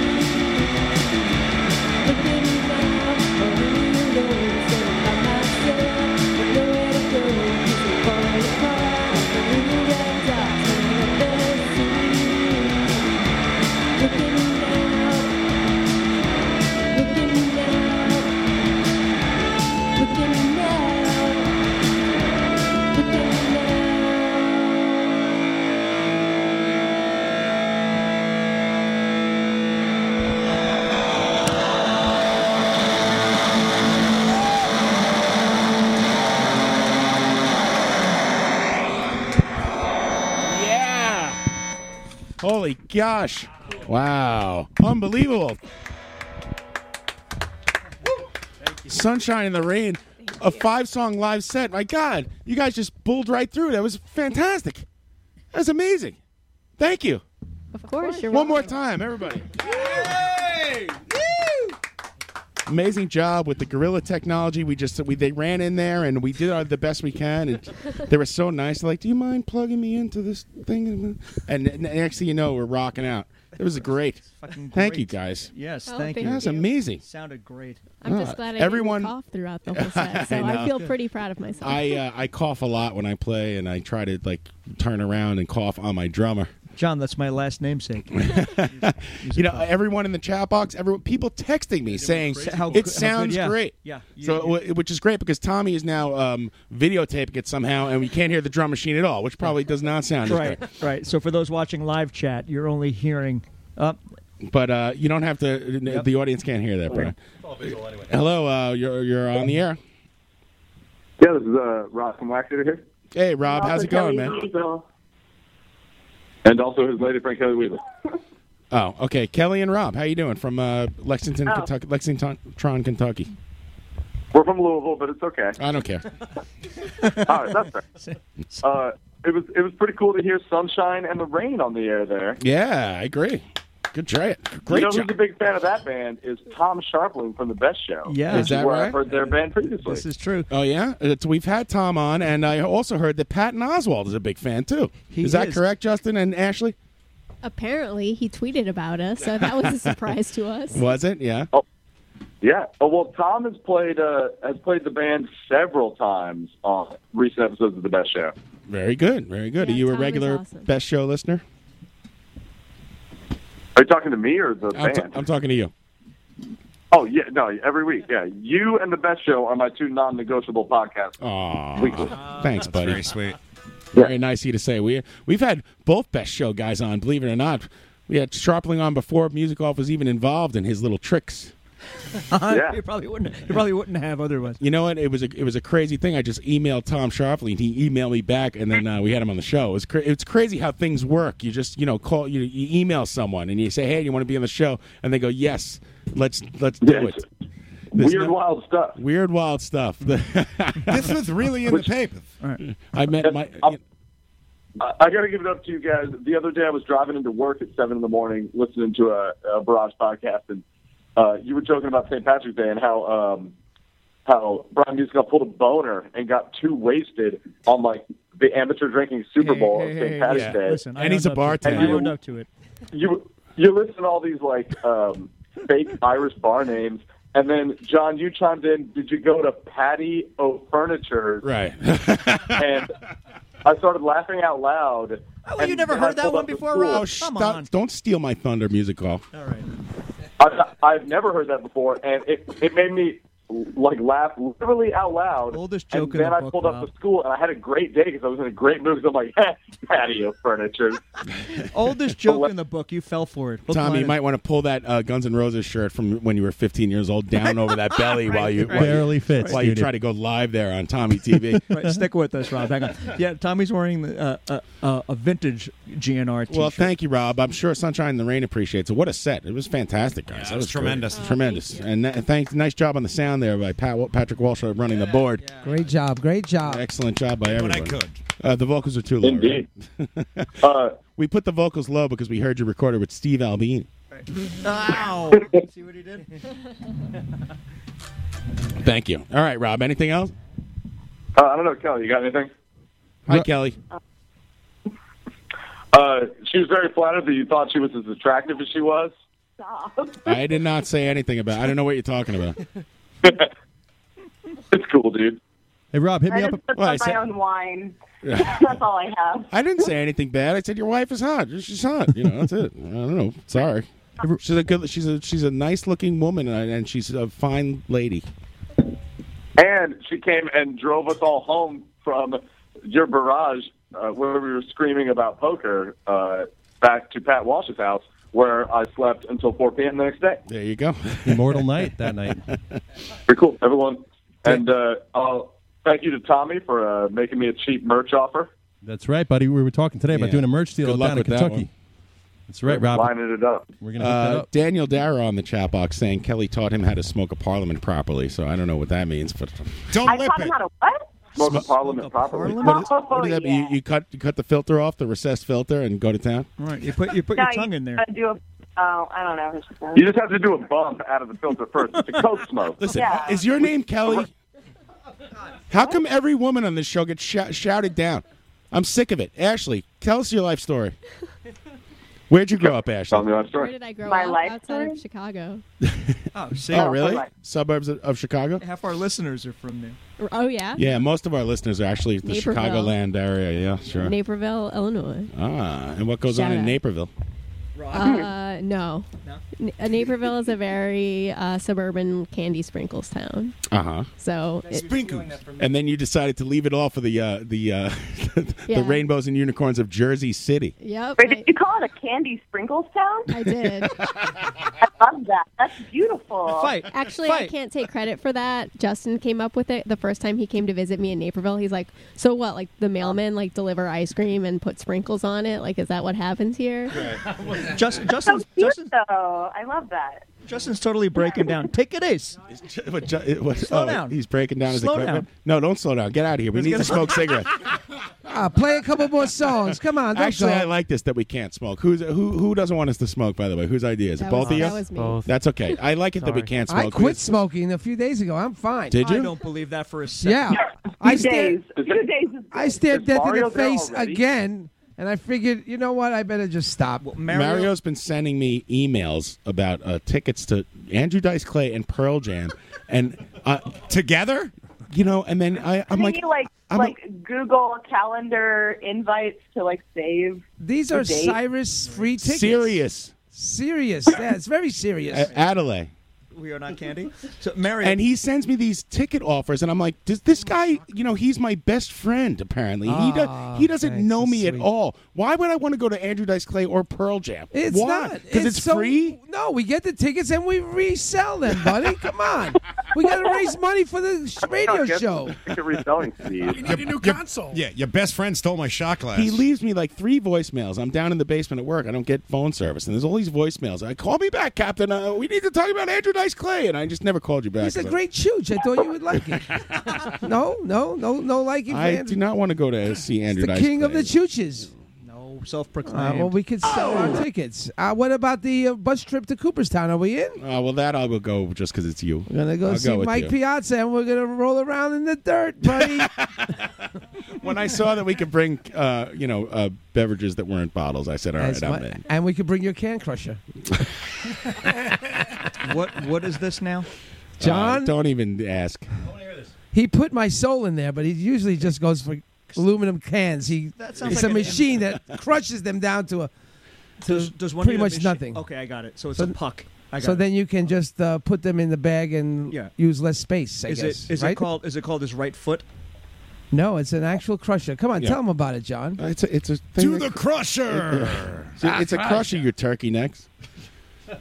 S12: Yeah. Holy gosh. Wow. Unbelievable. Sunshine in the rain. A five song live set. My God. You guys just bulled right through. That was fantastic. That was amazing. Thank you.
S14: Of course,
S12: One more time, everybody. amazing job with the gorilla technology. We just we they ran in there and we did our, the best we can, and they were so nice. They're like, "Do you mind plugging me into this thing?" And, and next thing you know, we're rocking out. It was great.
S10: fucking
S12: Thank you
S10: great.
S12: guys.
S10: Yes,
S14: Oh,
S10: thank
S14: thank
S10: you.
S12: That was amazing.
S10: Sounded great.
S14: I'm
S12: Ah,
S14: just glad I
S12: everyone-
S14: didn't cough throughout the whole set, so I,
S12: know.
S14: feel pretty proud of myself.
S12: I uh, I cough a lot when I play, and I try to like turn around and cough on my drummer.
S10: John, that's my last namesake.
S12: you know, everyone in the chat box, everyone, people texting me saying
S10: How good- how
S12: it
S10: good-
S12: sounds
S10: yeah.
S12: great.
S10: Yeah.
S12: So, w- which is great because Tommy is now um, videotaping it somehow, and we can't hear the drum machine at all, which probably does not sound as
S10: right, right. So for those watching live chat, you're only hearing. Uh,
S12: great. But uh, you don't have to.
S10: Yep.
S12: The audience can't hear that, Brian. Hello, uh, you're you're on the air.
S4: Yeah, this is uh, Rob from Wax here.
S12: Hey, Rob, how's it going, man?
S4: And also his lady, Frank Kelly Weaver.
S12: Oh, okay. Kelly and Rob, how you doing from uh, Lexington,
S4: Oh.
S12: Kentucky? Lexington, Tron, Kentucky.
S4: We're from Louisville, but it's okay.
S12: I don't care.
S4: All right, that's fair. Uh, it was it was pretty cool to hear sunshine and the rain on the air there.
S12: Yeah, I agree. Good try.
S4: you
S12: Great
S4: know
S12: job.
S4: who's a big fan of that band is Tom Sharpling from the Best Show.
S12: Yeah.
S4: which
S12: Is that
S4: where
S12: right?
S4: I've heard their band previously.
S12: is true. Oh yeah, it's, we've had Tom on, and I also heard that Patton Oswald is a big fan too. is that
S14: is.
S12: correct, Justin and Ashley?
S14: Apparently, he tweeted about us, so that was a surprise to us.
S12: Was it? Yeah.
S4: Yeah. Oh well, Tom has played uh, has played the band several times on recent episodes of the Best Show.
S12: Very good. Very good. Are you a regular best show listener?
S4: Are you talking to me or the
S12: I'm,
S4: band?
S12: ta- I'm talking to you.
S4: oh yeah, no, every week. Yeah, you and the Best Show are my two non-negotiable podcasts.
S12: Aw,
S4: Weekly.
S12: thanks,
S4: That's
S12: buddy.
S4: very
S12: sweet. Very nice of you to say. We we've had both best show guys on. Believe it or not, we had Sharpling on before Music Off was even involved in his little tricks.
S10: yeah. you probably wouldn't. You probably wouldn't have otherwise.
S12: You know what? It was a it was a crazy thing. I just emailed Tom Sharpley, and he emailed me back, and then uh, we had him on the show. It was cra- it's crazy how things work. You just you know call you, you email someone, and you say, "Hey, you want to be on the show?" And they go, "Yes, let's let's do it."
S4: Weird, wild stuff.
S12: Weird, wild stuff. this
S4: was really in the Which-
S12: paper. I met my.
S4: I, I got to give it up to you guys. The other day, I was driving into work at seven in the morning, listening to a, a Barrage podcast, and uh, you were joking about St. Patrick's Day and how um, how Brian Musical pulled a boner and got too wasted on like the amateur drinking Super Bowl of St. Patrick's Day.
S10: Listen, I
S12: And he's
S10: owned
S12: a
S10: up to it.
S12: bartender.
S10: I owned up to it.
S4: you you listen to all these like um, fake Irish bar names, and then John, you chimed in. Did you go to Patty O Furniture?
S12: Right.
S4: and I started laughing out loud. Oh,
S10: you never heard that one before,
S12: Oh, stop- Don't steal my thunder, Music Off.
S4: I, I've never heard that before, and it it made me like laugh literally out loud. Oldest
S10: joke in
S4: and then
S10: the
S4: I
S10: book,
S4: pulled up
S10: Rob.
S4: to school, and I had a great day because I was in a great mood. Because I'm like, eh, patio furniture.
S10: Oldest joke in the book. You fell for it. Hook,
S12: Tommy,
S10: line,
S12: you
S10: and-
S12: might want to pull that uh, Guns N' Roses shirt from when you were 15 years old down over that belly while you
S10: right.
S12: while you-
S10: Barely fits,
S12: while you
S10: dude.
S12: try to go live there on Tommy TV.
S10: Right, stick with us, Rob. Hang on. Yeah, Tommy's wearing the, uh, uh, uh, a vintage GNR t-shirt.
S12: Well, thank you, Rob. I'm sure Sunshine and the Rain appreciates it. What a set! It was fantastic, guys. that
S5: was
S12: was great.
S5: tremendous. Oh,
S12: tremendous. and tha- thanks, nice job on the sound there by Pat, Patrick Walsh running the board.
S20: Great job. Great job.
S12: Excellent job by
S20: when I
S12: everyone. Uh, the vocals are too low.
S20: Indeed.
S12: right?
S4: Uh,
S12: we put the vocals low because we heard you recorded with Steve Albini.
S10: Ow! See what he did?
S12: Thank you. All right, Rob. Anything else?
S4: Uh, I don't know, Kelly. You got anything?
S12: Hi, Kelly.
S4: Uh, she was very flattered that you thought she was as attractive as she was.
S12: I did not say anything about. I don't know what you're talking about.
S4: it's cool, dude.
S12: Hey, Rob, hit
S7: I
S12: me
S7: just
S12: up.
S7: put
S12: Well, I,
S7: my
S12: said-
S7: own wine.
S12: Yeah.
S7: That's all I have.
S12: I didn't say anything bad. I said your wife is hot. She's hot. You know, that's it. I don't know. Sorry. She's a good. She's a she's a nice looking woman, and and she's a fine lady.
S4: And she came and drove us all home from your barrage uh, where we were screaming about poker uh, back to Pat Walsh's house where I slept until 4 p.m. the next day.
S12: There you go.
S19: Immortal Night that night.
S4: Pretty cool, everyone. And uh, I'll thank you to Tommy for uh, making me a cheap merch offer.
S19: That's right, buddy. We were talking today
S12: Yeah.
S19: about doing a merch deal
S12: Good luck
S19: down in
S12: with that
S19: Kentucky.
S12: one.
S19: That's right, Rob.
S4: Lining it up.
S19: We're gonna hook that
S12: Uh,
S19: up.
S12: Daniel Dara on the chat box saying Kelly taught him how to smoke a parliament properly. So I don't know what that means, but
S7: I taught him how to what?
S4: Smoke a parliament properly.
S12: What is- what does
S7: Oh,
S12: that mean? You, you cut you cut the filter off the recessed filter and go to town.
S10: All right, you put you put
S7: No,
S10: your tongue in there.
S7: I do a, Oh, I don't know. Who she
S4: You just have to do a bump out of the filter first. It's a coke smoke.
S12: Listen,
S7: Yeah.
S12: is your name Kelly? How come every woman on this show gets shou- shouted down? I'm sick of it. Ashley, tell us your life story. Where'd you grow up, Ashley?
S4: Tell me my
S14: Where did I grow
S7: My
S14: up?
S7: life
S14: outside of Chicago.
S10: Oh,
S12: Oh, really? Suburbs of- of Chicago?
S10: Half our listeners are from there.
S14: Oh yeah.
S12: Yeah, most of our listeners are actually the
S14: Naperville.
S12: Chicagoland area. Yeah, sure.
S14: Naperville, Illinois.
S12: ah, and what goes
S14: Shout
S12: on in
S14: out.
S12: Naperville?
S14: Uh, no. N- uh, Naperville is a very uh, suburban candy sprinkles town.
S12: Uh huh.
S14: So it-
S12: And then you decided to leave it all for the uh, the uh,
S14: Yeah.
S12: the rainbows and unicorns of Jersey City.
S14: Yep.
S7: Wait, did you call it a candy sprinkles town?
S14: I did.
S7: I love that. Ah, That's beautiful.
S14: Actually, I
S7: Fight.
S14: can't take credit for that. Justin came up with it the first time he came to visit me in Naperville. He's like, "So what? Like the mailman like deliver ice cream and put sprinkles on it? Like is that what happens here?"
S10: Just,
S7: so
S10: Justin's,
S7: cute, though. I love that.
S10: Justin's totally breaking down. Take it, Ace.
S12: What, ju- it was-
S10: Slow
S12: oh,
S10: down.
S12: He's breaking down his
S10: Slow
S12: equipment. No, don't slow down. Get out of here. We
S20: Let's
S12: need
S20: get
S12: to
S20: a-
S12: smoke cigarettes.
S20: Ah, play a couple more songs. Come on, don't
S12: Actually,
S20: go.
S12: I like this that we can't smoke. Who's who? Who doesn't want us to smoke? By the way, whose idea is it?
S20: That
S12: Both
S20: was-
S12: of you.
S20: that was me. Both.
S12: That's okay. I like it that we can't smoke.
S20: I quit
S12: It's-
S20: smoking a few days ago. I'm fine.
S12: Did you? I
S10: don't believe that for a
S20: Yeah.
S10: second.
S20: I stared,
S7: days.
S20: I stared death in
S10: Mario
S20: the
S10: there
S20: face
S10: already?
S20: again, and I figured, you know what? I better just stop.
S12: Mario? has been sending me emails about uh, tickets to Andrew Dice Clay and Pearl Jam, and uh, together, you know. And then I, I'm
S7: Can
S12: like,
S7: you like
S12: I'm
S7: like Google Calendar invites to like save?
S20: These
S7: the
S20: are
S7: date?
S20: Cyrus free tickets.
S12: serious, Uh,
S20: Serious. Yeah, it's very serious.
S12: A- Adelaide.
S10: We are not candy. So, Mary,
S12: And he sends me these ticket offers, and I'm like, "Does this guy? You know, he's my best friend. Apparently, he
S20: Ah,
S12: does. He doesn't know me at all. Why would I want to go to Andrew Dice Clay or Pearl Jam?
S20: It's
S12: Why?
S20: not
S12: because it's,
S20: so-
S12: free.
S20: No, we get the tickets and we resell them, buddy. Come on, we got to raise money for the sh- radio show.
S4: Ticket reselling, Steve.
S5: need a new console. Yeah, your best friend stole my shot glass.
S12: He leaves me like three voicemails. I'm down in the basement at work. I don't get phone service, and there's all these voicemails. I call me back, Captain. Uh, we need to talk about Andrew Dice Clay, and I just never called you back.
S20: He's a
S12: but-
S20: great chooch. I thought you would like it. No, no, no, no liking for
S12: I do
S20: Andrew.
S12: not want to go to see Andrew
S20: The
S12: Dice
S20: king of
S12: Clay.
S20: the chooches.
S10: no self-proclaimed.
S20: Uh, well, we could sell our tickets. Uh, what about the uh, bus trip to Cooperstown? Are we in?
S12: Uh, well, that I will go just because it's you.
S20: We're gonna Go see Mike Piazza, and we're gonna roll around in the dirt, buddy.
S12: when I saw that we could bring, uh, you know, uh, beverages that weren't bottles, I said, "All
S20: That's
S12: right, I'm
S20: my-
S12: in."
S20: and we could bring your can crusher.
S10: what what is this now?
S20: John?
S12: Uh, don't even ask.
S20: He put my soul in there, but he usually just goes for aluminum cans. He
S10: That
S20: it's
S10: sounds
S20: a
S10: like an-
S20: machine that crushes them down to a to
S10: Does, does one
S20: pretty
S10: need a
S20: much
S10: machi-
S20: nothing.
S10: Okay, I got it. So it's
S20: So-
S10: a puck. I got
S20: So
S10: it.
S20: then you can just uh, put them in the bag and
S10: Yeah.
S20: use less space. I
S10: is
S20: guess.
S10: it is
S20: right?
S10: it called is it called his right foot?
S20: No, it's an actual crusher. Come on,
S12: Yeah.
S20: tell him about it, John.
S12: Uh, it's a it's a
S5: Do the crusher.
S12: See, it's a crusher, your turkey necks.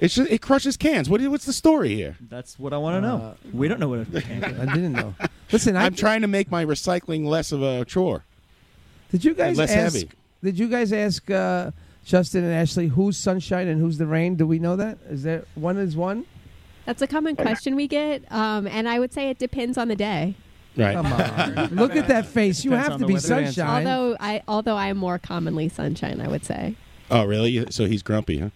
S12: It's just, it crushes cans. What do you- what's the story here?
S10: That's what I
S20: Uh,
S10: want to know. we don't know what it
S20: I didn't know. Listen, I,
S12: I'm trying to make my recycling less of a chore.
S20: did you guys
S12: less
S20: ask?
S12: heavy.
S20: Did you guys ask uh, Justin and Ashley who's sunshine and who's the rain? Do we know that? Is there one is one?
S14: That's a common question we get, um, and I would say it depends on the day.
S12: Right.
S20: Come on. Look at that face. You
S12: Depends
S20: have
S12: on
S20: to
S12: the
S20: be
S12: weather. Depends.
S20: sunshine.
S14: Although I although I am more commonly sunshine, I would say
S12: Oh, really? So he's grumpy, huh?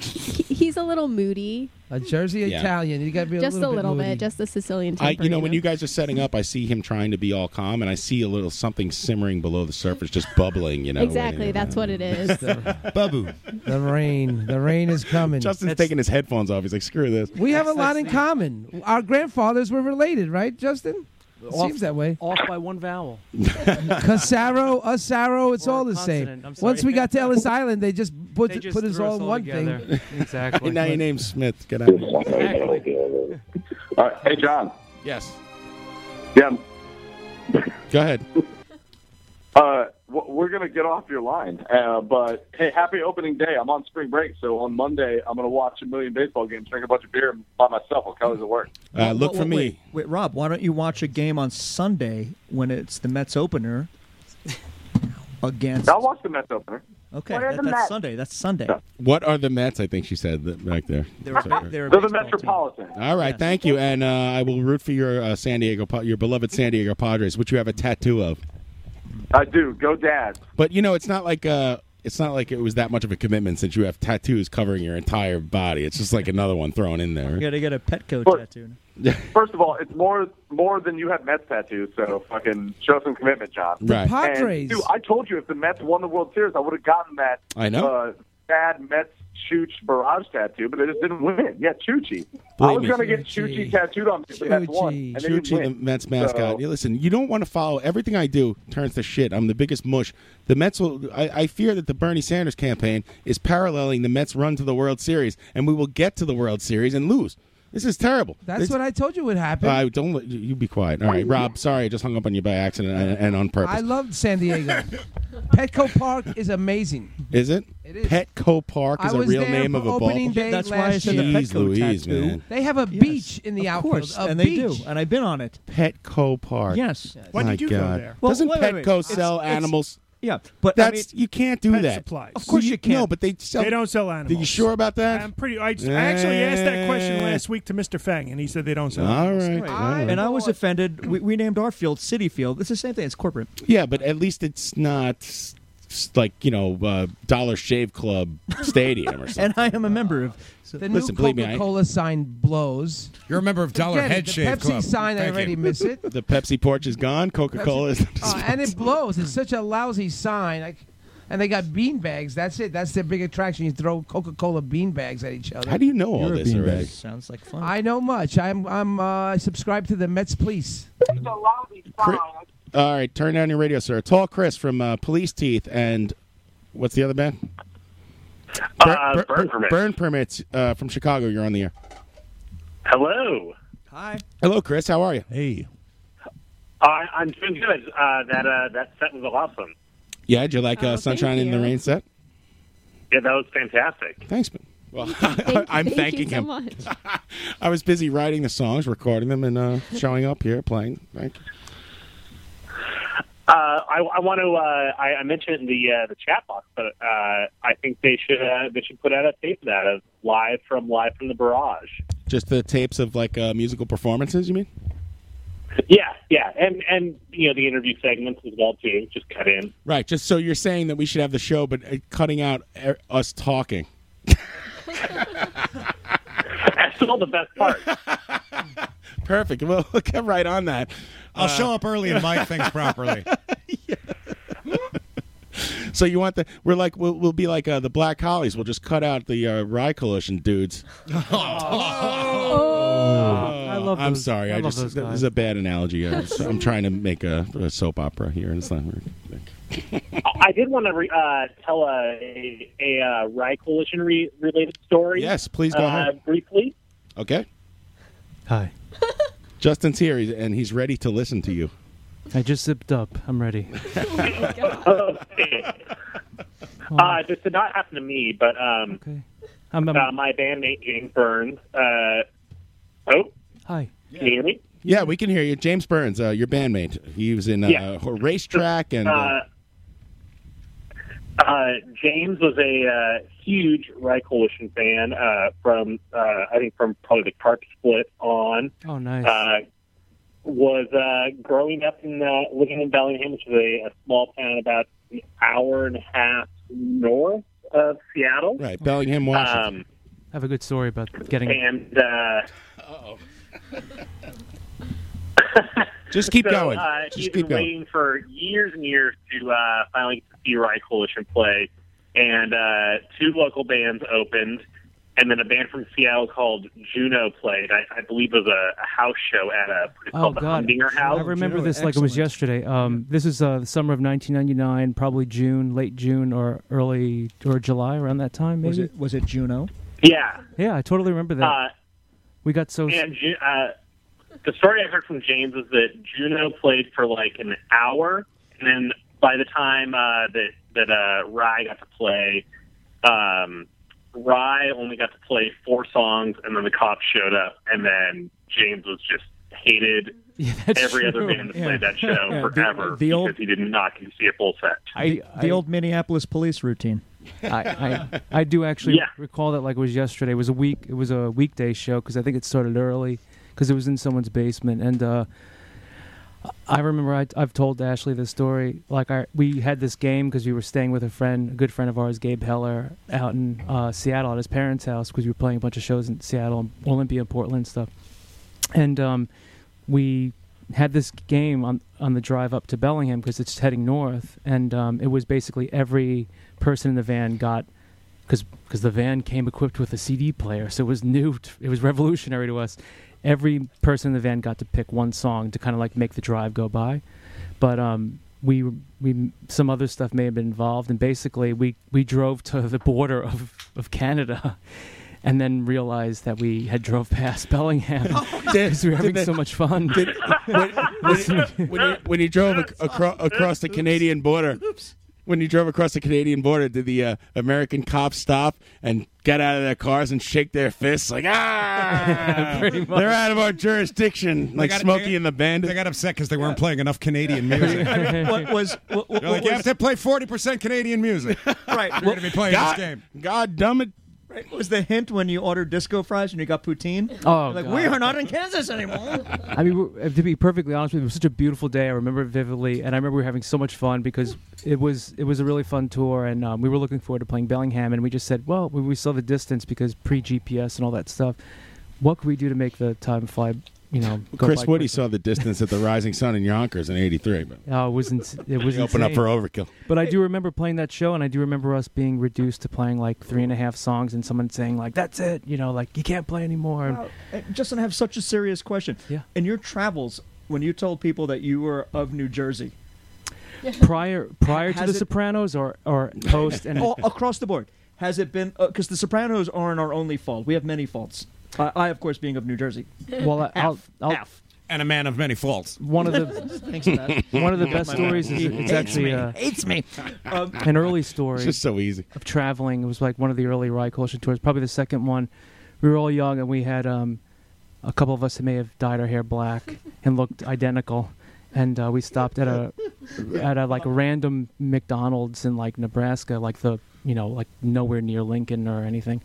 S14: He- he's a little moody,
S20: a Jersey
S12: Yeah.
S20: Italian. You got to be a
S14: just a
S20: little
S14: little
S20: bit,
S14: bit,
S20: moody.
S14: just the Sicilian.
S12: I, you know, when
S14: temperament.
S12: you guys are setting up, I see him trying to be all calm, and I see a little something simmering below the surface, just bubbling. You know,
S14: exactly, that's what it is.
S12: Babu.
S20: The rain. The rain is coming.
S12: Justin's taking his headphones off. He's like, "Screw this."
S20: We have a lot in common. Our grandfathers were related, right, Justin?
S15: Off-
S20: Seems that way.
S15: Off by one vowel.
S20: Casaro, Asaro, it's all the
S15: consonant,
S20: same.
S15: I'm sorry.
S20: Once we got to Ellis Island, they just put
S15: They just
S20: put us
S15: threw
S20: all
S15: us
S20: in
S15: all
S20: one
S15: together.
S20: thing.
S15: Exactly.
S12: now your name's Smith. Get out. of here.
S4: All right. Hey, John.
S12: Yes.
S4: Yeah.
S12: Go ahead.
S4: Uh, w- we're gonna get off your line, uh, but hey, happy opening day! I'm on spring break, so on Monday I'm gonna watch a million baseball games, drink a bunch of beer by myself. I'll come to work.
S12: Uh, look
S10: Well,
S12: for me.
S10: wait, Wait, Rob, why don't you watch a game on Sunday when it's the Mets opener against?
S4: I'll watch the Mets opener.
S10: Okay,
S4: What are
S10: that-
S4: the
S10: that's
S4: Mets?
S10: Sunday. That's Sunday.
S12: What are the Mets? I think she said that back there.
S10: They're, a ba- they're a
S4: They're the
S10: baseball team.
S4: Metropolitan.
S12: All right, thank you, and uh, I will root for your uh, San Diego, Pa- your beloved San Diego Padres, which you have a tattoo of.
S4: I do. Go, Dad.
S12: But you know, it's not like uh, it's not like it was that much of a commitment since you have tattoos covering your entire body. It's just like another one thrown in there.
S10: You gotta get a Petco
S4: Sure.
S10: tattoo.
S4: First of all, it's more more than you have Mets tattoos, so fucking show some commitment, John.
S12: The Right.
S4: And,
S12: Padres.
S4: dude, I told you if the Mets won the World Series, I would have gotten that.
S12: I know.
S4: Uh, bad Mets Chooch barrage tattoo, but they just didn't win. Yeah, Chuchi. I
S12: Believe
S4: was
S12: me.
S4: gonna get Chuchi tattooed on me, but the Mets won. And they didn't
S12: Chuchi, the
S4: win.
S12: Mets mascot.
S4: So-
S12: Yeah, listen, you don't want to follow everything I do turns to shit. I'm the biggest mush. The Mets will. I, I fear that the Bernie Sanders campaign is paralleling the Mets' run to the World Series, and we will get to the World Series and lose. This is terrible.
S20: That's
S12: This-
S20: what I told you would happen.
S12: I don't. let- You you be quiet. All right, Rob. Sorry, I just hung up on you by accident and, and on purpose.
S20: I loved San Diego. Petco Park is amazing.
S12: is it? It is. Petco Park
S20: I
S12: is a
S20: was
S12: real
S20: there
S12: name
S20: for
S12: of a
S20: opening
S12: ball.
S20: day That's why I last said the
S12: Jeez,
S20: Petco
S12: Louise,
S20: tattoo.
S12: man.
S20: They have a beach in the
S10: Of
S20: outfield.
S10: course,
S20: a
S10: and
S20: beach.
S10: they do, and I've been on it.
S12: Petco Park.
S10: Yes.
S12: Why My did you go God. there? Doesn't
S10: wait, wait, wait.
S12: Petco sell animals?
S10: Yeah, but I
S12: That's
S10: mean-
S12: you can't do
S10: Pet
S12: that.
S10: supplies. Of course you can't.
S12: No, but they sell.
S13: They don't sell animals.
S12: Are you sure about that?
S13: I'm pretty. I, I actually asked that question
S12: Eh.
S13: last week to Mr. Fang, and he said they don't sell.
S12: All
S13: animals.
S12: right, all right.
S10: And I was offended. We, we named our field City Field. It's the same thing. It's corporate.
S12: Yeah, but at least it's not s- s- like you know uh, Dollar Shave Club Stadium or something.
S10: And I am a member of.
S20: The
S12: Listen,
S20: new
S12: believe me, I-
S20: Coca-Cola sign blows.
S12: You're a member of
S20: Dollar Forget it, Head the Shave Pepsi Club. sign, I Thank already you. miss it.
S12: The Pepsi porch is gone. Coca Cola is.
S20: Oh, and it blows. It's such a lousy sign. Like, and they got bean bags. That's it. That's their big attraction. You throw Coca-Cola bean bags at each other.
S12: How do you know all
S20: You're a
S12: this
S20: beanbag.
S12: already?
S10: Sounds like fun.
S20: I know much. I'm I'm uh, subscribed to the Mets Police.
S12: Chri- all right, turn down your radio, sir. Tall Chris from uh, Police Teeth and what's the other band?
S6: Uh, Burn Permits.
S12: Burn Permits uh, from Chicago. You're on the air.
S6: Hello.
S10: Hi.
S12: Hello, Chris. How are you? Hey.
S6: I, Uh, I'm doing good. Uh, that uh, that set was awesome.
S12: Yeah, did you like uh, Sunshine in the Rain set?
S6: Yeah, that was fantastic.
S12: Thanks, man. Well, I'm thanking him. I was busy writing the songs, recording them, and uh, showing up here playing. Thank you.
S6: Uh, I, I want to. Uh, I, I mentioned it in the uh, the chat box, but uh, I think they should uh, they should put out a tape of that of live from live from the barrage.
S12: Just the tapes of like uh, musical performances. You mean?
S6: Yeah, yeah, and and you know the interview segments as well too. Just cut in.
S12: Right. Just so you're saying that we should have the show, but uh, cutting out er, us talking.
S6: That's still the best part.
S12: Perfect. Well, get right on that. Uh,
S5: I'll show up early and mic things properly.
S12: Yeah. so you want the? We're like we'll, we'll be like uh, the Black Hollies. We'll just cut out the uh, Rye Coalition dudes.
S1: Oh.
S12: I love. I'm
S1: those-
S12: sorry.
S1: I
S12: I,
S1: love
S12: just
S1: those
S12: that
S1: guys.
S12: was a bad analogy. I was- I'm trying to make a, a soap opera here, and it's not working.
S6: I did want to re- uh, tell a a, uh, Rye Coalition re- related story.
S12: Yes, please go
S6: uh,
S12: ahead.
S6: Briefly.
S12: Okay.
S15: Hi.
S12: Justin's here, he's- and he's ready to listen to you.
S15: I just zipped up. I'm ready.
S6: Okay. uh, this did not happen to me, but um,
S15: I'm-
S6: uh, my bandmate James Burns. Uh, oh,
S15: Hi.
S6: can you hear me?
S12: Yeah, we can hear you. James Burns, uh, your bandmate. He was in uh,
S6: Yeah.
S12: racetrack and.
S6: uh, uh, James was a uh, huge Rye Coalition fan uh, from uh, I think from probably the Carp Split on.
S15: Oh, nice.
S6: Uh, was uh, growing up in uh, living in Bellingham, which is a, a small town about an hour and a half north of Seattle.
S12: Right, Bellingham, Washington.
S6: Um,
S15: I have a good story about getting.
S6: and uh,
S12: Just keep
S6: so,
S12: going.
S6: Uh,
S12: Just
S6: he's
S12: keep
S6: been
S12: going.
S6: waiting for years and years to uh, finally get to see Rye Coalition play, and uh, two local bands opened, and then a band from Seattle called Juno played. I, I believe it was a, a house show at a it's
S15: Oh
S6: called the
S15: God!
S6: Humdinger House.
S15: I remember this like it was yesterday. Um, this is uh, the summer of 1999, probably June, late June or early or July, around that time. Maybe
S10: Was it was it Juno?
S6: Yeah.
S15: Yeah, I totally remember that.
S6: Uh,
S15: we got so
S6: And Ju- uh, the story I heard from James is that Juno played for like an hour, and then by the time uh, that that uh, Rye got to play, um, Rye only got to play four songs, and then the cops showed up, and then James was just hated. Every other
S10: true.
S6: band that
S10: Yeah.
S6: played that show
S10: Yeah, the-
S6: forever
S10: the old-
S6: because he did not get to see a full set.
S10: the, the old Minneapolis police routine.
S15: I, I, I do actually
S6: Yeah.
S15: recall that like it was yesterday. It was a week. It was a weekday show because I think it started early because it was in someone's basement and. uh I remember I, I've told Ashley this story. Like, our, we had this game because we were staying with a friend, a good friend of ours, Gabe Heller, out in uh, Seattle at his parents' house because we were playing a bunch of shows in Seattle, and Olympia, and Portland, and stuff. And um, we had this game on on the drive up to Bellingham because it's heading north, and um, it was basically every person in the van got because because the van came equipped with a CD player, so it was new, t- it was revolutionary to us. Every person in the van got to pick one song to kind of like make the drive go by, but um, we we some other stuff may have been involved, and basically we we drove to the border of of Canada. And then realized that we had drove past Bellingham because we were having
S12: did
S15: so
S12: they-
S15: much fun.
S12: when, you, when, you, when you drove ac- acro- across the Canadian border, when you drove across the Canadian border, did the uh, American cops stop and get out of their cars and shake their fists like ah? They're out of our jurisdiction, like Smokey and the Bandit. They
S5: got upset because they weren't playing enough Canadian music.
S12: I mean, what
S5: was?
S15: What,
S5: They're like, you have to play forty percent Canadian music.
S16: right.
S5: You're going to be playing
S16: God-
S5: this game.
S12: God dumb it.
S16: Right, was the hint when you ordered disco fries and you got poutine?
S15: Oh,
S16: You're like
S15: God.
S16: we are not in Kansas anymore.
S15: I mean, we're- uh, to be perfectly honest with you, it was such a beautiful day. I remember it vividly, and I remember we were having so much fun because it was it was a really fun tour, and um, we were looking forward to playing Bellingham. And we just said, well, when we saw the distance because pre GPS and all that stuff, what could we do to make the time fly? You know, go
S12: Chris
S15: by
S12: Woody saw the distance at the Rising Sun in Yonkers in '83, but
S15: quick? Oh, it was ins- it was
S12: You open up
S15: insane.
S12: for overkill.
S15: But I do remember playing that show, and I do remember us being reduced to playing like three and a half songs, and someone saying like, "That's it," you know, like you can't play anymore.
S16: Wow. Uh, Justin, I have such a serious question.
S15: Yeah.
S16: In your travels, when you told people that you were of New Jersey,
S15: Prior prior to
S16: Has
S15: The
S16: it- Oh,
S15: Sopranos or or post and
S16: all, across the board, has it been because The Sopranos aren't our only fault? We have many faults. I, I of course, being of New Jersey.
S15: Well, I- I'll-
S16: Half.
S15: I'll-
S16: Half.
S5: And a man of many faults.
S15: one of the
S16: Thanks for that.
S15: one of the
S16: Yeah,
S15: best
S16: my
S15: stories
S16: man.
S15: is
S16: Hates
S15: it's actually
S16: me,
S15: uh,
S16: hates me. Um,
S15: an early story.
S12: It's just so easy.
S15: of traveling. It was like one of the early Reichholstein tours, probably the second one. We were all young, and we had um, a couple of us that may have dyed our hair black and looked identical. And uh, we stopped at a at a like random McDonald's in like Nebraska, like the you know like nowhere near Lincoln or anything.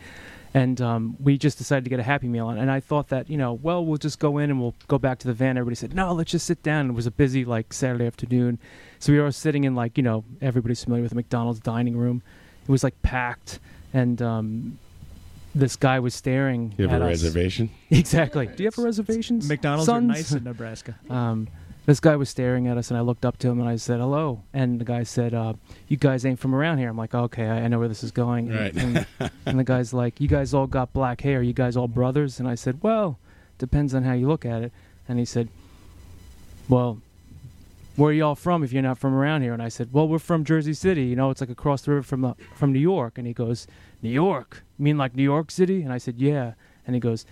S15: And um, we just decided to get a Happy Meal, and, and I thought that you know, well, we'll just go in and we'll go back to the van. Everybody said, no, let's just sit down. It was a busy like Saturday afternoon, so we were all sitting in like you know everybody's familiar with the McDonald's dining room. It was like packed, and um, this guy was staring.
S12: You have
S15: at
S12: a
S15: us.
S12: reservation?
S15: Exactly. Do you have a reservations?
S16: McDonald's are
S15: Sons?
S16: nice in Nebraska.
S15: Um, this guy was staring at us, and I looked up to him and I said, "Hello." And the guy said, uh, "You guys ain't from around here." I'm like, "Okay, I, I know where this is going." And-
S12: Right.
S15: And, and the guy's like, "You guys all got black hair. You guys all brothers?" And I said, "Well, depends on how you look at it." And he said, "Well, where are y'all from if you're not from around here? And I said, well, we're from Jersey City. You know, it's like across the river from the, from New York. And he goes, New York? You mean like New York City? And I said, yeah. And he goes,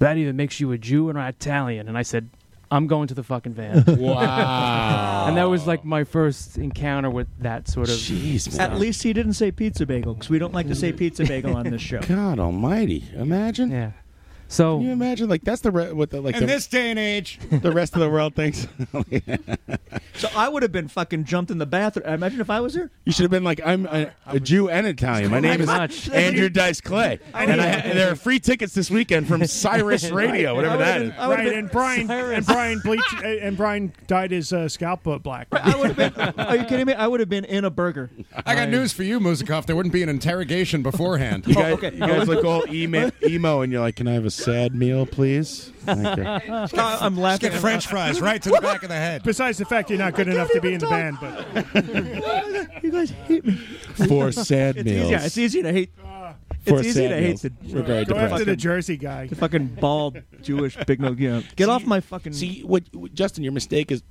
S15: that either makes you a Jew or an Italian. And I said, I'm going to the fucking van.
S12: Wow.
S15: and that was like my first encounter with that sort of. Jeez,
S16: At least he didn't say pizza bagel because we don't like to say pizza bagel on this show.
S12: God Almighty! Imagine.
S15: Yeah. So
S12: Can you imagine like that's the re- what the like
S16: In
S12: the,
S16: this
S5: day and age
S12: the rest of the world thinks.
S16: So I would have been fucking jumped in the bathroom. Imagine if I was there.
S12: You should have been like, I'm a, a Jew and Italian. My name is
S16: Much.
S12: Andrew Dice Clay,
S16: I
S12: and, I,
S16: would've-
S12: and there are free tickets this weekend from Cyrus Radio, whatever that is.
S8: Right, and Brian and Brian bleached and Brian dyed his uh, scalp uh, black.
S16: Are you kidding me? I would have been in a burger.
S5: I got news for you, Muzikoff. There wouldn't be an interrogation beforehand.
S12: You guys, you guys look all emo, emo, and you're like, "Can I have a sad meal, please?" Thank you.
S16: I'm laughing.
S5: get French fries right to the back of the head.
S8: Besides the fact you're not good enough to be in the band, but
S16: you guys hate me.
S12: Four sad
S16: it's
S12: meals.
S16: Easy, yeah, it's easy to hate.
S5: Uh,
S12: Four
S16: it's easy
S12: sad
S16: to hate
S12: meals.
S16: the.
S12: We're very Go after depressed. the
S8: Jersey guy.
S16: The fucking bald Jewish big no. You know, get off my fucking.
S12: See what, what- Justin, your mistake is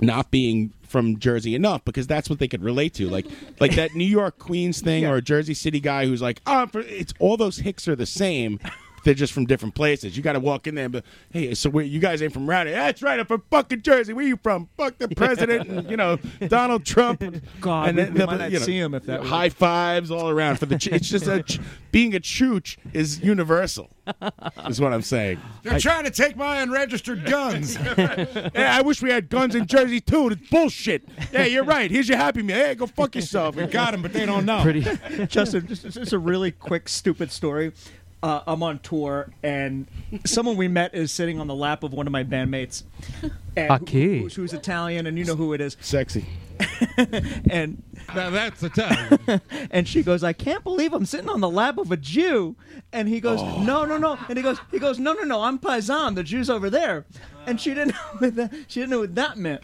S12: not being from Jersey enough because that's what they could relate to, like like that New York Queens thing or a Jersey City guy who's like, "Ah, for, it's all those hicks are the same." They're just from different places. You got to walk in there and be, hey, so where, you guys ain't from Rowdy. That's right, I'm from fucking Jersey. Where you from? Fuck the president and, you know, Donald Trump.
S16: God,
S12: and
S16: we-
S12: then
S16: we
S12: they'll
S16: might
S12: be,
S16: not
S12: you know,
S16: see him if that was-
S12: High fives all around for the. Ch- it's just a, ch- being a chooch is universal, is what I'm saying.
S5: They're trying to take my unregistered guns.
S12: Yeah, I wish we had guns in Jersey too. It's bullshit. Yeah, you're right. Here's your happy meal. Hey, go fuck yourself. We got him, but they don't know.
S16: Justin, just, it's a really quick, stupid story. uh, I'm on tour, and someone we met is sitting on the lap of one of my bandmates, and who-
S15: Aki.
S16: who's, who's Italian, and you know who it is.
S12: Sexy.
S16: and
S5: now that's Italian.
S16: and she goes, "I can't believe I'm sitting on the lap of a Jew." And he goes,
S12: Oh.
S16: "No, no, no." And he goes, "He goes, no, no, no. I'm Paisan. The Jew's over there." And she didn't know what that, she didn't know what that meant.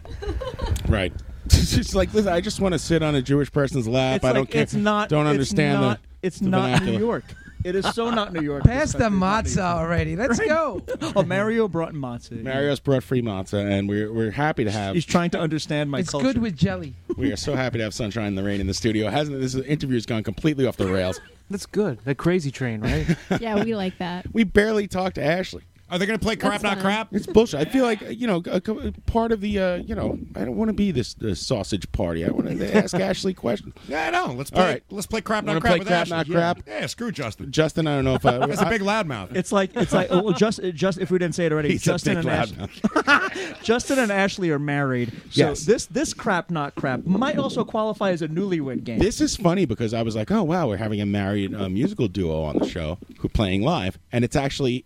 S12: Right. It's just like listen, I just want to sit on a Jewish person's lap.
S16: It's
S12: I don't
S16: like,
S12: care.
S16: It's not.
S12: Don't
S16: it's
S12: understand
S16: Not,
S12: the.
S16: it's
S12: the
S16: not
S12: vernacular.
S16: New York. It is so not New York.
S20: Pass the matzah already. Let's go.
S16: oh, Mario brought matzah.
S12: Mario's brought free matzah, and we're we're happy to have.
S16: He's trying to understand my
S20: it's
S16: culture.
S20: good with jelly.
S12: we are so happy to have sunshine and the rain in the studio. Hasn't this interview has gone completely off the rails?
S15: That's good. That crazy train, right?
S14: yeah, we like that.
S12: we barely talked to Ashley.
S5: Are they going to play
S14: That's crap, not fine. crap?
S12: It's bullshit. I feel like you know a, co- part of the uh, you know I don't want to be this, this sausage party. I want to ask Ashley questions.
S5: Yeah, I know. Let's
S12: All
S5: play.
S12: right.
S5: Let's play crap
S12: Wanna
S5: not crap.
S12: play
S5: with
S12: crap,
S5: Ashley.
S12: not
S5: yeah.
S12: crap?
S5: Yeah, screw Justin.
S12: Justin, I don't know if I,
S5: That's a big
S12: I-
S5: loudmouth.
S16: It's like it's like oh, well, just just if we didn't say it already,
S12: He's a
S16: Justin
S12: big
S16: and Ash- Justin and Ashley are married. So
S12: Yes.
S16: this this crap not crap might also qualify as a newlywed game.
S12: This is funny because I was like, oh wow, we're having a married uh, musical duo on the show who playing live, and it's actually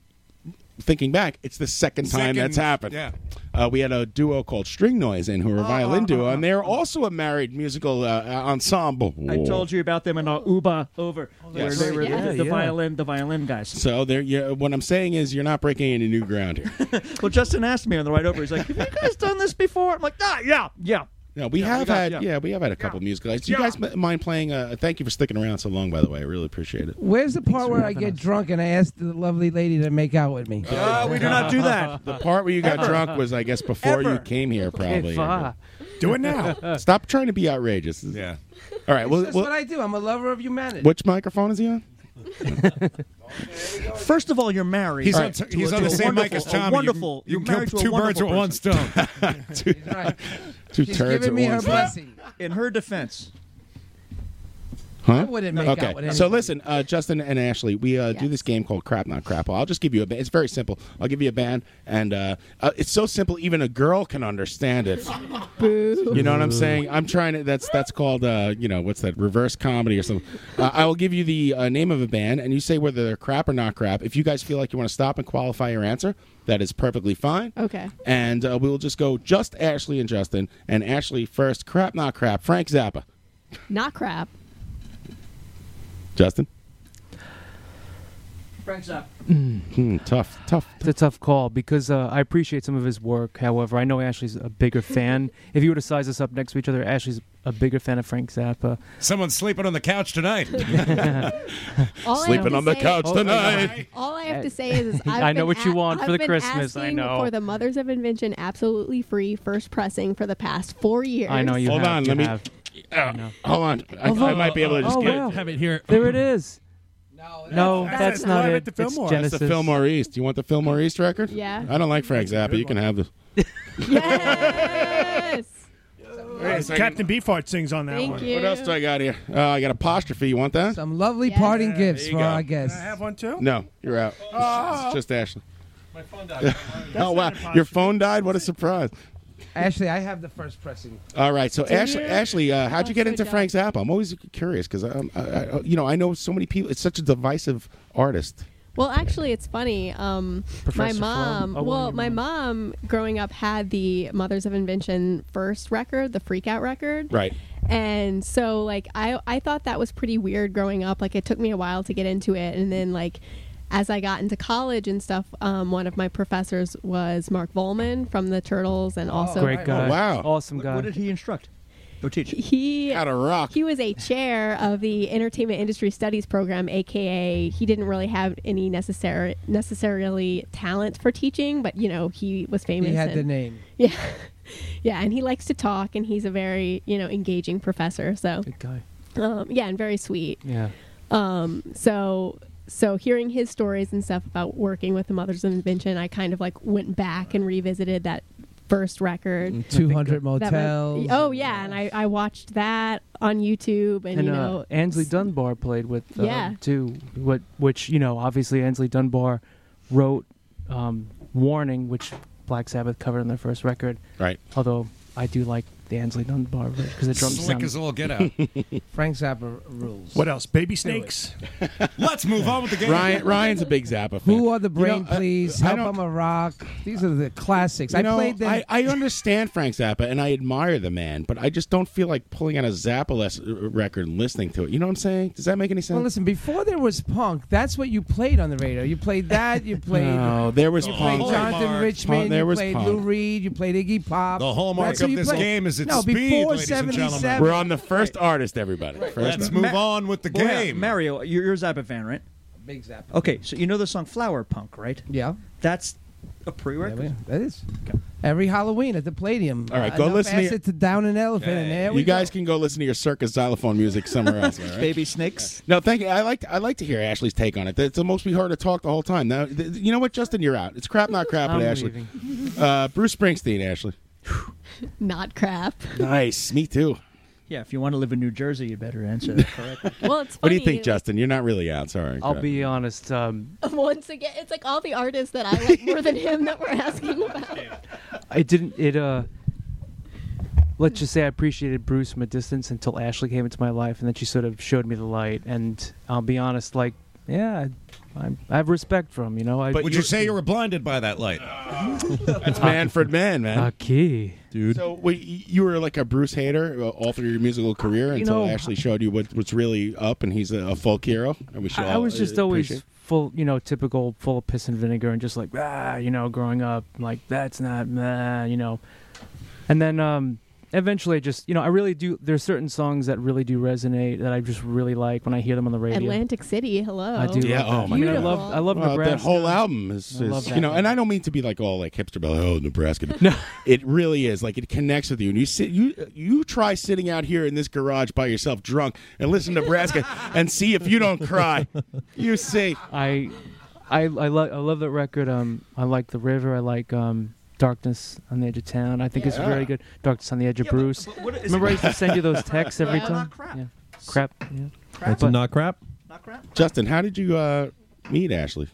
S12: thinking back, it's the second time
S5: Second,
S12: that's happened.
S5: yeah.
S12: Uh, we had a duo called String Noise in who were a violin duo, and they're also a married musical uh, uh, ensemble.
S16: I told you about them in our Uba over where
S12: that's
S16: they were
S12: right.
S16: the-
S12: Yeah,
S16: the,
S12: yeah.
S16: violin the violin guys.
S12: So there, yeah, what I'm saying is, you're not breaking any new ground here.
S16: Well, Justin asked me on the ride over. He's like, "Have you guys done this before?" I'm like, "Ah, yeah, yeah."
S12: No, we
S16: Yeah,
S12: have
S16: we got-
S12: had, yeah.
S16: yeah.
S12: we have had a couple musical. Do you guys m- mind playing? Uh, thank you for sticking around so long, by the way. I really appreciate it.
S20: Where's the part where I get drunk and I ask the lovely lady to make out with me?
S12: Uh, we do not do that. The part where you got
S20: Ever.
S12: drunk was, I guess, before you came here, probably. uh,
S20: fuck.
S12: Do it now. Stop trying to be outrageous. Yeah. All right. Well,
S20: That's
S12: well-
S20: what I do. I'm a lover of humanity.
S12: which microphone is he on?
S16: First of all, you're married.
S12: He's on All right. t-
S16: To
S12: he's
S16: a-
S12: on
S16: to
S12: the
S16: a
S12: same mic
S16: wonderful-
S12: as Tommy.
S16: a
S12: You-
S16: Wonderful.
S12: you
S16: are
S12: kill
S16: married to a
S12: two
S16: wonderful
S12: birds with one stone.
S16: person.
S12: two two
S20: She's
S12: turds
S20: giving
S12: at
S20: me her
S12: once.
S20: blessing.
S16: In her defense,
S12: Huh?
S20: I wouldn't make out
S12: okay.
S20: with
S12: So
S20: anybody.
S12: listen, uh, Justin and Ashley, we uh, do this game called Crap Not Crap. I'll just give you a. Ba- it's very simple. I'll give you a band, and uh, uh, it's so simple even a girl can understand it.
S4: Uh,
S14: Boo.
S12: You know what I'm saying? I'm trying to. That's that's called uh, you know what's that? Reverse comedy or something. Uh, I will give you the uh, name of a band, and you say whether they're crap or not crap. If you guys feel like you want to stop and qualify your answer, that is perfectly fine.
S14: Okay.
S12: And uh, we will just go just Ashley and Justin, and Ashley first. Crap not crap. Frank Zappa.
S14: Not crap.
S12: Justin.
S16: Frank's up.
S15: Mm.
S12: Hmm, tough, tough.
S15: It's a tough call because uh, I appreciate some of his work. However, I know Ashley's a bigger fan. if you were to size us up next to each other, Ashley's a bigger fan of Frank Zappa.
S5: Someone's sleeping on the couch tonight.
S14: All I
S5: Sleeping
S14: have to
S5: on the
S14: say-
S5: couch Oh, tonight.
S15: tonight.
S14: All I have to say is, is I've
S15: I know
S14: been
S15: what you
S14: a-
S15: want for
S14: I've
S15: the
S14: been
S15: Christmas, I
S14: asking
S15: know.
S14: For the Mothers of Invention, absolutely free first pressing for the past four years.
S15: I know you
S12: Hold
S15: have.
S12: on,
S15: you
S12: let me-
S15: have.
S12: Uh, hold on. I,
S15: Oh,
S12: I might be able to just
S15: oh,
S12: get
S15: wow.
S12: it.
S15: Have it here. There it is. No, that's,
S12: that's- that's
S15: not
S12: live
S15: it.
S12: at the
S15: It's
S12: Fillmore. That's
S15: Genesis.
S12: the Fillmore East. You want the Fillmore East record?
S14: Yeah.
S12: I don't like Frank Zappa. You can have the.
S14: Yes.
S8: Captain Beefheart sings on that
S14: Thank
S8: one.
S14: you.
S12: What else do I got here? Uh, I got apostrophe. You want that?
S20: Some lovely parting gifts
S12: there
S20: for
S12: you go.
S20: our guests.
S8: I have one too.
S12: No, you're out.
S8: Oh.
S12: It's just Ashley. My
S20: phone
S12: died. oh
S20: not
S12: wow,
S20: an apostrophe.
S12: your phone died. What a surprise!
S20: Ashley, I have the first pressing.
S12: All right, so
S20: Do
S12: Ashley,
S20: you?
S12: Ashley, uh, how'd you
S20: Oh,
S12: get
S20: good
S12: into
S20: job.
S12: Frank Zappa? I'm always curious because um, I, I, you know, I know so many people. It's such a divisive artist.
S14: Well, actually, it's funny. Um, my
S12: Professor
S14: mom.
S12: Plum. Oh, well,
S14: well,
S12: your
S14: my mom growing up had the Mothers of Invention first record, the Freak Out record.
S12: Right.
S14: And so, like, I I thought that was pretty weird growing up. Like, it took me a while to get into it, and then like. As I got into college and stuff, um, one of my professors was Mark Volman from the Turtles, and also
S15: Great guy. Awesome guy.
S16: what did he instruct or teach?
S14: he
S12: how to rock.
S14: He was a chair of the Entertainment Industry Studies program, aka he didn't really have any necessary necessarily talent for teaching, but you know he was famous.
S20: He had
S14: and-
S20: the name.
S14: Yeah, yeah, and he likes to talk, and he's a very you know engaging professor. So good
S15: guy.
S14: Um, yeah, and very sweet.
S15: Yeah.
S14: Um, so so hearing his stories and stuff about working with the Mothers of Invention, I kind of like went back and revisited that first record.
S20: Two hundred
S14: That might-
S20: motels.
S14: oh yeah, and I, I watched that on YouTube, and,
S15: and
S14: you
S15: uh,
S14: know,
S15: Ansley Dunbar played with uh,
S14: Yeah.
S15: too. What which you know obviously Ansley Dunbar wrote um, "Warning," which Black Sabbath covered on their first record.
S12: Right.
S15: Although I do like the Ansley Dunbar version because the drums
S5: Slick
S15: sound
S5: as all get out.
S20: Frank Zappa rules.
S8: What else? Baby snakes.
S5: Let's move on with the game.
S12: Ryan, Ryan's a big Zappa fan.
S20: Who are the brain,
S12: You know, I-
S20: please?
S12: I
S20: Help
S12: don't-
S20: I'm a rock. These are the classics.
S12: You
S20: I
S12: know,
S20: played them.
S12: I, I understand Frank Zappa and I admire the man, but I just don't feel like pulling out a Zappa les- uh, record and listening to it. You know what I'm saying? Does that make any sense?
S20: well, listen. Before there was punk, that's what you played on the radio. You played that. You played.
S12: No, there was
S20: you played
S12: punk.
S20: Jonathan
S12: Hallmark.
S20: Richmond.
S12: Punk- there
S20: you
S12: was
S20: played
S12: punk.
S20: Lou Reed. You played Iggy Pop.
S5: The hallmark
S20: That's who
S5: of
S20: you
S5: this
S20: played.
S5: game is its
S20: no,
S5: speed,
S20: before
S5: ladies and gentlemen.
S20: 77.
S12: We're on the first artist, everybody. First
S5: Let's
S12: artist.
S5: move on with the
S16: Well, yeah,
S5: game.
S16: Mario, you're, you're a Zappa fan, right?
S20: Big Zappa.
S16: Okay, so you know the song Flower Punk, right?
S20: Yeah.
S16: That's a prerequisite.
S20: That is. Every Halloween at the Palladium.
S12: All right, go
S20: enough
S12: listen to-
S20: acid to down an elephant, and there we
S12: You guys can go listen to your circus xylophone music somewhere else. all right?
S16: Baby Snakes.
S12: No, thank you. I like I like to hear Ashley's take on it. That's the most we heard her talk the whole time. Now, th- you know what, Justin, you're out. It's crap, not crap,
S15: I'm
S12: with Ashley. Uh, Bruce Springsteen, Ashley.
S14: Not crap.
S12: Nice, me too.
S16: Yeah, if you want to live in New Jersey, you better answer that correctly.
S14: Well, it's funny.
S12: What do you think, Justin? You're not really out. Sorry.
S15: I'll
S12: Go
S15: be honest. Um,
S14: Once again, it's like all the artists that I like more than him that we're asking about.
S15: I didn't. It uh. Let's just say I appreciated Bruce from a distance until Ashley came into my life, and then she sort of showed me the light. And I'll be honest, like, yeah, I, I'm- I have respect for him. You know, I,
S5: Would you say you were blinded by that light?
S12: It's Manfred Mann, man.
S15: Okay,
S12: dude. So wait, y- you were like a Bruce hater uh, all through your musical career until
S15: know,
S12: Ashley showed you what, what's really up, and he's a, a folk hero. And we should
S15: I, I
S12: all,
S15: was
S12: uh,
S15: just always
S12: appreciate-
S15: full, you know, typical full of piss and vinegar, and just like ah, you know, growing up, like that's not nah, you know, and then um, eventually, I just you know, I really do. There's certain songs that really do resonate that I just really like when I hear them on the radio.
S14: Atlantic City, hello.
S15: I do.
S12: Yeah,
S15: love
S12: oh
S15: that.
S12: my
S15: I mean, I
S12: God.
S15: love. I love
S12: Well, that
S15: Nebraska.
S12: whole album is,
S15: I
S12: is-
S15: love that
S12: you know,
S15: album.
S12: and I don't mean to be like all like hipster, but oh Nebraska. No, it really is like it connects with you. And you sit, you you try sitting out here in this garage by yourself, drunk, and listen to Nebraska, and see if you don't cry. You see,
S15: I, I, I love. I love that record. Um, I like the river. I like um. Darkness on the edge of town. I think it's
S16: Yeah.
S15: very good. Darkness on the edge of Bruce.
S16: what is-
S15: Remember, I used to send you those texts every
S16: Yeah.
S15: time.
S16: Not crap.
S15: Yeah. Crap. Yeah.
S19: That's a
S15: But-
S19: not crap.
S12: Justin, how did you uh, meet Ashley?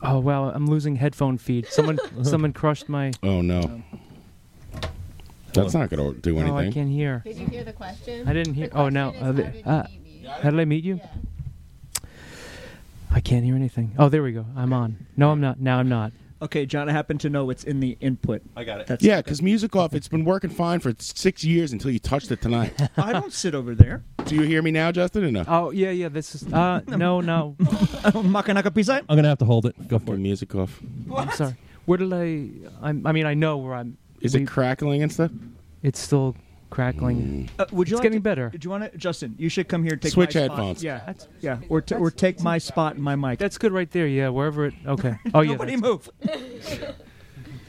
S15: Oh wow, I'm losing headphone feed. Someone someone crushed my
S12: Oh no, that's not going to do anything.
S15: Oh, I can't hear.
S14: Did you hear the question?
S15: I didn't hear. Oh no. Uh, the- uh, how did I meet you? I can't hear anything. Oh, there we go. I'm on. No, I'm not. Now I'm not.
S16: Okay, John, I happen to know what's in the input. I got it. That's
S12: yeah, because music off, it's been working fine for six years until you touched it tonight.
S16: I don't sit over there.
S12: Do you hear me now, Justin? Or no?
S15: Oh yeah, yeah. This is. Uh, no, no.
S16: Makanaka pizza.
S19: I'm gonna have to hold it. Go for it.
S12: Music off.
S15: I'm sorry. Where did I? I'm, I mean, I know where I'm.
S12: Is it crackling and stuff?
S15: It's still crackling.
S16: Uh, would you
S15: It's
S16: like
S15: getting
S16: to-
S15: better.
S16: Do you want to, Justin? You should come here and take
S12: Switch
S16: my
S12: headphones.
S16: Spot. Yeah,
S15: That's-
S16: yeah. Or t- or take my spot and my mic.
S15: That's good right there. Yeah, wherever it. Okay. Oh yeah.
S16: Nobody
S15: that's-
S16: move.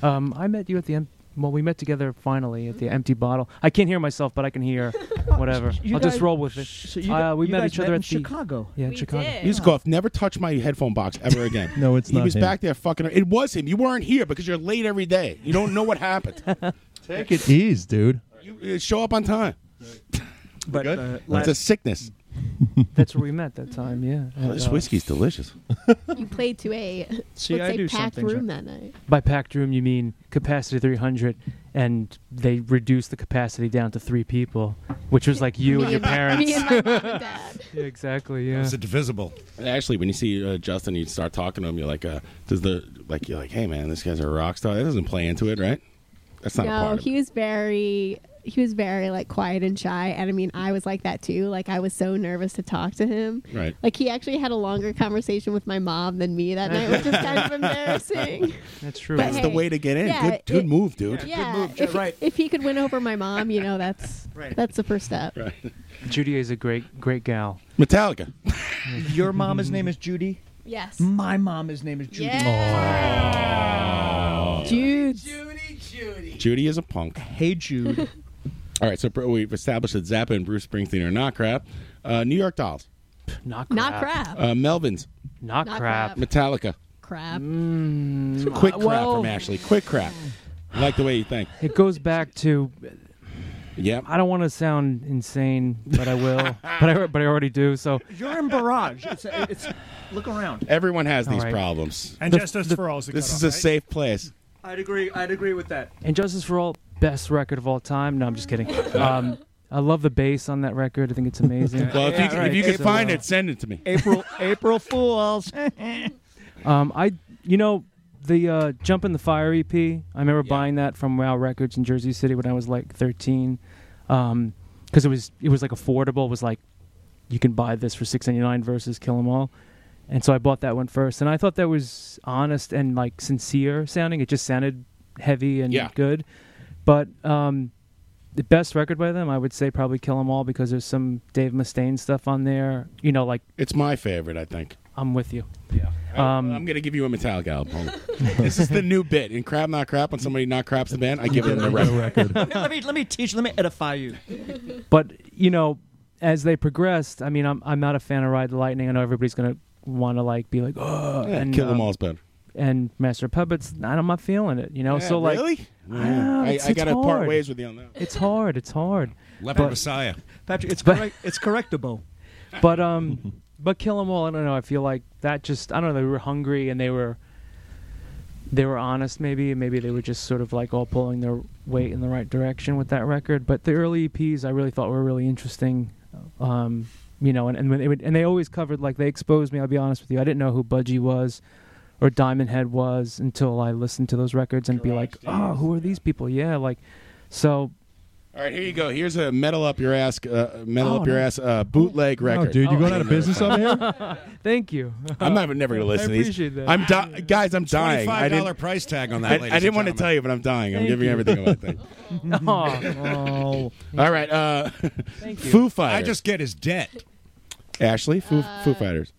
S15: Um, I met you at the. Em- well, we met together finally at the empty bottle. I can't hear myself, but I can hear whatever.
S16: You
S15: I'll
S16: guys-
S15: just roll with it.
S16: So you,
S15: uh, we
S16: you
S15: met
S16: guys
S15: each other
S16: in
S15: at the-
S16: Chicago.
S15: Yeah, in Chicago.
S12: Music off. Never touch my headphone box ever again.
S19: No, it's
S12: he
S19: not
S12: was
S19: him.
S12: back there fucking. It was him. You weren't here because you're late every day. You don't know what happened.
S19: Take it ease, dude.
S12: You, uh, show up on time.
S16: But uh,
S12: It's a sickness.
S15: That's where we met that time. Yeah. uh,
S12: Oh, this whiskey's delicious.
S14: You played to a
S16: See,
S14: let's
S16: I
S14: say
S16: do
S14: packed
S16: something,
S14: room
S16: John.
S14: that night.
S15: By packed room, you mean capacity 300, and they reduced the capacity down to three people, which was like you
S14: Me
S15: and your
S14: my-
S15: parents.
S14: Me and my mom and dad.
S15: Yeah, exactly. Yeah.
S5: Is it divisible?
S12: Actually, when you see uh, Justin, you start talking to him. You're like, uh, does the like? You're like, hey man, this guy's a rock star. That doesn't play into it, right? That's not a
S14: no,
S12: part of it.
S14: he was very he was very like quiet and shy, and I mean I was like that too. Like I was so nervous to talk to him.
S12: Right.
S14: Like he actually had a longer conversation with my mom than me that night, which is kind of embarrassing.
S15: That's true.
S14: But
S12: That's
S14: hey,
S12: the way to get in.
S14: yeah,
S12: good, good
S14: it-
S12: move, dude.
S14: Yeah, if,
S12: right.
S14: if he could win over my mom, you know that's that's the first step.
S15: Judy is a great, great gal.
S12: Metallica.
S16: Your mama's name is Judy.
S14: Yes.
S16: My mama's name is Judy.
S14: Jude.
S12: Oh. Judy is a punk.
S16: Hey Jude.
S12: All right, so bro, we've established that Zappa and Bruce Springsteen are not crap. Uh, New York Dolls,
S15: Not crap.
S14: Not crap.
S12: uh, Melvins,
S15: Not,
S14: Not Mm.
S15: crap.
S12: Metallica.
S14: crap.
S12: Quick
S15: uh,
S12: crap
S15: well-
S12: from Ashley. Quick crap. I like the way you think.
S15: It goes back to
S12: Yep.
S15: I don't want to sound insane, but I will. but I but I already do. So
S16: You're in barrage. It's, it's look around.
S12: Everyone has these
S15: All right.
S12: problems.
S8: And Justice for All is the
S12: This is
S8: cutoff,
S12: a safe place.
S16: I'd agree. I'd agree with that.
S15: and Justice for All best record of all time. No, I'm just kidding. Um, I love the bass on that record. I think it's amazing.
S12: Well, if you, if you can find
S16: uh,
S12: it, send it to me.
S10: April April Fools.
S15: Um, I, you know, the uh, Jump in the Fire EP. I remember buying that from Wow Records in Jersey City when I was like 13, because it was it was like affordable. It was like you can buy this for 6.99 versus Kill 'Em All, and so I bought that one first. And I thought that was honest and like sincere sounding. It just sounded heavy and good, but um, the best record by them, I would say, probably Kill 'Em All because there's some Dave Mustaine stuff on there. You know, like
S12: it's my favorite. I think
S15: I'm with you.
S12: Yeah. Um, I'm gonna give you a Metallica album. Hold on. this is the new bit in "Crab Not Crap." When somebody not craps the band, I give them a record.
S10: let, me, let me let me teach. Let me edify you.
S15: but you know, as they progressed, I mean, I'm I'm not a fan of Ride the Lightning. I know everybody's gonna want to like be like, oh,
S12: Yeah, Kill 'Em All's better.
S15: And Master of Puppets, not, I'm not feeling it. You know,
S12: Yeah,
S15: so like,
S12: really?
S15: I,
S12: Yeah.
S15: don't know,
S12: I-
S15: it's-
S12: I
S15: it's
S12: gotta part
S15: hard.
S12: ways with you on that.
S15: It's hard. It's hard.
S5: Leopard
S15: But-
S5: Messiah.
S10: Patrick, it's
S15: But-
S10: correct. It's correctable.
S15: but um, but kill 'em all. I don't know. I feel like that just I don't know. They were hungry and they were they were honest, maybe, and maybe they were just sort of like all pulling their weight in the right direction with that record. But the early EPs, I really thought were really interesting. Um, you know, and and when they would, and they always covered like they exposed me. I'll be honest with you, I didn't know who Budgie was or Diamond Head was until I listened to those records and be like, oh, who are these people? Yeah, like so.
S12: All right, here you go. Here's a metal up your ass, uh, metal
S15: Oh,
S12: up your
S15: no.
S12: ass uh, bootleg record.
S19: Oh,
S12: Oh,
S19: dude, you going out of business over
S15: here? Oh, Thank you.
S12: I'm not never going to listen
S15: I
S12: to these.
S15: appreciate that.
S12: I'm di- guys. I'm dying. I
S5: Twenty-five
S12: didn't-
S5: dollar price tag on
S12: I,
S5: that.
S12: I didn't want to tell you, but I'm dying. I'm
S5: Thank
S12: giving
S5: you.
S12: everything away. Thank
S15: oh,
S12: All right. Uh, Foo Fighters.
S5: I just get his debt.
S12: Ashley, Foo, Foo Fighters.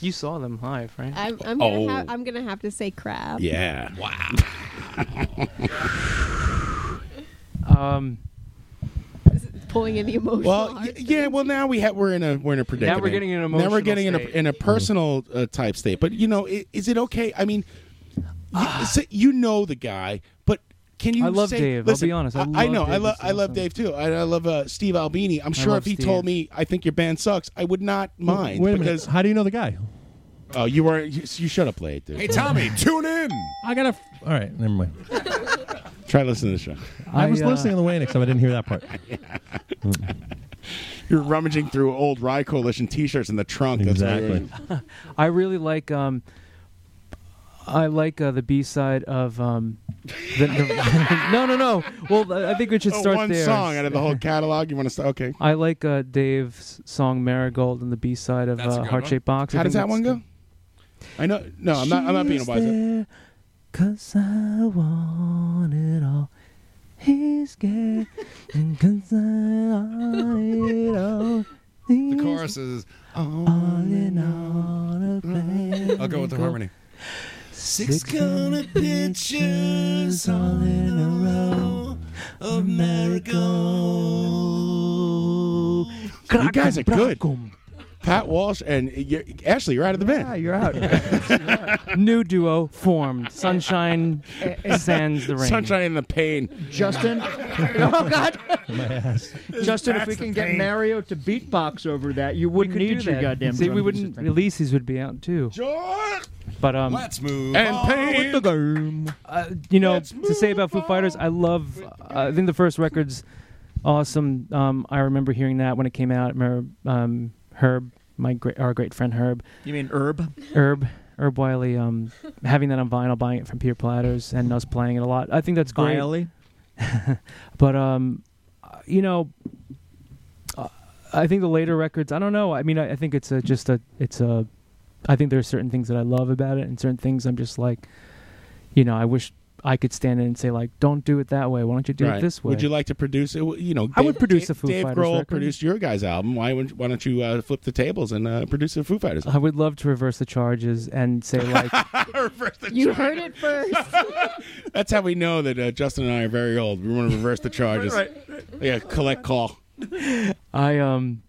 S15: You saw them live, right?
S14: I'm, I'm gonna
S12: Oh.
S14: have I'm gonna have to say crap.
S12: Yeah. Wow.
S15: um,
S14: Pulling in the emotional.
S12: well, y- yeah. Well, now we have we're in a we're in a predicament.
S15: getting in an
S12: Now we're
S15: emotional
S12: getting in a
S15: state.
S12: in a personal uh, type state. But you know, i- is it okay? I mean, you,
S19: Ah.
S12: so you know the guy, but can you?
S15: I love
S12: say-
S15: Dave. I'll be
S12: Listen,
S15: honest. I
S12: I
S15: love
S12: know. I
S15: Dave.
S12: love.
S15: He's
S12: I love Dave too. I, I love uh, Steve Albini. I'm sure
S19: love
S12: if he
S19: Steve.
S12: told me, I think your band sucks, I would not mind.
S19: Wait a minute.
S12: because
S19: How do you know the guy?
S12: oh, you were you, you shut up late, dude.
S5: Hey Tommy, tune in.
S19: I gotta. F- All right, never mind.
S12: Try listening to the show.
S19: I,
S12: I,
S19: was
S12: uh,
S19: listening on the way in, except I didn't hear that part.
S12: You're rummaging through old Rye Coalition T-shirts in the trunk. That's
S19: Exactly.
S15: I really like um I like uh, the B side of um the, the- No, no, no. Well, I think we should
S12: Oh,
S15: start
S12: one
S15: there.
S12: song out of the whole catalog. You want to start? Okay.
S15: I like uh, Dave's song Marigold and the B side of
S12: That's a
S15: uh,
S12: good
S15: Heart Shaped
S12: one.
S15: Box.
S12: How does that one go? I know. No, I'm not. I'm not being a wise.
S15: Cause I want it all. He's scared. and cause I want it all.
S5: The chorus is. I'll go with the harmony.
S1: Six corner pictures all in a row of marigold.
S12: You guys are good. Pat Walsh and you Ashley, you're out of the band. Yeah,
S10: you're out.
S15: New duo formed. Sunshine sands the rain.
S12: Sunshine and the pain.
S10: Justin. oh God.
S12: My
S19: ass.
S10: Justin, if we can get Mario to beatbox over that, you wouldn't
S15: could do
S10: need your
S15: that.
S10: goddamn.
S15: See,
S10: drum
S15: we
S10: music
S15: wouldn't.
S10: thing.
S15: Releases would be out too. But um,
S5: Let's move
S12: And
S5: on
S12: pain.
S5: with
S15: the game. Uh, you know, to say about Foo Fighters, I love. Uh, I think the first record's awesome. Um, I remember hearing that when it came out. I remember, um, Herb, my great, our great friend Herb.
S10: You mean herb?
S15: Herb, Herb Wiley, um, having that on vinyl, buying it from Peter Platters, and us playing it a lot. I think that's great.
S10: Wiley?
S15: but um, uh, you know, uh, I think the later records. I don't know. I mean, I, I think it's a, just a. It's a. I think there are certain things that I love about it, and certain things I'm just like, you know, I wish I could stand in and say like, don't do it that way. Why don't you do it
S12: Right.
S15: this way?
S12: Would you like to produce it? You know, Dave,
S15: I would produce a Foo
S12: Dave
S15: Fighters
S12: Grohl
S15: record.
S12: produced your guys' album. Why, wouldn't- why don't you uh, flip the tables and uh, produce a Foo Fighters?
S15: I would love to reverse the charges and say like,
S14: You heard it first.
S12: That's how we know that uh, Justin and I are very old. We want to reverse the charges.
S15: Right,
S12: Yeah, collect call.
S15: I um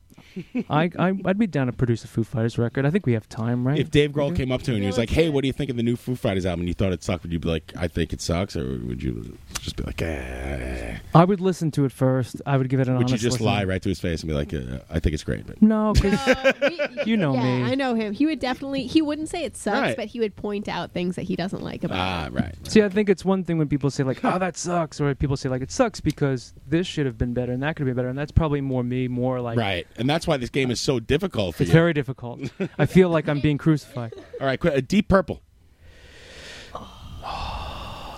S15: I, I I'd be down to produce a Foo Fighters record. I think we have time, right?
S12: If Dave Grohl came up to you and he was like, "Hey, what do you think of the new Foo Fighters album?" and you thought it sucked, would you be like, "I think it sucks," or would you just be like, eh.
S15: I would listen to it first. I would give it an.
S12: "Would you
S15: honest
S12: just
S15: listen.
S12: lie right to his face and be like, uh, "I think it's great"? But
S15: No, 'cause you know
S14: yeah,
S15: me.
S14: I know him. He would definitely. He wouldn't say it sucks,
S15: Right.
S14: but he would point out things that he doesn't like about.
S12: Ah, right.
S15: See, I think it's one thing when people say like, "Oh, that sucks," or people say like, "It sucks because this should have been better and that could have been better," and that's probably more me, more like
S12: right, and that's why this game is so difficult. For
S15: It's
S12: you.
S15: very difficult. I feel like I'm being crucified.
S12: All right, qu- uh, Deep Purple.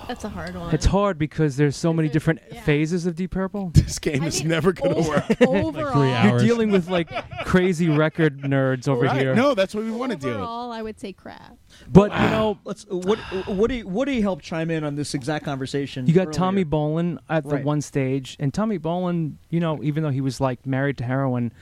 S14: That's a hard one.
S15: It's hard because there's so many different phases of Deep Purple.
S12: This game is never going to work.
S14: overall-
S15: You're dealing with like crazy record nerds over
S12: Right,
S15: here.
S12: No, that's what we want to deal with.
S14: Overall, I would say crap.
S15: But you know,
S16: let's what Woody Woody helped chime in on this exact conversation.
S15: You got
S16: earlier.
S15: Tommy Bolin at the
S16: Right.
S15: one stage, and Tommy Bolin, you know, even though he was like married to heroin,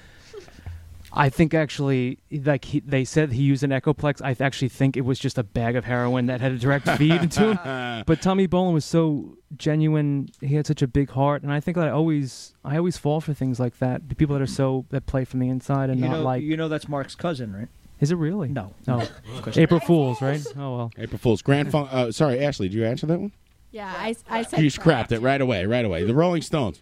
S15: I think actually, like he, they said, he used an Echoplex. I actually think it was just a bag of heroin that had a direct feed into him. But Tommy Bolin was so genuine; he had such a big heart, and I think that I always, I always fall for things like that. The people that are so that play from the inside and
S16: you
S15: not
S16: know,
S15: like.
S16: you know that's Mark's cousin, right?
S15: Is it really?
S16: No.
S15: No.
S16: Of course
S15: April
S16: not.
S15: Fools, right? Oh well.
S12: April Fool's Grand Funk. Uh, sorry, Ashley, did you answer that one?
S14: Yeah, I, I said.
S12: You just crapped it right away, right away. The Rolling Stones.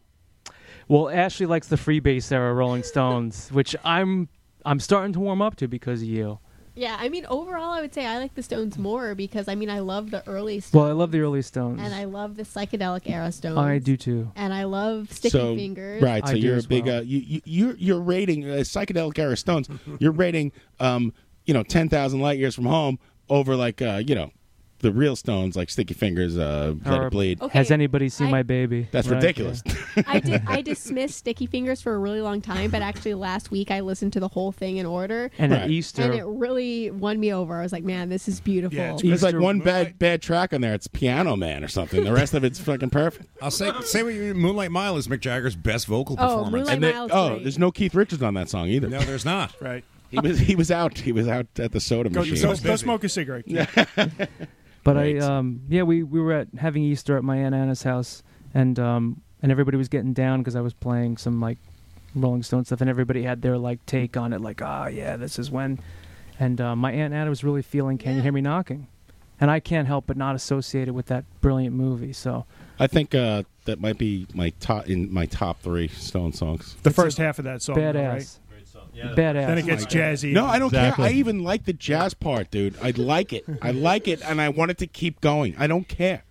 S15: Well, Ashley likes the freebase era Rolling Stones, which I'm I'm starting to warm up to because of you.
S14: Yeah, I mean, overall, I would say I like the Stones more because I mean, I love the early Stones
S15: Well, I love the early Stones.
S14: and I love the psychedelic era Stones.
S15: I do too.
S14: And I love Sticky
S12: so,
S14: Fingers.
S12: Right, so
S15: I do
S12: you're a
S15: as
S12: big
S15: well.
S12: uh, you, you you're you're rating uh, psychedelic era Stones. you're rating um you know ten thousand light years from home over like uh you know the real Stones like Sticky Fingers, uh, Let
S15: Or
S12: It Bleed.
S15: Has anybody seen my baby?
S12: That's
S15: Right,
S12: ridiculous.
S15: yeah.
S14: I did. I dismissed Sticky Fingers for a really long time, but actually last week I listened to the whole thing in order.
S12: And at Right. Easter-
S14: and it really won me over. I was like, man, this is beautiful.
S12: There's like one bad bad track on there. It's Piano Man or something. The rest of it's fucking perfect.
S5: I'll say say what you mean. Moonlight Mile is Mick Jagger's best vocal
S14: Oh,
S5: performance.
S14: Moonlight And they- Mile's
S12: Oh, there's no Keith Richards on that song either.
S5: no, there's not.
S8: Right.
S12: He was he was out. He was out at the soda
S8: Go,
S12: machine.
S8: go- go smoke a cigarette.
S15: But I, um, yeah, we, we were at having Easter at my aunt Anna's house, and um, and everybody was getting down because I was playing some like Rolling Stone stuff, and everybody had their like take on it, like, ah, yeah, this is when. And uh, my aunt Anna was really feeling, can you hear me knocking? And I can't help but not associate it with that brilliant movie. So
S12: I think uh, that might be my top in my top three Stone songs.
S8: The first half of that song, though,
S15: badass,
S8: right?
S15: badass.
S8: Then it gets jazzy.
S12: No, I don't
S8: Exactly.
S12: care. I even like the jazz part, dude. I like it. I like it, and I want it to keep going. I don't care.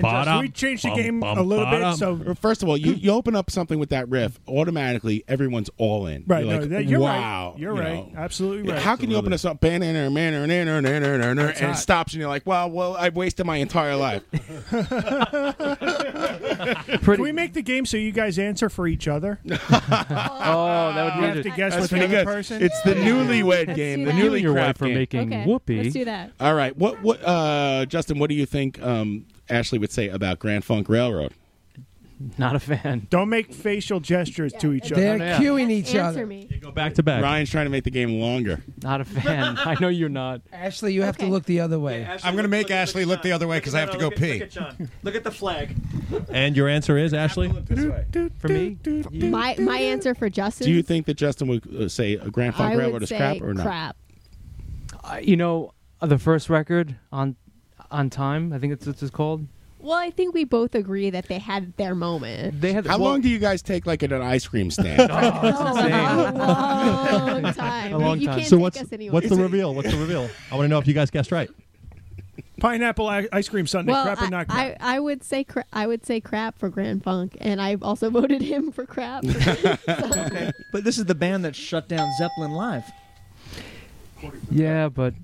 S8: Bottom. We changed the Bum, game bum, a little bit, bottom. so-
S12: first of all, you, you open up something with that riff, automatically everyone's all in.
S8: Right,
S12: You're
S8: no,
S12: like,
S8: that- you're right.
S12: wow,
S8: You're
S12: you
S8: right.
S12: know.
S8: Absolutely right.
S12: How can you open us up, banner, banner, banner, banner, banner, banner,
S8: That's
S12: and it
S8: hot.
S12: stops, and you're like, "Well, well, I've wasted my entire life."
S8: Can we make the game so you guys answer for each other? oh,
S12: Oh,
S15: that
S8: would be have to guess what the other person.
S12: It's the newlywed game, the
S8: that.
S12: newly
S15: Your wife
S12: crap
S15: for
S12: game.
S15: making Okay, whoopee. let's do that.
S12: All right, what what uh, Justin? What do you think um, Ashley would say about Grand Funk Railroad?
S15: Not a fan.
S8: Don't make facial gestures to each other.
S12: They're Yeah. cueing
S20: each Answer other.
S14: me.
S12: Go back to back. Ryan's trying to make the game longer.
S15: Not a fan. I know you're not.
S20: Ashley, you have to look the other way.
S5: I'm going to make Ashley look the other way because I have to go pee.
S16: Look at the flag.
S19: And your answer is Ashley.
S15: For me,
S14: My my answer for Justin.
S12: Do you think that Justin would uh, say uh, Grand Funk
S14: I
S12: Railroad
S14: would
S12: is
S14: say
S12: crap or not?
S14: crap.
S15: I- Uh, you know the first record on on time. I think it's it's called.
S14: Well, I think we both agree that they had their moment.
S15: They had
S12: How long do you guys take like at an ice cream stand?
S14: a long time.
S19: A long
S14: you
S19: time.
S14: Can't
S19: So
S14: take
S19: what's-
S14: us anywhere.
S19: What's the reveal? What's the reveal? I want to know if you guys guessed right.
S8: Pineapple i- ice cream sundae,
S14: well,
S8: crap or not crap?
S14: I, I, I would say cra- I would say crap for Grand Funk, and I also voted him for crap.
S16: Okay. But this is the band that shut down Zeppelin live.
S15: Yeah, but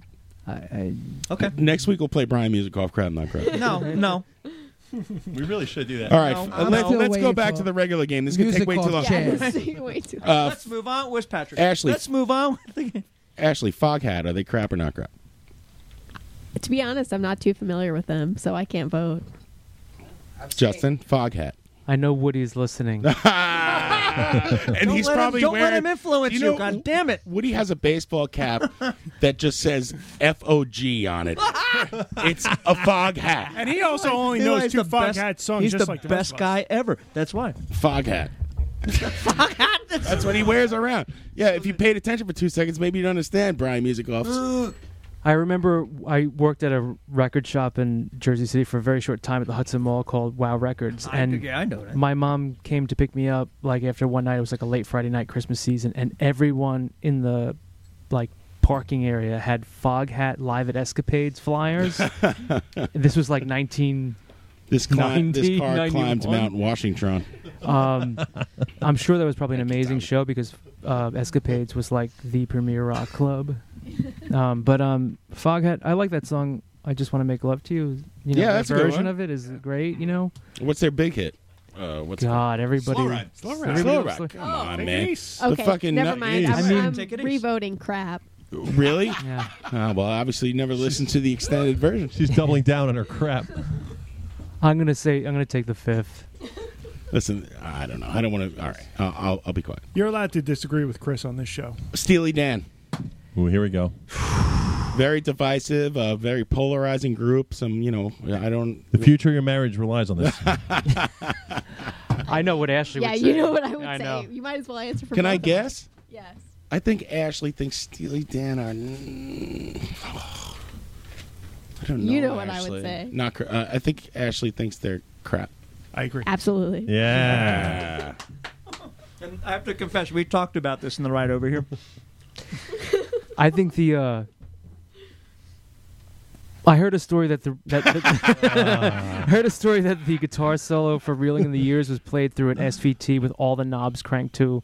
S15: I, I
S16: okay.
S12: Next week we'll play Brian music off crap, not crap.
S16: No, no.
S19: We really should do that.
S12: All right, f- uh, let's, let's go back to the regular game. This is gonna take way too long. Uh,
S16: let's move on. Where's Patrick?
S12: Ashley.
S16: Let's move on. with the game.
S12: Ashley Fog Hat, are they crap or not crap?
S14: to be honest, I'm not too familiar with them, so I can't vote.
S12: Justin Fog Hat.
S15: I know Woody's listening.
S12: and
S16: Don't
S12: he's
S16: let him-
S12: probably
S16: don't let
S12: wearing,
S16: him influence you, God damn it!
S12: Woody has a baseball cap that just says F O G on it. it's a fog hat.
S8: and he also only
S16: You know,
S8: knows
S16: he's
S8: two
S16: the
S8: Fog
S16: best-
S8: Hat songs
S16: He's
S8: just
S16: the
S8: like the rest
S16: best
S8: of us.
S16: guy ever. That's why.
S12: Fog hat. That's what he wears around. Yeah, if you paid attention for two seconds, maybe you'd understand Brian Music Office.
S15: I remember I worked at a record shop in Jersey City for a very short time at the Hudson Mall called Wow Records.
S10: I-
S15: and
S10: yeah, I know that.
S15: My mom came to pick me up like after one night. It was like a late Friday night, Christmas season, and everyone in the like parking area had fog hat live at Escapades flyers. this was like nineteen.
S12: This, cli- this car climbed
S15: 91.
S12: Mount Washington.
S15: Um, I'm sure that was probably an amazing show because uh, Escapades was like the premier rock club. Um, but um, Foghat, I like that song. I just want to make love to you. You know,
S12: Yeah,
S15: that
S12: that's a good
S15: version
S12: one.
S15: of it is great. You know,
S12: What's their big hit? Uh, what's
S15: God,
S12: it-
S15: everybody-
S12: Slow ride. Slow ride.
S15: everybody
S12: Slow
S15: loves
S12: ride.
S15: Slow-
S12: Come
S15: Oh,
S12: on,
S15: take it
S12: man.
S15: easy.
S12: The
S14: Okay,
S12: fucking
S14: never
S12: nut-
S14: mind. I'm,
S12: Easy.
S14: I'm revoting crap.
S12: Really?
S15: Um, Yeah.
S12: Oh, well, obviously, you never listened to the extended version.
S19: She's doubling down on her crap.
S15: I'm gonna say I'm gonna take the fifth.
S12: Listen, I don't know. I don't want to. All right, I'll, I'll, I'll be quiet.
S8: You're allowed to disagree with Chris on this show.
S12: Steely Dan.
S19: Ooh, here we go.
S12: Very divisive, uh, very polarizing group. Some, you know, I don't.
S19: The future of your marriage relies on this.
S15: I know what Ashley.
S14: Yeah,
S15: would
S14: you
S15: say.
S14: know what I would say.
S15: know.
S14: You might as well answer for
S12: Can
S14: both
S12: I
S14: of us.
S12: guess?
S14: Yes.
S12: I think Ashley thinks Steely Dan are. I don't know.
S14: You know what I would
S12: Ashley.
S14: say.
S12: Not. cr- Uh, I think Ashley thinks they're crap. Ah.
S8: I agree.
S14: Absolutely.
S12: Yeah.
S16: And I have to confess, we talked about this in the ride over here.
S15: I think the. Uh, I heard a story that the that, that I heard a story that the guitar solo for "Reeling in the Years" was played through an SVT with all the knobs cranked to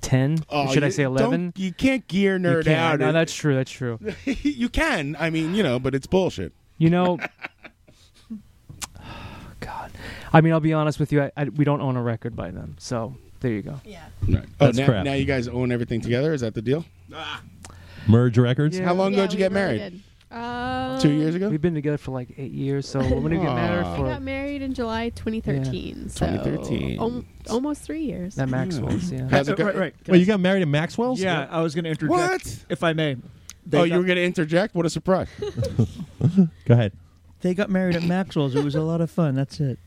S15: ten.
S12: Oh,
S15: Should I
S12: you
S15: say
S12: don't-
S15: eleven?
S12: You can't gear
S15: You
S12: nerd
S15: can't.
S12: out.
S15: No, that's true. That's true.
S12: you can. I mean, you know, but it's bullshit.
S15: You know, God. I mean, I'll be honest with you. I, I, we don't own a record by them, so there you go. Yeah.
S12: Right. Oh,
S19: That's
S12: now,
S19: crap.
S12: now you guys own everything together. Is that the deal?
S19: Merge records.
S12: How long ago did you get married? Two years ago.
S15: We've been together for like eight years. So when did we get married?
S14: Um, I
S15: For
S14: got married in July 2013. So
S12: 2013.
S14: al- almost three years.
S15: That Maxwell's, yeah.
S12: How's it go-
S16: Right, right.
S19: Wait, you got married at Maxwell's?
S16: Yeah, I was going to interject.
S12: What?
S16: If I may. They
S12: oh,
S16: got,
S12: you were going to interject? What a surprise!
S19: Go ahead.
S16: they got married at Maxwell's. It was a lot of fun. That's it.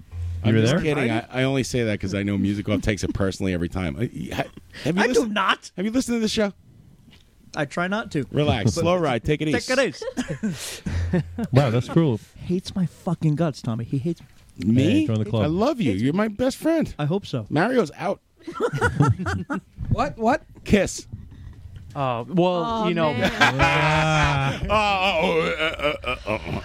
S12: I'm
S19: were
S12: just
S19: there?
S12: kidding. I, I only say that because I know Music Off takes it personally every time. I, I- have you
S16: I do
S12: listened?
S16: not.
S12: Have you listened to the show?
S16: I try not to.
S12: Relax.
S16: But-
S12: Slow ride. Take it easy.
S16: Take it easy.
S19: Wow, that's cruel.
S16: Hates my fucking guts, Tommy. He hates
S12: Me?
S19: Hey, join the club.
S12: I love you. You're my best friend.
S16: I hope so.
S12: Mario's out.
S20: what? What?
S12: Kiss.
S15: Oh well, you know,
S5: Uh,
S12: Oh,
S5: oh,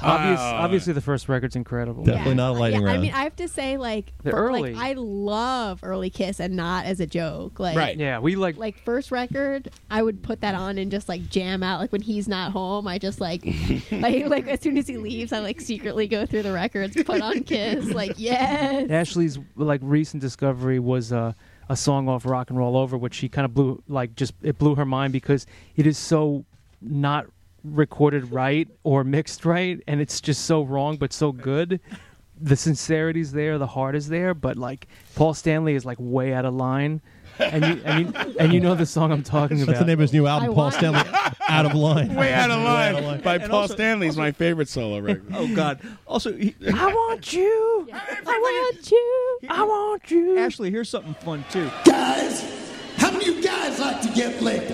S15: obvious, obviously the first record's incredible.
S19: Definitely
S14: Yeah.
S19: not a lighting
S14: yeah, I
S19: round.
S14: mean, I have to say, like,
S15: They're
S14: for-
S15: early.
S14: like, I love early kiss and not as a joke. Like,
S15: Yeah, we like.
S14: Like first record, I would put that on and just like jam out. Like when he's not home, I just like, like, like as soon as he leaves, I like secretly go through the records, put on Kiss. Like yes,
S15: Ashley's like recent discovery was uh, a song off Rock and Roll Over, which she kind of blew like just it blew her mind because it is so not recorded right or mixed right, and it's just so wrong but so good. The sincerity's there, the heart is there, but like Paul Stanley is like way out of line, and you and you, and you know the song I'm talking
S19: That's
S15: about.
S19: the name of his new album,
S14: I
S19: Paul
S14: want-
S19: Stanley. Out of line.
S12: Way out of line
S19: line.
S12: by
S16: And
S12: Paul
S16: also-
S12: Stanley's my favorite solo record.
S16: Oh God! Also, he,
S15: I want you.
S14: I want you.
S16: I
S15: want you.
S16: Ashley, here's something fun too.
S2: Guys, how do you guys like to get licked?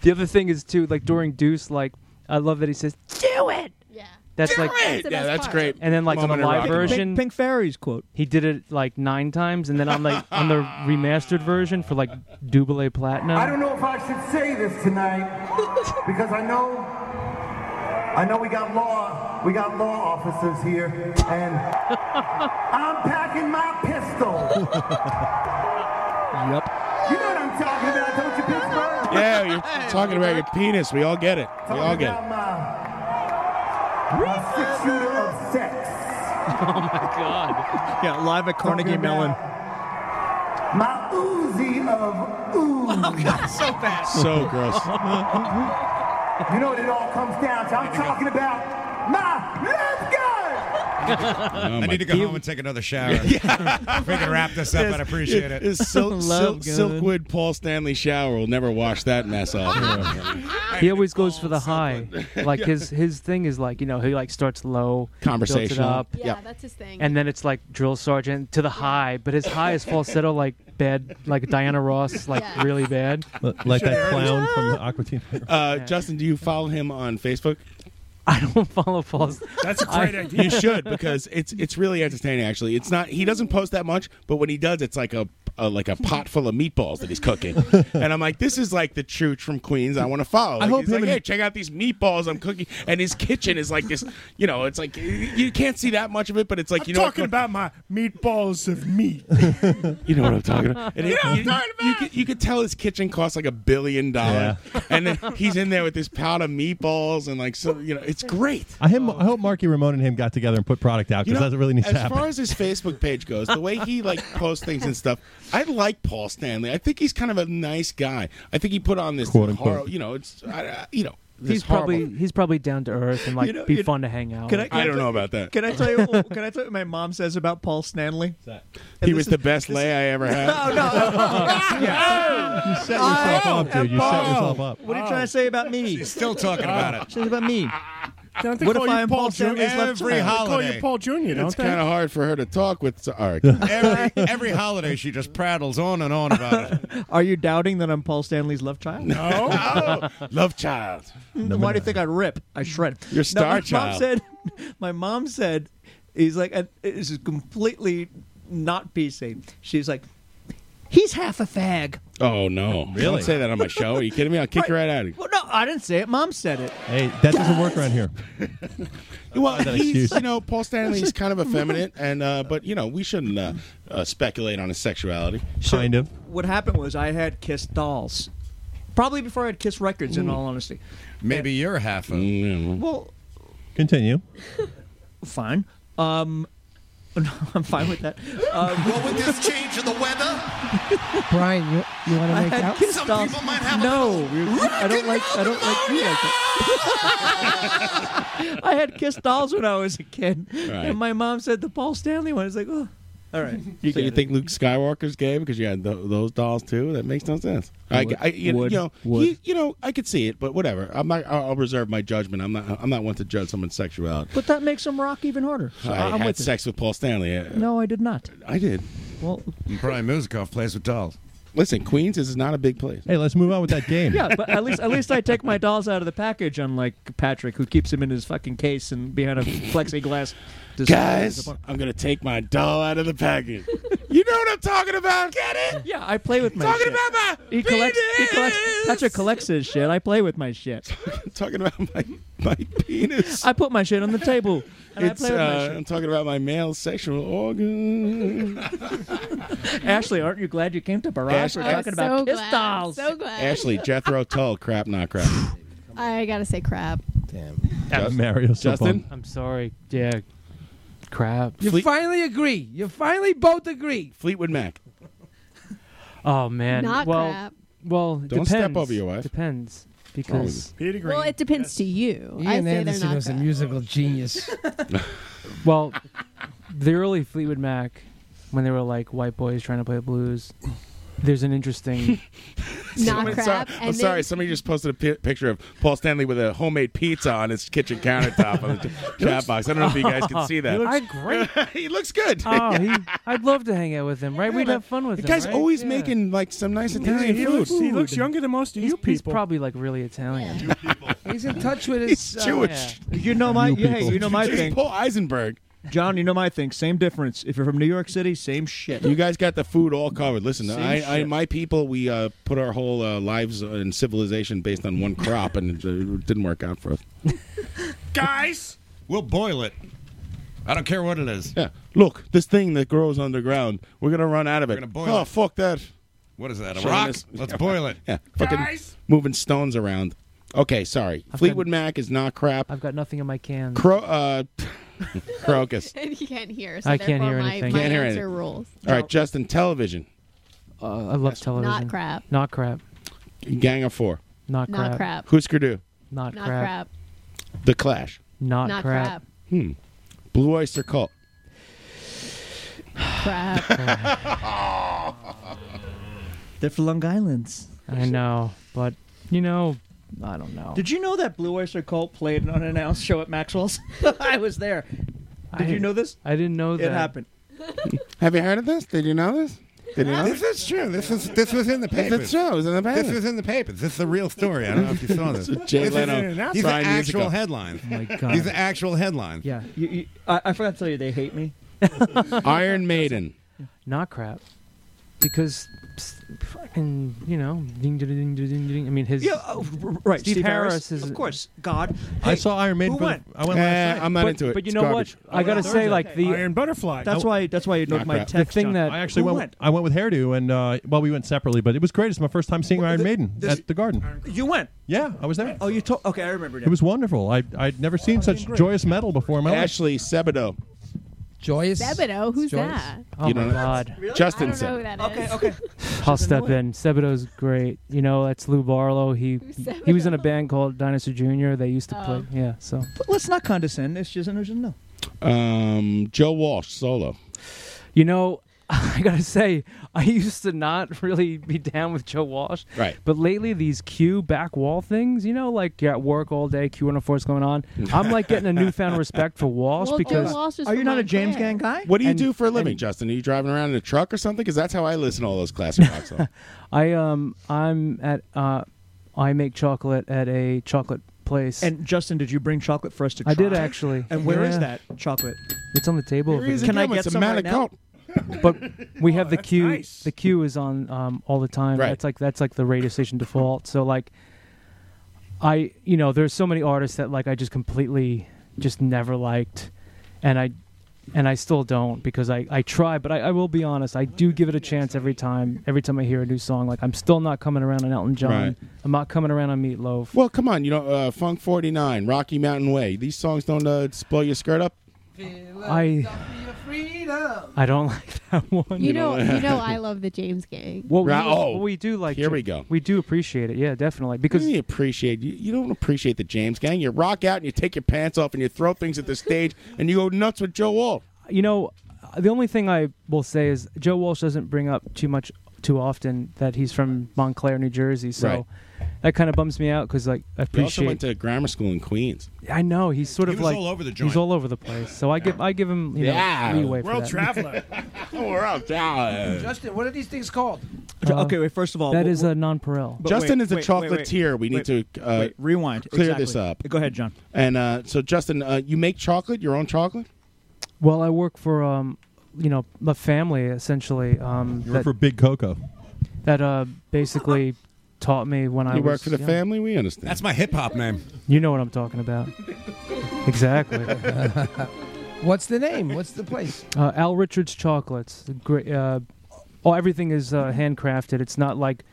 S15: The other thing is too, like during Deuce, like I love that he says, "Do it."
S14: Yeah.
S15: That's like,
S12: yeah, that's great.
S15: and then like on the
S12: Moment of
S15: live
S12: rock and roll.
S15: version,
S16: Pink, Pink Fairies quote.
S15: he did it like nine times, and then on like on the remastered version for like Double Platinum.
S9: I don't know if I should say this tonight because I know I know we got law we got law officers here and I'm packing my pistol.
S16: Yep.
S9: You know what I'm talking about, don't you, Pittsburgh?
S12: Yeah, you're talking about your penis. We all get it. We all
S9: Talking
S12: get it.
S9: about my, my six shooter of sex.
S15: Oh my god!
S16: Yeah, live at Carnegie
S9: Talking
S16: Mellon.
S9: My Uzi of ooze.
S16: so bad.
S12: So gross.
S5: Oh,
S9: You know what it all comes down to. I'm talking about my left gun.
S5: I need to go home and take another shower. If we can wrap this up, I'd appreciate it.
S12: His silk, silk, silkwood Paul Stanley shower will never wash that mess off.
S15: he always goes for the high. Like
S12: Yeah.
S15: his his thing is like you know he like starts low, builds it
S12: Conversational.
S15: up,
S12: Yeah, Yep.
S14: that's his thing.
S15: and then it's like drill sergeant to the high, but his high is falsetto like bad, like Diana Ross, like really bad,
S19: like that clown from Aquatine.
S12: Uh, Justin, do you follow him on Facebook?
S15: I don't follow Paul.
S8: That's a
S15: great idea.
S12: You should because it's it's really entertaining. Actually, it's not. He doesn't post that much, but when he does, it's like a, a like a pot full of meatballs that he's cooking. and I'm like, this is like the chooch from Queens. I want to follow. Like,
S19: hope
S12: he's
S19: him
S12: like,
S19: and-
S12: hey, check out these meatballs I'm cooking. And his kitchen is like this. You know, it's like you can't see that much of it, but it's like you know. what-
S8: talking about my meatballs of meat.
S12: You know what I'm talking about. And it- you, you could, you could tell his kitchen costs like a billion dollars, and then he's in there with this pot of meatballs and like so. You know, it's great.
S19: I, him, I hope Marky Ramone and him got together and put product out
S12: You
S19: because
S12: know,
S19: that really needs
S12: as
S19: to happen.
S12: far as his Facebook page goes, the way he like posts things and stuff, I like Paul Stanley. I think he's kind of a nice guy. I think he put on this
S19: Quote, unquote.
S12: horrible, you know, it's I, I- uh, you know, this
S15: He's probably
S12: horrible-
S15: he's probably down to earth and like
S12: You know,
S15: be
S12: you-
S15: fun to hang out.
S12: Can I-
S15: with.
S12: I don't know about that.
S16: Can I tell you? Can I tell you what my mom says about Paul Stanley?
S12: he was the best lay I ever had.
S16: No, no.
S12: You
S16: Oh. set yourself up, dude. You set yourself up. Oh. What are you trying to say about me?
S5: She's still talking about it.
S16: She's about me.
S8: Don't
S16: What if I am Paul Stanley's left
S5: Every
S16: child?
S5: holiday.
S12: It's kind of hard for her to talk with. so- All right.
S5: every, every holiday, she just prattles on and on about it.
S16: Are you doubting that I'm Paul Stanley's love child?
S5: No.
S12: love child.
S16: Why do you think I rip? I shred.
S12: You're
S16: No,
S12: star
S16: my
S12: child.
S16: Mom said, my mom said, he's like, and this is completely not PC. She's like, he's half a fag.
S12: Oh no!
S19: Really?
S12: Don't say that on my show. Are you kidding me? I'll kick you right out of
S16: Well, no, I didn't say it. Mom said it.
S19: Hey, that doesn't work around here.
S12: you. Well,
S19: Is that an
S12: he's
S19: excuse?
S12: you know Paul Stanley's kind of effeminate, and uh, but you know we shouldn't uh, uh, speculate on his sexuality.
S19: Kind of.
S16: What happened was I had Kiss dolls, probably before I had Kiss records. In all honesty,
S5: Mm. Maybe you're half a.
S12: Mm.
S16: well,
S19: Continue.
S16: fine. Um, no, I'm fine with that. Um,
S11: Uh, What would this change in the weather?
S20: Brian, you, you want to
S16: I
S20: make
S16: had
S20: out?
S16: Kiss dolls. no, I don't like. I don't like you like that. I had Kiss dolls when I was a kid,
S12: Right.
S16: and my mom said the Paul Stanley one. I was like, oh, all right.
S12: so you think Luke Skywalker's gay because you had th- those dolls too? That makes no sense. I, I- you,
S19: Would-
S12: you know,
S19: would.
S12: he- you know, I could see it, but whatever. I'm not. I'll, I'll reserve my judgment. I'm not. I'm not one to judge someone's sexuality.
S16: But that makes him rock even harder. So
S12: I
S16: I, am
S12: had
S16: with it.
S12: sex with Paul Stanley. I,
S16: No, I did not.
S12: I did.
S16: Well,
S5: Brian Musikoff plays with dolls.
S12: Listen, Queens is not a big place.
S19: Hey, let's move on with that game.
S16: Yeah, but at least at least I take my dolls out of the package, unlike Patrick, who keeps them in his fucking case and behind a plexiglass.
S12: Guys, I'm gonna take my doll out of the package. you know what I'm talking about? Get it?
S16: Yeah, I play with my
S12: Talking
S16: shit.
S12: about my
S16: he collects, he collects, Patrick collects his shit. I play with my shit.
S12: talking about my my penis.
S16: I put my shit on the table. And
S12: It's,
S16: I play with
S12: uh,
S16: my
S12: I'm talking about my male sexual organ.
S16: shit. Ashley, aren't you glad you came to Barrage?
S12: Ashley-
S16: We're talking about
S14: so
S16: kiss
S14: glad.
S16: dolls.
S14: So glad.
S12: Ashley Jethro Tull, crap, not crap.
S14: I gotta say crap.
S12: Damn.
S19: Just- Mario, so
S12: Justin?
S15: I'm sorry. Yeah, crap.
S20: You finally agree. You finally both agree.
S12: Fleetwood Mac.
S15: Oh man.
S14: Not
S15: well,
S14: crap.
S15: well, it
S12: Don't
S15: depends.
S12: step over your wife.
S15: Depends because
S12: Always.
S14: Well, it depends to you. I
S20: Ian
S14: say
S20: Anderson
S14: they're
S20: was
S14: not
S20: a
S14: crap.
S20: musical genius.
S15: well, the early Fleetwood Mac when they were like white boys trying to play blues. There's an interesting.
S14: Not
S12: I'm
S14: crap.
S12: sorry-
S14: and
S12: uh, I'm
S14: then-
S12: sorry. Somebody just posted a pi- picture of Paul Stanley with a homemade pizza on his kitchen countertop on the t- chat box. I don't know if you guys can see that.
S15: He looks great.
S12: he looks good.
S15: oh, he, I'd love to hang out with him. Right, we'd have fun with
S12: the
S15: him.
S12: guy's
S15: right?
S12: always
S15: Yeah.
S12: making like some nice Italian
S8: he
S12: food.
S8: looks- he looks younger than most of you
S15: He's
S8: people.
S15: probably like really Italian.
S20: He's in touch with his. uh,
S16: You know my
S15: You
S16: hey,
S15: people.
S16: you know my
S12: Just
S16: thing.
S12: Paul Eisenberg.
S16: John, you know my thing. Same difference. If you're from New York City, same shit.
S12: You guys got the food all covered. Listen,
S16: Same
S12: I, I,
S16: shit.
S12: my people, we uh, put our whole uh, lives and civilization based on one crop, and it uh, didn't work out for us.
S5: Guys, we'll boil it. I don't care what it is.
S12: Yeah. Look, this thing that grows underground, we're gonna run out of it.
S5: gonna boil
S12: oh,
S5: it.
S12: fuck that.
S5: What is that? A
S12: Shame
S5: rock?
S12: this-
S5: Let's boil it.
S12: Yeah. Fucking
S5: Guys!
S12: moving stones around. Okay, sorry.
S15: I've
S12: Fleetwood
S15: got-
S12: Mac is not crap.
S15: I've got nothing in my can.
S12: Cro- uh, crocus.
S14: And he can't hear. So
S15: I can't
S14: therefore
S15: hear
S14: my-
S15: anything.
S14: My,
S12: Can't hear
S14: answer
S12: anything.
S14: rules.
S12: All right, Justin. Television.
S15: Uh, I love television.
S14: Not crap.
S15: Not crap.
S12: Gang of Four.
S15: Not crap.
S14: Not crap.
S12: Husker Du.
S15: Not
S14: Not
S15: crap.
S14: crap.
S12: The Clash.
S15: Not
S14: Not
S15: crap.
S14: crap.
S12: Hmm. Blue Oyster Cult.
S10: They're from Long Island's.
S15: I know, but you know, I don't know.
S16: Did you know that Blue Oyster Cult played an unannounced show at Maxwell's? I was there. Did
S15: I-
S16: you know this?
S15: I didn't know
S16: It
S15: that.
S16: happened.
S12: Have you heard of this? Did you know this? Did you know
S5: This is true. This is this was in the
S12: This
S5: paper.
S12: show was in the
S5: This
S12: paper.
S5: was in the paper. This is a real story. I don't know if you saw this. This
S12: Jay
S5: is-
S12: Leno
S5: These are
S12: trying music
S5: actual
S12: up.
S5: headlines.
S12: Oh My God.
S5: These are actual headlines.
S16: Yeah. You, you, I, I forgot to tell you, they hate me.
S12: Iron Maiden.
S15: Not crap, because s- fucking you know, ding, ding, ding, ding, ding, ding. I mean his
S16: Yeah, oh, r- right.
S15: Steve, Harris, is
S16: of course, God.
S15: I saw Iron Maiden
S16: Who
S15: for the-
S16: went?
S15: I went last Eh, night. I'm not
S16: But-
S15: into it.
S16: But you
S15: It's
S16: know
S15: garbage.
S16: what?
S15: I gotta say, like, the- Iron
S16: Butterfly. That's why. That's why you ignored my text. John.
S19: I actually went, I went with hairdo, and uh, well, we went separately, but it was great. It's my first time seeing Iron Maiden
S16: this-
S19: at the Garden.
S16: You went.
S19: Yeah, I was there.
S16: Oh, you told. Okay, I remember now.
S19: It was wonderful. I I'd never seen such joyous metal before in my life.
S12: Ashley Sebadoh.
S19: Joyous.
S14: Bebedo, who's
S19: Joyce.
S14: that?
S15: Oh my God. Really?
S14: I
S12: Justin
S14: don't know who
S12: said.
S14: that
S16: okay,
S14: is.
S16: okay.
S15: I'll step in. Sebadoh's great. You know, that's Lou Barlow. He he was in a band called Dinosaur Jr. They used to
S16: Oh.
S15: play. Yeah, so
S16: But let's not condescend. It's just an urgent no.
S12: Um, Joe Walsh solo.
S15: You know, I gotta say, I used to not really be down with Joe Walsh.
S12: Right.
S15: But lately, these Q back wall things, you know, like you're at work all day, Q on is going on. I'm like getting a newfound respect for Walsh
S14: Well, Joe
S15: because
S14: Walsh is Are you from not a James Montclair. Gang guy?
S12: What do you
S15: And-
S12: do for a living, Justin? Are you driving around in a truck or something? Because that's how I listen to all those classic rock songs.
S15: I um I'm at uh I make chocolate at a chocolate place.
S16: And Justin, did you bring chocolate for us to? Try?
S15: I did actually.
S16: And where is
S15: Yeah.
S16: that chocolate?
S15: It's on the table. over
S16: Here he is
S15: there.
S16: Can I again with get some some right now?
S15: But we
S12: Oh,
S15: have the queue. The queue is on um, all the time. That's like that's like the radio station default. So like, I you know there's so many artists that like I just completely just never liked, and I and I still don't because I I try. But I, I will be honest. I do give it a chance every time. Every time I hear a new song, like I'm still not coming around on Elton John.
S12: Right.
S15: I'm not coming around on Meatloaf.
S12: Well, come on, you know, uh, Funk 49, Rocky Mountain Way. These songs don't uh, blow your skirt up.
S15: I I don't like that one.
S14: You know, you know, I love the James Gang.
S15: Well, we,
S12: Ra- oh,
S15: well, we do like.
S12: here
S15: to-
S12: we go.
S15: We do appreciate it. Yeah, definitely. Because
S12: you appreciate you, you don't appreciate the James Gang. You rock out and you take your pants off and you throw things at the stage and you go nuts with Joe Wall.
S15: You know, uh, the only thing I will say is Joe Walsh doesn't bring up too much too often that he's from Montclair, New Jersey. So
S12: Right.
S15: that kind of bums me out because like I
S12: He also
S15: appreciate.
S12: went to grammar school in Queens.
S15: I know he's sort
S12: He
S15: of
S12: was
S15: like
S12: all over the
S15: he's
S12: joint.
S15: all over the place. So I give I give him you know,
S12: Yeah.
S15: leeway for
S12: World
S15: that.
S12: traveler. World traveler.
S20: Justin, what are these things called?
S15: Uh,
S16: okay, wait. First of all,
S15: that
S16: wh-
S15: is a nonpareil.
S16: But
S12: Justin
S16: wait,
S12: is a
S16: wait, wait, wait.
S12: chocolatier. we need
S16: Wait,
S12: to uh,
S16: wait, rewind.
S12: clear
S16: Exactly.
S12: this up.
S16: Go ahead, John.
S12: And uh, so, Justin, uh, you make chocolate, your own chocolate.
S15: Well, I work for um, you know, the family essentially. Um,
S19: You work for Big Coco.
S15: that uh basically taught me when I
S12: You
S15: was,
S12: work for the
S15: yeah.
S12: family. We understand.
S5: That's my hip hop name.
S15: You know what I'm talking about. exactly.
S20: What's the name? What's the place?
S15: Uh, Al Richards chocolates. The Great. Uh, oh, everything is uh, handcrafted. It's not like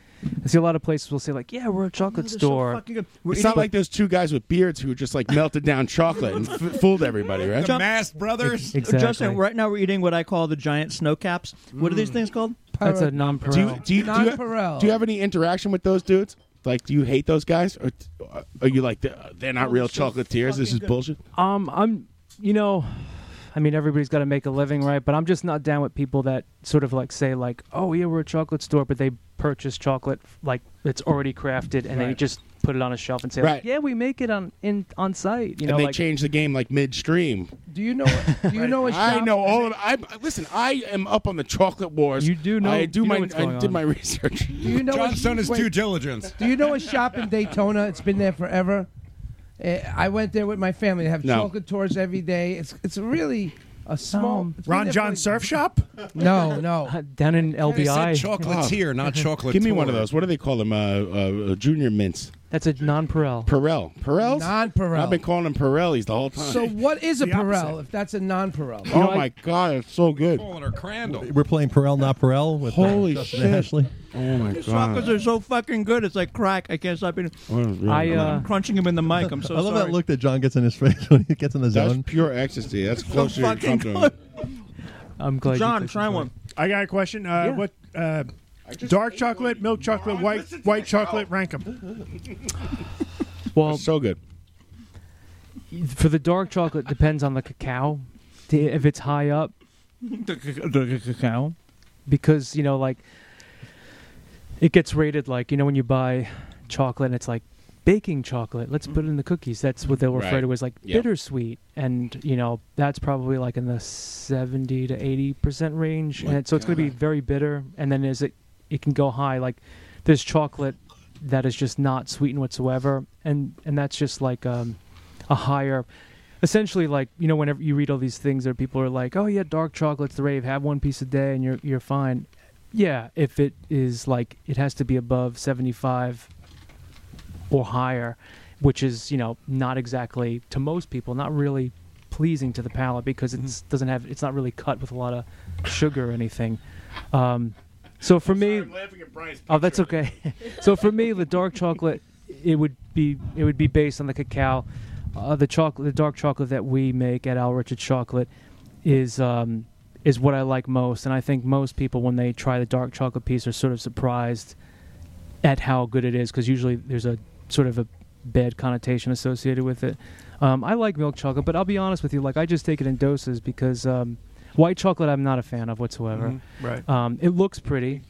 S15: I see a lot of places will say like, "Yeah, we're a chocolate store."
S12: It's not like those two guys with beards who just like melted down chocolate and f- fooled everybody, right?
S16: John-
S5: Brothers.
S16: Justin, right now we're eating what I call the giant snow caps. What are these things called?
S15: That's a nonpareil.
S12: Do you, do, you, do, you,
S20: Nonpareil.
S12: do you have any interaction with those dudes? Like, do you hate those guys, or uh, are you like they're they're not real chocolatiers? This is bullshit.
S15: Um, I'm, you know, I mean, everybody's got to make a living, right? But I'm just not down with people that sort of like say like, "Oh yeah, we're a chocolate store," but they purchase chocolate like it's already crafted and they
S12: Right.
S15: just put it on a shelf and say,
S12: Right.
S15: like, "Yeah, we make it on in on site." You know,
S12: and they
S15: like,
S12: change the game like midstream.
S20: Do you know? Do you know a
S12: I
S20: shop-
S12: know all of. I listen. I am up on the chocolate wars. You do
S15: know-
S12: I do
S15: you know
S12: my.
S15: what's
S12: I
S15: going
S12: did
S15: on.
S12: my research.
S20: Do you know what-
S5: John's done his
S20: wait.
S5: due diligence.
S20: Do you know a shop in Daytona? It's been there forever. Eh, I went there with my family. They have
S8: No.
S20: chocolate tours every day. It's it's really a small. it's been
S8: Ron
S20: there
S8: John
S20: for
S8: Surf Shop?
S20: No, no.
S15: Down in
S20: They said
S15: LBI.
S20: chocolatier, not chocolate
S12: Give me one
S20: tour.
S12: of those. What do they call them? Uh, uh, uh, junior mints.
S15: That's a non-Perel.
S12: Perel. Perels.
S20: Non-Perel.
S12: I've been calling them Perellis the whole
S20: like-
S12: time.
S20: So what is a
S12: The
S20: Perel if that's a non-Perel?
S12: oh my god, it's so good.
S19: We're playing Perel not Perel with uh,
S12: Holy
S19: Justin
S12: shit.
S19: and Ashley.
S12: Oh my
S16: These chocolates are so fucking good. It's like crack. I can't stop eating.
S12: I,
S16: I'm,
S12: uh,
S16: I'm crunching them in the mic. I'm so
S19: I love
S16: sorry.
S19: that look that John gets in his face when he gets in the
S12: That's
S19: zone.
S12: pure ecstasy. That's closer to
S19: fucking
S12: Trump doing
S19: good.
S12: it.
S15: I'm
S19: glad you John, could try enjoy one.
S8: I got a question. Uh,
S19: Yeah.
S8: What? Uh, dark chocolate, milk chocolate, white white chocolate. Rank them.
S15: Well,
S12: so good.
S15: For the dark chocolate depends on the cacao. to, if it's high up, the c- the c- cacao, because you know, like it gets rated like you know when you buy chocolate and it's like baking chocolate. Let's put it in the cookies. That's what they'll refer
S18: Right.
S15: to as like
S18: Yep.
S15: bittersweet, and you know that's probably like in the seventy to eighty percent range.
S18: My
S15: and so it's going to be very bitter, and then as it it can go high, like there's chocolate that is just not sweetened whatsoever, and and that's just like um, a higher. Essentially, like you know, whenever you read all these things, where people are like, "Oh yeah, dark chocolate's the rave. Have one piece a day, and you're you're fine." Yeah, if it is like it has to be above seventy five or higher, which is you know not exactly to most people not really pleasing to the palate because it doesn't have it's not really cut with a lot of sugar or anything. Um, so for me, oh that's okay. so for me, the dark chocolate it would be it would be based on the cacao. Uh, the chocolate, the dark chocolate that we make at Al Richard Chocolate, is um, is what I like most, and I think most people when they try the dark chocolate piece are sort of surprised at how good it is because usually there's a sort of a bad connotation associated with it. Um, I like milk chocolate, but I'll be honest with you, like I just take it in doses because um, white chocolate I'm not a fan of whatsoever.
S8: Mhm, right.
S15: Um, it looks pretty,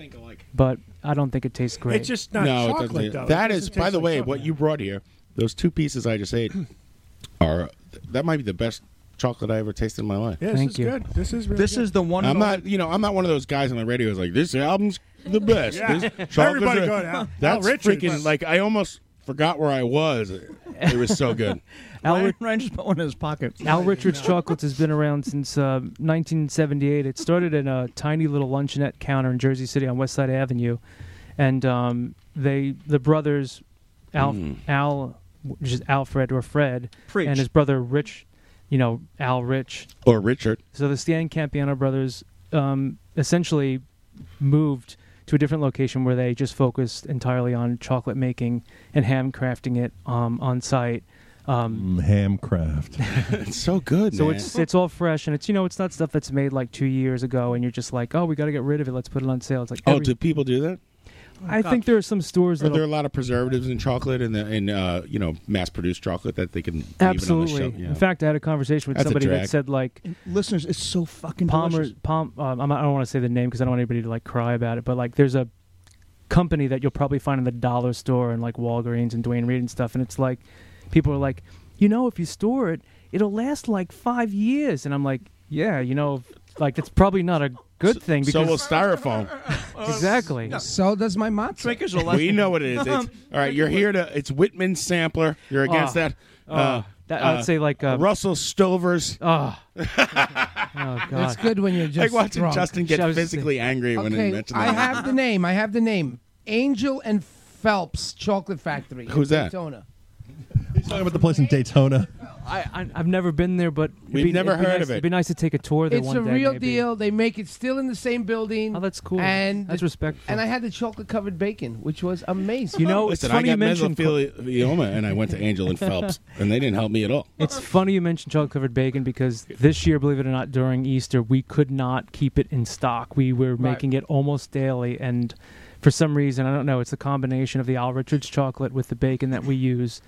S15: but I don't think it tastes great.
S8: It's just not
S12: no, it
S8: chocolate,
S12: doesn't- e-
S8: though. It
S12: That
S8: doesn't
S12: is, by
S8: taste
S12: the
S8: like
S12: way,
S8: chocolate.
S12: what you brought here. Those two pieces I just ate are that might be the best chocolate I ever tasted in my life.
S8: Yeah, this Thank is you. good. This is really
S16: This good. is the one
S12: I'm
S16: and
S12: not. You know, I'm not one of those guys on the radio who's like, "This album's the best."
S8: Yeah.
S12: This chocolate's
S8: Everybody
S12: the-"
S8: go to Al- Al
S12: That's
S8: Richards.
S12: freaking like I almost forgot where I was. It was so good.
S15: Al Ryan,
S16: just put one in his pocket.
S15: Al Richards Chocolates has been around since uh, 1978. It started in a tiny little luncheonette counter in Jersey City on West Side Avenue, and um, they the brothers Al
S12: Hmm.
S15: Al which is Alfred or Fred
S16: Preach.
S15: and his brother Rich, you know Al Rich
S12: or Richard.
S15: So the Stan Campiano brothers um, essentially moved to a different location where they just focused entirely on chocolate making and handcrafting it um, on site. Um,
S19: Mm, Hamcraft.
S12: it's so good.
S15: so it's it's all fresh and it's you know it's not stuff that's made like two years ago and you're just like oh we got to get rid of it let's put it on sale it's like
S12: oh,
S15: every-
S12: do people do that?
S8: Oh,
S15: I think there are some stores
S12: Are
S15: that
S12: there a lot of preservatives in chocolate and the, and uh, you know mass-produced chocolate that they can leave it on the
S15: absolutely
S12: shelf? Yeah.
S15: in fact I had a conversation with
S12: That's a
S15: somebody that
S12: drag.
S15: said like
S16: Listeners, it's so fucking
S15: Palmer
S16: delicious.
S15: Palm um, I'm not- I don't want to say the name because I don't want anybody to like cry about it but like there's a company that you'll probably find in the dollar store and like Walgreens and Dwayne Reed and stuff and it's like people are like you know if you store it it'll last like five years and I'm like yeah you know like that's probably not a good thing
S12: so
S15: because
S12: will styrofoam.
S15: Uh, exactly
S20: So does my matzo.
S16: Drinkers
S12: we know what it is. It's, all right, you're here to. It's Whitman sampler. You're against
S15: Oh.
S12: that. uh,
S15: Oh. That- I'd say like, uh,
S12: Russell Stovers.
S15: Oh,
S20: Oh, It's good when you're just
S12: like watching
S20: drunk.
S12: Justin get physically angry when he mentioned that.
S20: I have the name. I have the name. Angel and Phelps Chocolate Factory. in
S12: Who's that?
S20: Daytona.
S19: He's talking about the place in Daytona.
S15: I, I I've never been there, but it'd
S19: We've
S15: be-
S19: never
S15: it'd be
S19: heard
S15: nice-
S19: of it.
S15: It'd be nice to take a tour there
S20: It's
S15: one
S20: a
S15: day.
S20: real
S15: maybe.
S20: deal. They make it still in the same building. Oh,
S15: that's cool.
S20: And
S15: That's respectful.
S20: And I had the chocolate covered bacon, which was amazing.
S12: Listen, I got mesothelioma and I went to Angel and Phelps, and they didn't help me at all.
S15: It's funny you mentioned chocolate covered bacon because this year, believe it or not, during Easter we could not keep it in stock. We were
S18: Right.
S15: making it almost daily, and for some reason, I don't know, it's a combination of the Al Richards chocolate with the bacon that we use.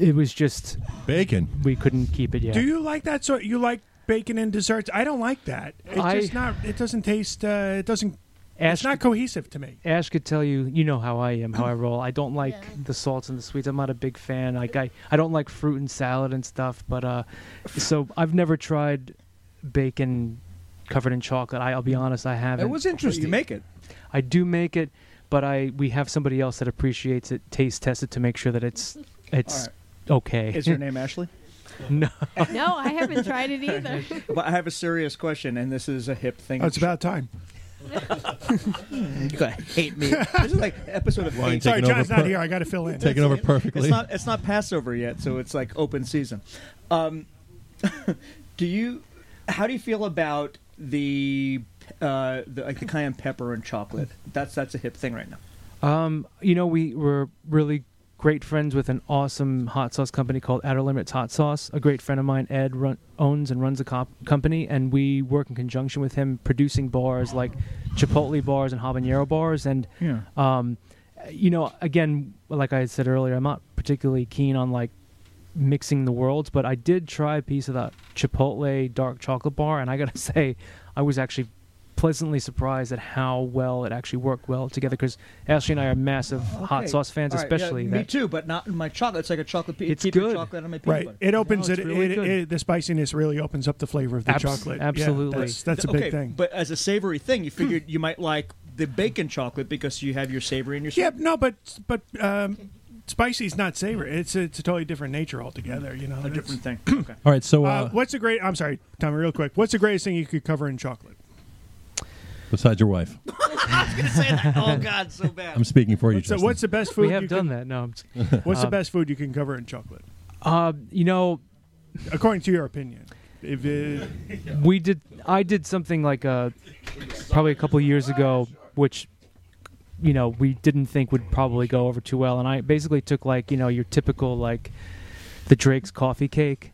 S15: It was just
S19: bacon.
S15: We couldn't keep it yet.
S8: Do you like that sort? You like bacon in desserts? I don't like that. It's
S15: I-
S8: just not. It doesn't taste. Uh, it doesn't.
S15: Ash-
S8: it's not cohesive to me.
S15: Ash could tell you, you know how I am, how I roll. I don't like the salts and the sweets. I'm not a big fan. Like I, I don't like fruit and salad and stuff. But uh, so I've never tried bacon covered in chocolate. I, I'll be honest, I haven't.
S20: was interesting. But you make it.
S15: I do make it, but I we have somebody else that appreciates it, taste test it to make sure that it's it's okay.
S16: Is your name Ashley?
S15: no.
S14: No, I haven't tried it either.
S16: But I have a serious question, and this is a hip thing.
S8: Oh, it's about time.
S16: You're gonna hate me. This is like episode of.
S19: Wine
S16: hate.
S19: taking Sorry, John's over not per- here.
S8: I gotta fill in.
S19: taking over perfectly.
S16: It's not. It's not Passover yet, so it's like open season. Um, do you? How do you feel about the, uh, the like the cayenne pepper and chocolate? That's that's a hip thing right now.
S15: Um, you know, we were really great friends with an awesome hot sauce company called Outer Limits Hot Sauce. A great friend of mine, Ed, run, owns and runs a comp- company, and we work in conjunction with him producing bars like Chipotle bars and habanero bars. And,
S16: Yeah.
S15: um, you know, again, like I said earlier, I'm not particularly keen on like mixing the worlds, but I did try a piece of that Chipotle dark chocolate bar, and I gotta say, I was actually pleasantly surprised at how well it actually worked well together. Because Ashley and I are massive hot
S16: Okay.
S15: sauce fans,
S16: All right, yeah,
S15: especially.
S16: me
S15: that-
S16: too, but not in my chocolate. It's like a chocolate. pe-
S15: It's
S16: keep your
S15: good.
S16: chocolate on my peanut
S8: Right.
S16: butter.
S8: It opens
S16: No, it's
S8: it,
S16: really
S8: it,
S16: good.
S8: it. The spiciness really opens up the flavor of the
S15: Abs-
S8: chocolate. Yeah,
S15: absolutely.
S8: that's, that's a big
S16: okay,
S8: thing. Hmm.
S16: But as a savory thing, you figured you might like the bacon chocolate because you have your savory in your.
S8: Yeah, no, but but um, spicy is not savory. It's a, it's a totally different nature altogether. You know,
S16: A different thing. Okay.
S19: All right, so
S8: uh,
S19: uh,
S8: what's the great? I'm sorry, Tommy, real quick. What's the greatest thing you could cover in chocolate?
S19: besides your wife,
S16: I was gonna say that. Oh God, so bad.
S19: I'm speaking for you.
S8: What's the,
S19: Justin.
S8: what's the best food?
S15: We have
S8: you
S15: done
S8: can-
S15: that. No, I'm just-
S8: What's the
S15: Um,
S8: best food you can cover in chocolate?
S15: Uh, you know,
S8: according to your opinion, if it,
S15: we did i did something like uh probably a couple years ago which you know we didn't think would probably go over too well and i basically took like you know your typical like the drake's coffee cake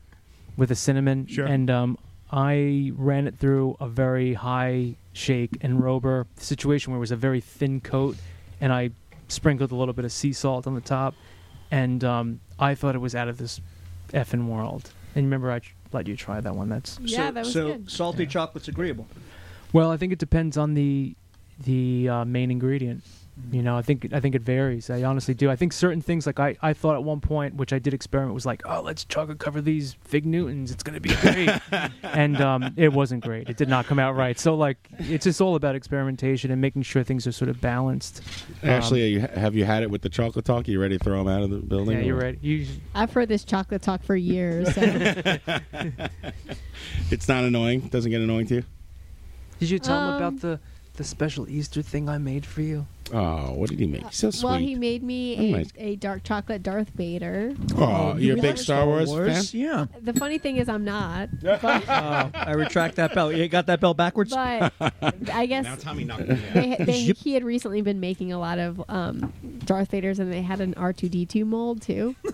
S15: with a cinnamon
S8: Sure.
S15: and um i ran it through a very high shake and rober situation where it was a very thin coat and i sprinkled a little bit of sea salt on the top and um i thought it was out of this effing world and remember i tr- let you try that one that's
S16: so, so salty chocolate's agreeable.
S15: well, I think it depends on the the uh, main ingredient. You know, I think I think it varies. I honestly do. I think certain things, like I, I thought at one point, which I did experiment, was like, oh, let's chocolate cover these fig Newtons. It's gonna be great, and um, it wasn't great. It did not come out right. So like, it's just all about experimentation and making sure things are sort of balanced. Um,
S12: Ashley, are you, have you had it with the chocolate talk? Are you ready to throw him out of the building?
S15: yeah, you're right. You,
S14: I've heard this chocolate talk for years. So.
S12: It's not annoying. Doesn't get annoying to you.
S15: did you
S14: tell 'em about Um,
S15: the the special Easter thing I made for you?
S12: Oh, what did he make? He's so sweet.
S14: well, he made
S12: Oh,
S14: me a,
S12: nice.
S14: a dark chocolate Darth Vader.
S12: Oh, you're a big Star Wars, fan?
S16: Yeah.
S14: The funny thing is, I'm not.
S15: Uh,
S16: Oh, I retract that bell. You got that bell backwards.
S14: But I guess Now Tommy
S16: knocked
S14: they, they, he had recently been making a lot of um, Darth Vaders, and they had an R two D two mold too.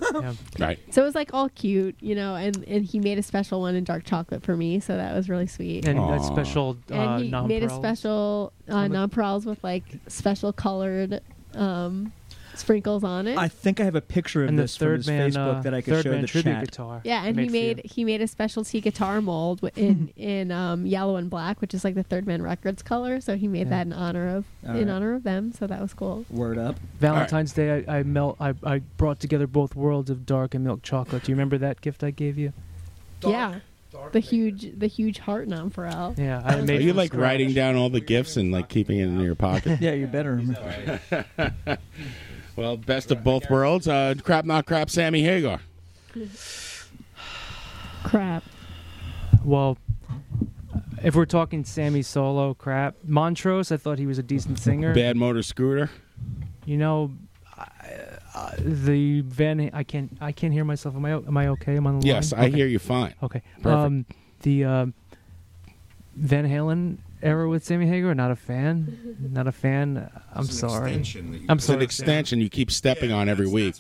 S12: Right.
S14: So it was like all cute, you know. And and he made a special one in dark chocolate for me, so that was really sweet.
S15: And that special uh,
S14: and he made a
S15: nonpareils.
S14: special uh, nonpareils with like special colored um, sprinkles on it.
S16: I think I have a picture of
S15: And the
S16: this from
S15: third
S16: his
S15: man,
S16: Facebook
S15: uh,
S16: that I could
S15: third
S16: show
S15: man
S16: the
S15: tribute
S16: chat.
S15: guitar.
S14: yeah, and he made he made a specialty guitar mold wi- in in um, yellow and black, which is like the Third Man Records color. So he made
S15: Yeah.
S14: that in honor of
S15: All
S14: in
S15: right.
S14: honor of them. So that was cool.
S16: Word up.
S15: Valentine's Day, I, I melt. I, I brought together both worlds of dark and milk chocolate. Do you remember that gift I gave you?
S14: yeah, the huge the huge heart nonpareil.
S15: Yeah,
S12: Are you like writing down all the gifts and like keeping it in your pocket?
S16: Yeah, you better.
S12: well, best of both worlds. Uh, crap, not crap. Sammy Hagar.
S14: Crap.
S15: Well, if we're talking Sammy solo crap, Montrose, I thought he was a decent singer.
S12: Bad motor scooter.
S15: You know, I, uh, the Van. I can't. I can't hear myself. Am I? o- Am I okay? Am I on the
S12: Yes,
S15: line?
S12: I
S15: Okay.
S12: hear you fine.
S15: Okay.
S12: Perfect.
S15: Um, the um Van Halen era with Sammy Hagar. Not a fan. Not a fan. I'm
S12: It's an
S15: sorry.
S12: extension that you-
S15: I'm
S12: It's
S15: sorry.
S12: an extension you keep stepping on every week.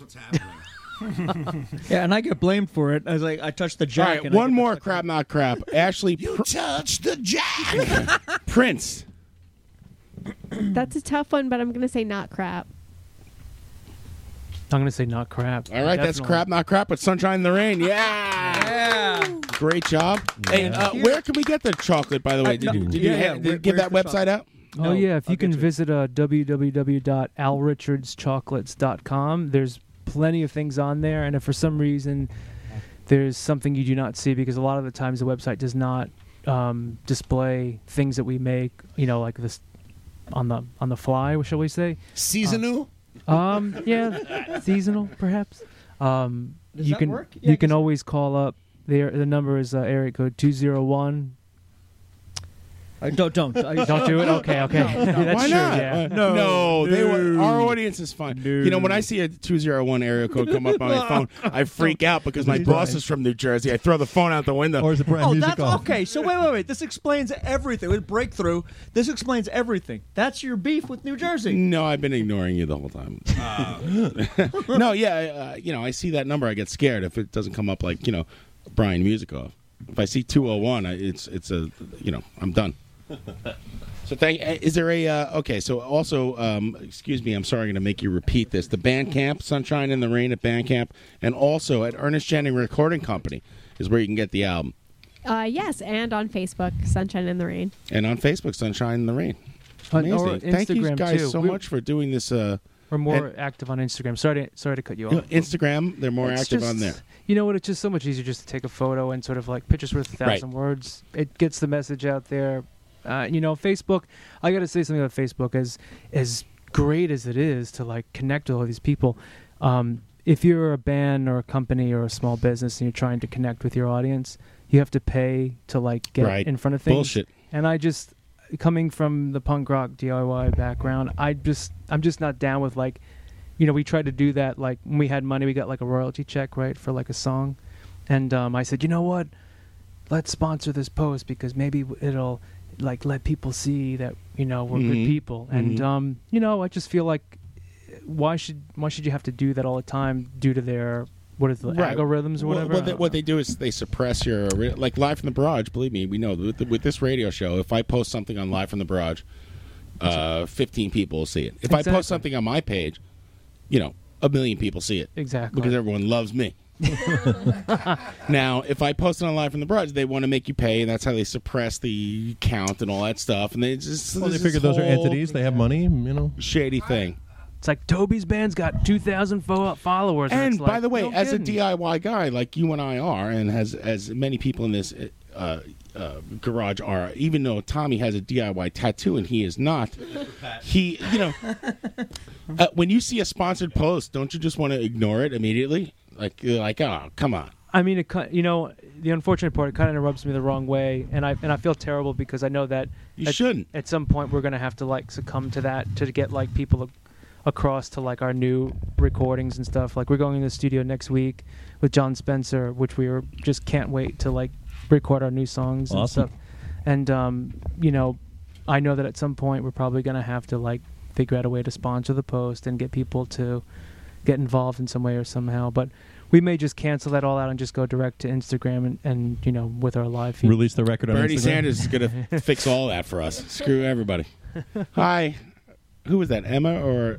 S16: yeah, and I get blamed for it. I was like, I touched the
S12: All
S16: jack.
S12: right,
S16: and I
S12: one
S16: get-
S12: more crap, not crap. Ashley. You touched the jack. Prince.
S14: That's a tough one, but I'm gonna say not crap.
S15: I'm gonna say not crap.
S12: All right, that's
S15: Definitely.
S12: crap, not crap, but sunshine in the rain. Yeah.
S16: Yeah.
S12: Great job. And uh, where can we get the chocolate, by the way? Did, you did Uh, you,
S15: Uh, yeah, yeah,
S12: did
S15: where-
S12: you give that
S15: where's the
S12: website
S15: chocolate?
S12: out?
S15: Oh
S12: No,
S15: yeah, if you can visit uh, www.alrichardschocolates.com, there's plenty of things on there, and if for some reason there's something you do not see, because a lot of the times the website does not um, display things that we make, you know, like this on the on the fly, shall we say?
S12: Uh,
S11: Seasonal?
S15: um, yeah, seasonal perhaps. Um,
S11: Does
S15: you
S11: that
S15: can
S11: work?
S15: you can always call up. There, the number is uh, area code two zero one
S16: Uh, don't don't
S12: Oh,
S16: I-
S15: Don't do it? Okay, okay. That's
S12: Why
S15: true,
S12: not? Uh,
S15: yeah.
S12: No,
S15: No.
S12: they were,
S15: No.
S12: our audience is fine. You know, when I see a 201 area code come up on my phone, I freak out because my boss is from New Jersey. I throw the phone out the window. Or is it
S16: Oh, that's okay. So wait, wait, wait. This explains everything. With breakthrough, this explains everything. That's your beef with New Jersey.
S12: No, I've been ignoring you the whole time. no, yeah, uh, you know, I see that number, I get scared if it doesn't come up like you know, oh Brian Music off. If I see 201, I, it's it's a you know, I'm done. So thank. Is there a uh, okay? So also, um, excuse me. I'm sorry. I'm going to make you repeat this. The band camp, Sunshine in the Rain at band camp, and also at Ernest Jennings Recording Company is where you can get the album,
S14: Uh, yes, and on Facebook, Sunshine in the Rain.
S12: and on Facebook, Sunshine in the Rain.
S15: On-
S12: Amazing.
S15: or
S12: thank you
S15: Instagram,
S12: guys
S15: too.
S12: so
S15: We-
S12: much for doing this. Uh,
S15: We're more
S12: and-
S15: active on Instagram. Sorry, to, sorry to cut you off.
S12: You know, Instagram, they're more
S15: It's
S12: active
S15: just-
S12: on there.
S15: You know what? It's just so much easier just to take a photo and sort of like pictures worth a thousand words. It gets the message out there. Uh, you know, Facebook. I got to say something about Facebook. As as great as it is to like connect with all these people, um, if you're a band or a company or a small business and you're trying to connect with your audience, you have to pay to like get
S12: Right.
S15: in front of things.
S12: Bullshit.
S15: And I just coming from the punk rock DIY background, I just I'm just not down with like you know, we tried to do that like when we had money, we got like a royalty check, right, for like a song. And um, I said, "You know what? Let's sponsor this post because maybe it'll like let people see that, you know, we're
S18: Mhm.
S12: Mm-hmm.
S15: good people." And
S18: Mhm.
S15: um, you know, I just feel like why should why should you have to do that all the time due to their what is the algorithms or
S12: Well,
S15: whatever?
S12: What, they, what they do is they suppress your ori- like live from the barrage. Believe me, we know with, with this radio show. If I post something on live from the barrage, uh, fifteen people will see it. If I
S15: Exactly.
S12: post something on my page, you know, a million people see it
S15: Exactly.
S12: because everyone loves me. now, if I post it on live from the barrage, they want to make you pay, and that's how they suppress the count and all that stuff. And they just
S19: Well, they
S12: this
S19: figure those are
S12: whole
S19: entities. They have money. You know,
S12: shady thing.
S15: It's like Toby's band's got 2,000 fo- followers.
S12: And,
S15: it's
S12: by
S15: like,
S12: the way,
S15: no
S12: as
S15: kidding.
S12: a DIY guy like you and I are, and as as many people in this uh, uh, garage are, even though Tommy has a DIY tattoo and he is not, he you know, uh, when you see a sponsored post, don't you just want to ignore it immediately? Like you're like, oh, come on.
S15: I mean, it, ki- you know, the unfortunate part, it kind of rubs me the wrong way, and I and I feel terrible because I know that
S12: You
S15: at,
S12: shouldn't.
S15: At some point, we're gonna have to like succumb to that to get like people ac- across to like our new recordings and stuff. Like we're going in the studio next week with John Spencer, which we are just can't wait to like record our new songs and
S19: Awesome.
S15: stuff. And um, you know, I know that at some point we're probably gonna have to like figure out a way to sponsor the post and get people to get involved in some way or somehow. But we may just cancel that all out and just go direct to Instagram and, and you know with our live feed.
S19: release the record on
S12: Bernie
S19: Instagram.
S12: Sanders is going to fix all that for us. Screw everybody. Hi, who was that? Emma or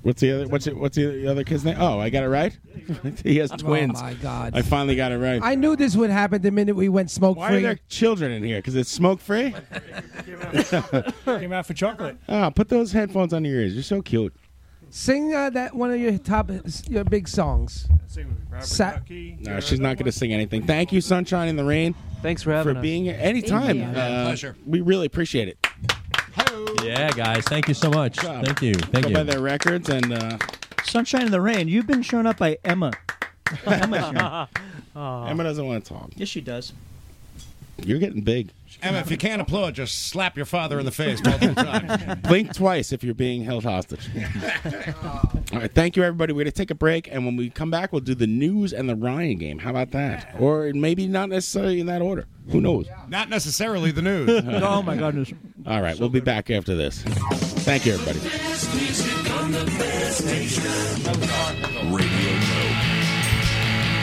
S12: what's the other? What's it? What's the other kid's name? Oh, I got it right. he has
S20: Oh,
S12: twins.
S20: my God.
S12: I finally got it right.
S20: I knew this would happen the minute we went smoke
S12: Why are
S20: free.
S12: there children in here? Because it's smoke free.
S8: Came out for chocolate.
S12: Ah, put those headphones on your ears. You're so cute.
S20: Sing uh, that one of your top, your big songs.
S8: Sing with Robert
S20: Sa-
S12: No, she's not going to sing anything. Thank you, Sunshine in the Rain.
S15: Thanks for
S12: having
S15: us.
S12: for being here
S15: Thank
S12: anytime.
S15: you.
S12: Uh,
S15: Pleasure.
S12: We really appreciate it.
S19: Yeah, guys. Thank you so much.
S12: job.
S19: Thank you. Thank
S12: Go
S19: you.
S12: by their records and uh,
S10: Sunshine in the Rain. You've been shown up by Emma. Emma.
S12: Emma doesn't want to talk.
S10: Yes, she does.
S12: You're getting big.
S5: Emma, if you can't applaud, just slap your father in the face multiple times.
S12: Blink twice if you're being held hostage. All right, thank you, everybody. We're going to take a break, and when we come back, we'll do the news and the Ryan game. How about that? Or maybe not necessarily in that order. Who knows?
S5: Not necessarily the news.
S12: Oh, my goodness. All right, we'll be back after this. Thank you, everybody.
S23: Radio Nope.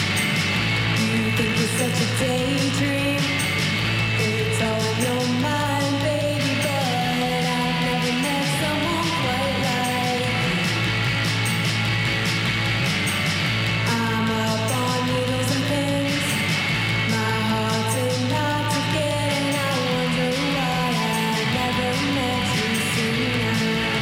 S1: You think you're such a daydream. It's all in your mind, baby, but I've never met someone quite like you. I'm up on needles and pins. My heart's in knots again. I wonder why I never met you sooner.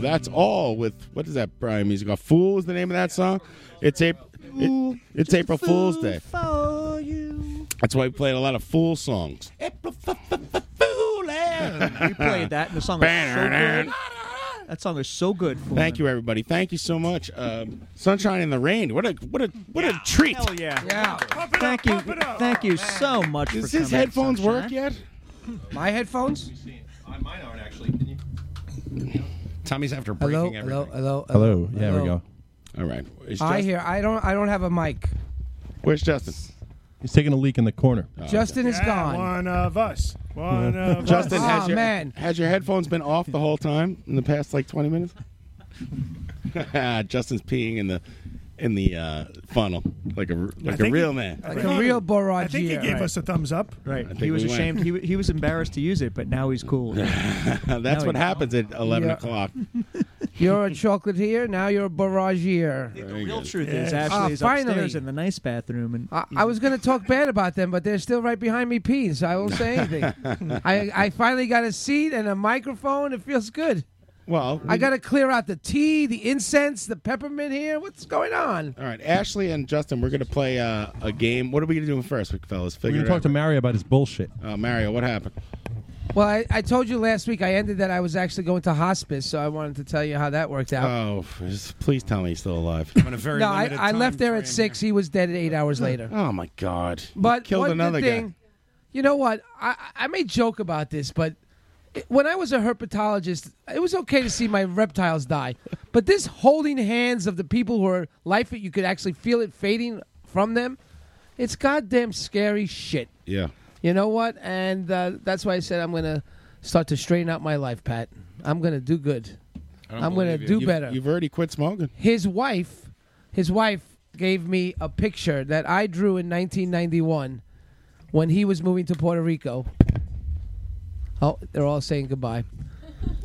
S12: That's all with what is that Brian music? called? Fool is the name of that song. It's April. It, it's April Fool's Day. That's why we played a lot of fool songs.
S10: we played that, and the song is so good.
S12: That song is so good. eh? Thank you, everybody. Thank you so much. Um, Sunshine in the rain. What a what a what a treat.
S10: Hell yeah! Yeah. Thank you, thank you so much.
S12: Does
S10: for
S12: his
S10: coming,
S12: headphones work
S10: Sunshine.
S12: yet?
S20: My headphones?
S5: Mine aren't actually. Can you? Tommy's after breaking
S20: Hello,
S5: everything.
S20: hello, hello,
S12: Hello.
S19: Yeah, we go.
S12: All right. It's
S20: I hear. I don't. I don't have a mic.
S12: Where's Justin? Oh.
S19: He's taking a leak in the corner.
S20: Justin is
S8: Yeah,
S20: gone.
S8: One of us. One
S12: Uh,
S8: of
S12: Justin,
S8: us. Ah,
S10: Oh,
S12: has your has your headphones been off the whole time in the past like twenty minutes? Justin's peeing in the in the uh, funnel like a r- like a
S8: think
S12: real
S8: he-
S12: man.
S8: I Like a real
S20: Borage.
S8: I think he gave us a thumbs up.
S16: Right.
S12: think
S16: He was
S12: we win.
S16: ashamed. He, w- he was embarrassed to use it, but now he's cool.
S12: That's
S16: No,
S12: what
S16: he-
S12: happens at eleven
S20: Yeah.
S12: o'clock.
S20: You're a chocolatier. Now you're a barrageer. The
S12: real
S16: The truth
S20: Yes.
S16: is, Ashley
S20: Ah,
S16: is
S20: finally.
S16: upstairs in the nice bathroom, and
S20: I, I was going to talk bad about them, but they're still right behind me peeing, so I won't say anything. I, I finally got a seat and a microphone. It feels good.
S12: Well,
S20: I got to clear out the tea, the incense, the peppermint here. What's going on?
S12: All right, Ashley and Justin, we're gonna play uh, a game. What are we doing first, fellas?
S19: We're
S12: Figure
S19: gonna talk
S12: it
S19: to Mario about his bullshit.
S12: out. Uh, Mario, what happened?
S20: Well, I, I told you last week I ended that I was actually going to hospice, so I wanted to tell you how that worked out.
S12: Oh, just please tell me he's still alive.
S5: a very
S20: no, I, I left there at six. He was dead eight hours later.
S12: Oh my God! You
S20: But
S12: killed
S20: one good
S12: another
S20: thing,
S12: guy.
S20: You know what? I, I I may joke about this, but it- when I was a herpetologist, it was okay to see my reptiles die. But this holding hands of the people who are life, you could actually feel it fading from them. It's goddamn scary shit.
S12: Yeah.
S20: You know what? And uh, that's why I said I'm gonna start to straighten out my life, Pat. I'm gonna do good.
S12: I don't
S20: I'm gonna
S12: believe you.
S20: do
S12: You've-
S20: better.
S12: You've already quit smoking.
S20: His wife, his wife gave me a picture that I drew in 1991 when he was moving to Puerto Rico. Oh, they're all saying goodbye.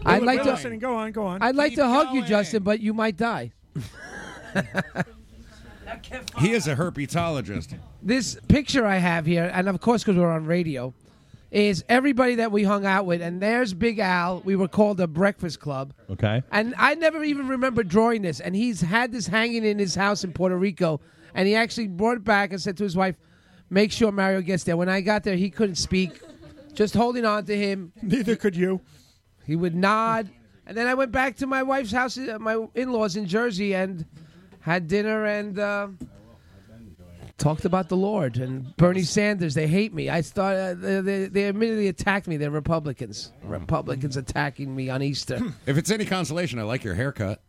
S20: I'd
S8: We're
S20: like to.
S8: listening. Go on, go on.
S20: I'd like to hug you, Justin, but you might die.
S5: He is a herpetologist.
S20: This picture I have here, and of course, because we're on radio, is everybody that we hung out with, and there's Big Al. We were called the Breakfast Club.
S19: Okay.
S20: And I never even remember drawing this. And he's had this hanging in his house in Puerto Rico. And he actually brought it back and said to his wife, Make sure Mario gets there. When I got there, he couldn't speak, just holding on to him.
S8: Neither could you.
S20: He would nod. And then I went back to my wife's house, uh, my in laws in Jersey, and had dinner and. Uh, Talked about the Lord and Bernie Sanders. They hate me. I started. They, they, they immediately attacked me. They're Republicans. Republicans attacking me on Easter.
S5: If it's any consolation, I like your haircut.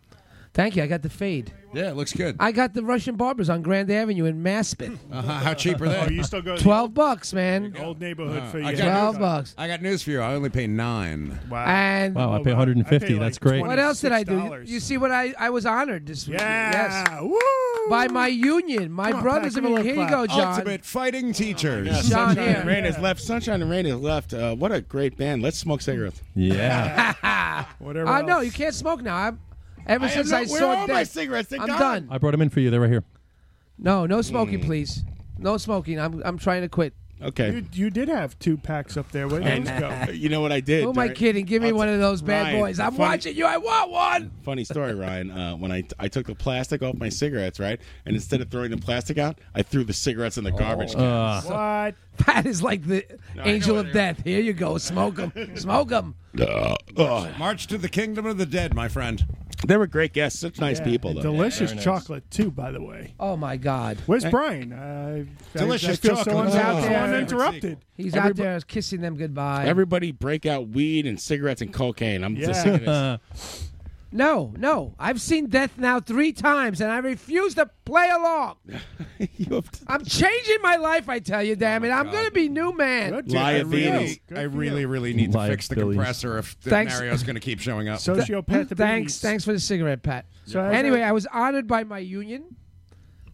S20: Thank you. I got the fade.
S5: Yeah, it looks good.
S20: I got the Russian barbers on Grand Avenue in Maspin.
S5: Uh-huh. How cheap are they? Uh,
S8: Oh, you still go to the
S20: Twelve bucks, man.
S8: old neighborhood for
S5: I
S8: you. Uh,
S5: got news- I got news for you. I only pay nine.
S8: Wow.
S20: And
S19: Wow, I pay 150. That's great.
S20: What else did I do? You, you see what I, I was honored this week.
S8: Yeah,
S20: Yes. By my union, my
S8: Come on,
S20: brothers
S8: Pat,
S20: and
S8: give me a
S20: here
S8: little
S20: you go,
S8: clap.
S20: John.
S5: Ultimate fighting teachers.
S12: Yeah,
S20: John
S12: Sunshine
S20: here.
S12: and Rain is left. Sunshine and Rain is left. Uh, what a great band. Let's smoke cigarettes.
S19: Yeah.
S8: Whatever.
S20: I know you can't smoke now. I'm, ever
S12: I am
S20: since
S12: not-
S20: I
S12: where
S20: saw
S12: are my
S20: death,
S12: cigarettes? They're
S20: I'm
S12: gone.
S20: done.
S19: I brought him in for you. They're right here.
S20: No, no smoking, please. No smoking. I'm I'm trying to quit.
S12: Hmm. Okay.
S8: You, you did have two packs up there. Where did
S12: And
S8: those go?
S12: uh, you know what I did?
S20: Who am I
S12: during-
S20: kidding? Give me
S12: I'll t-
S20: one of those bad
S12: Ryan,
S20: boys. I'm
S12: funny-
S20: watching you. I want one.
S12: Funny story, Ryan. Uh, when I, I took the plastic off my cigarettes, right, and instead of throwing the plastic out, I threw the cigarettes in the garbage
S20: Oh,
S12: can.
S19: Uh.
S8: What?
S20: That is like the angel of death. Here you go. Smoke them. Smoke them.
S5: March to the kingdom of the dead, my friend.
S12: They were great guests. Such nice
S8: Yeah,
S12: people, though.
S8: Delicious
S5: very nice.
S8: chocolate too, by the way.
S20: Oh my God.
S8: Where's
S12: Hey.
S8: Brian? Uh, I- I
S12: Delicious
S8: feel
S12: chocolate.
S8: Someone's out
S12: Oh.
S8: there
S12: Favorite
S8: uninterrupted.
S20: He's out
S8: Everybody-
S20: there kissing them goodbye.
S12: Everybody break out weed and cigarettes and cocaine. I'm just sick of this.
S20: no, no. I've seen death now three times, and I refuse to play along.
S12: You have to- Oh
S20: I'm changing my life. I tell you, damn it. I'm gonna be new man.
S8: Good, dude.
S5: I
S12: Lie of
S5: really,
S8: Good
S5: I
S8: for
S5: really,
S8: you.
S5: really need to
S19: Live
S5: fix the
S19: Phillies.
S5: compressor if if
S20: Thanks.
S5: Mario's going to keep showing up.
S8: Sociopath.
S20: Thanks, thanks for the cigarette, Pat.
S8: So how's
S20: anyway,
S8: that-
S20: I was honored by my union.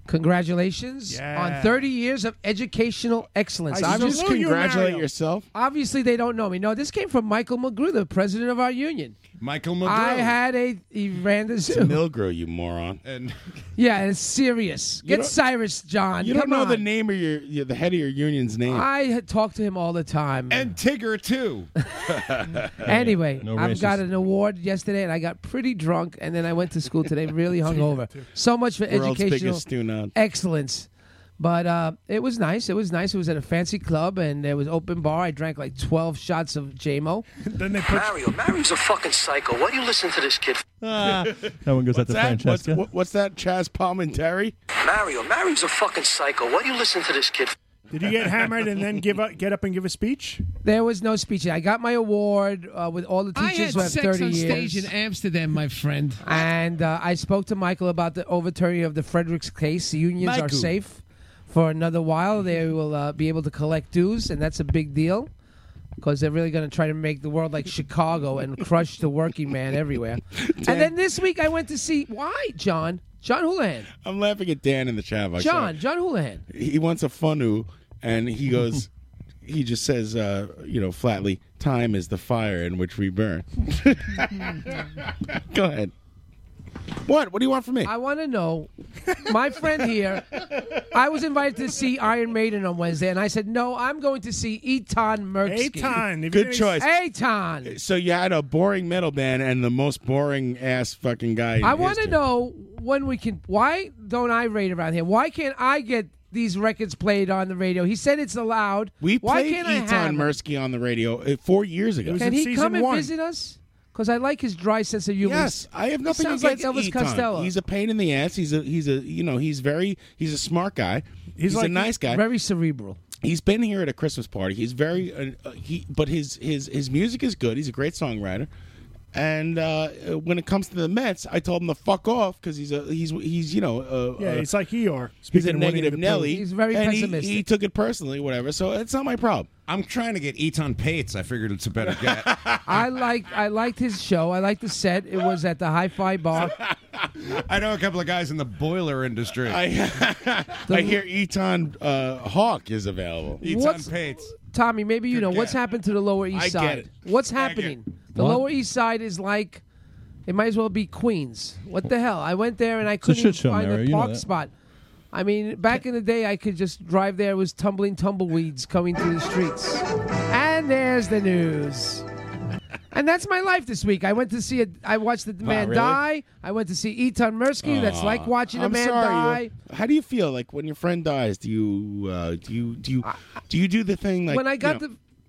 S20: Congratulations on 30 years of educational excellence.
S12: I
S20: Obvi-
S12: just congratulate yourself.
S20: Obviously, they don't know me. No, this came from Michael McGrew, the president of our union.
S5: Michael McGrew.
S20: I had a he ran the
S12: It's
S20: zoo.
S12: Milgrew, you moron.
S5: And
S20: Yeah, it's serious.
S12: You
S20: Get
S12: don't-
S20: Cyrus, John.
S12: you
S20: Come
S12: don't know
S20: on.
S12: the name of your, your the head of your union's name.
S20: I had talked to him all the time.
S5: And Tigger too.
S20: Anyway,
S12: No
S20: I've
S12: racist.
S20: got an award yesterday, and I got pretty drunk, and then I went to school today, really hungover. So much for
S12: World's
S20: educational
S12: biggest tune-up.
S20: excellence. But uh, it was nice. It was nice. It was at a fancy club, and there was open bar. I drank like twelve shots of JMO. then they put
S18: Mario, Mario's a fucking psycho. Why do you listen to this kid?
S19: No one goes
S12: what's
S19: after
S12: that? What's,
S19: Francesca.
S12: what- what's that? Chaz Palminteri.
S18: Mario, Mario's a fucking psycho. Why do you listen to this kid?
S8: Did you get hammered and then give up, get up and give a speech?
S20: There was no speech. I got my award uh, with all the
S8: I
S20: teachers who
S8: had
S20: have
S8: sex
S20: 30
S8: on
S20: years.
S8: stage in
S20: Amsterdam, my friend. And uh, I spoke to Michael about the overturning of the Fredericks case. The unions are
S22: Michael.
S20: safe for another while. They will uh, be able to collect dues, and that's a big deal because they're really going to try to make the world like Chicago and crush the working man everywhere. and then this week I went to see why John John Houlihan.
S12: I'm laughing at Dan in the chat. box.
S20: John John Houlihan.
S12: he wants a funu, and he goes, he just says, uh, you know, flatly, time is the fire in which we burn. Go ahead. What? What do you want from me?
S20: I want to know. My friend here, I was invited to see Iron Maiden on Wednesday, and I said, no, I'm going to see Eton Merksky.
S12: Eitan, if Good you're gonna- choice.
S20: Eton.
S12: So you had a boring metal band and the most boring ass fucking guy. in
S20: I want to
S12: history.
S20: know when we can. Why don't I rate around here? Why can't I get these records played on the radio? He said it's allowed.
S12: We
S20: why
S12: played
S20: can't I have
S12: Eton
S20: it?
S12: Mirsky on the radio uh, four years ago.
S20: Can he come and visit us? Because I like his dry sense of humor.
S12: Yes, I have
S20: He
S12: nothing
S20: sounds
S12: against
S20: like Elvis
S12: Eton.
S20: Costello.
S12: He's a pain in the ass. He's a he's a you know he's very he's a smart guy. He's, a
S20: like-
S12: nice guy.
S20: Very cerebral.
S12: He's been here at a Christmas party. He's very uh, uh, he, but his his his music is good. He's a great songwriter. And uh, uh, when it comes to the Mets, I told him to fuck off because he's a he's he's you know uh,
S8: Yeah,
S12: uh,
S8: he's like Eeyore.
S12: he's a
S8: speaking in one ear
S12: negative
S8: to the
S12: Nelly.
S8: pole.
S12: and he- He, took it personally, whatever. So it's not my problem.
S5: I'm trying to get Eton Pates. I figured it's a better get.
S20: I liked I liked his show. I liked the set. It was at the Hi Fi Bar.
S5: I know a couple of guys in the boiler industry.
S12: I, I hear Eton uh, Hawk is available.
S20: What's- Tommy, maybe you know what's happened to the Lower East
S12: I get
S20: Side.
S12: it.
S20: What's happening? The
S12: What?
S20: Lower East Side is like it might as well be Queens. What the hell? I went there and I
S19: a
S20: couldn't even
S19: shit show,
S20: find
S19: Mario,
S20: a
S19: you know
S20: park
S19: that.
S20: spot. I mean, back in the day, I could just drive there. It was tumbling tumbleweeds coming through the streets. And there's the news. And that's my life this week. I went to see a. I watched the man
S12: really?
S20: die. I went to see Eton Mirsky. that's
S12: Aw.
S20: like watching a
S12: I'm
S20: man
S12: sorry.
S20: die.
S12: How do you feel like when your friend dies? Do you uh, do you do you do you do the thing like
S20: When I
S12: you
S20: got
S12: know,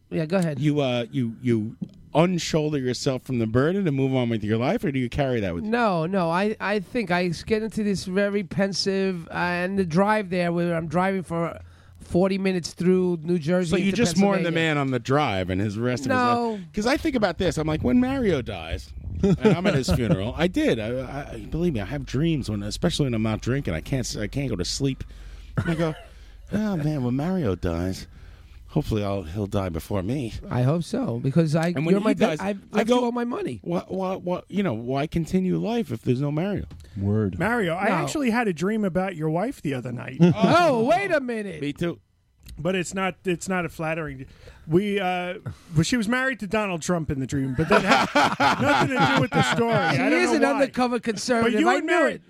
S20: the, yeah, go ahead.
S12: You uh you you unshoulder yourself from the burden and move on with your life, or do you carry that with you?
S20: No, no. I, I think I get into this very pensive uh, and the drive there where I'm driving for 40 minutes through New Jersey.
S12: So you
S20: into
S12: just mourn the
S20: Pennsylvania.
S12: man on the drive and his rest of
S20: No.
S12: his life. Because I think about this, I'm like, when Mario dies, and I'm at his funeral. I did. I, I believe me, I have dreams when, especially when I'm not drinking, I can't s- I can't go to sleep. And I go, oh man, when Mario dies, hopefully I'll he'll die before me.
S20: I hope so because I
S12: And when
S20: you're my
S12: he dies,
S20: dad. I
S12: I
S20: go
S12: go-
S20: all my money.
S12: What, what, what, you know, why continue life if there's no Mario?
S19: Word.
S8: Mario, I
S20: No.
S8: actually had a dream about your wife the other night.
S20: Oh, wait a minute.
S12: Me too.
S8: But it's not it's not a flattering. We uh, well, she was married to Donald Trump in the dream, but that had nothing to do with the story.
S20: She
S8: I don't
S20: is
S8: know
S20: an
S8: why.
S20: undercover conservative.
S8: But you
S20: I
S8: and
S20: knew
S8: Mary-
S20: it.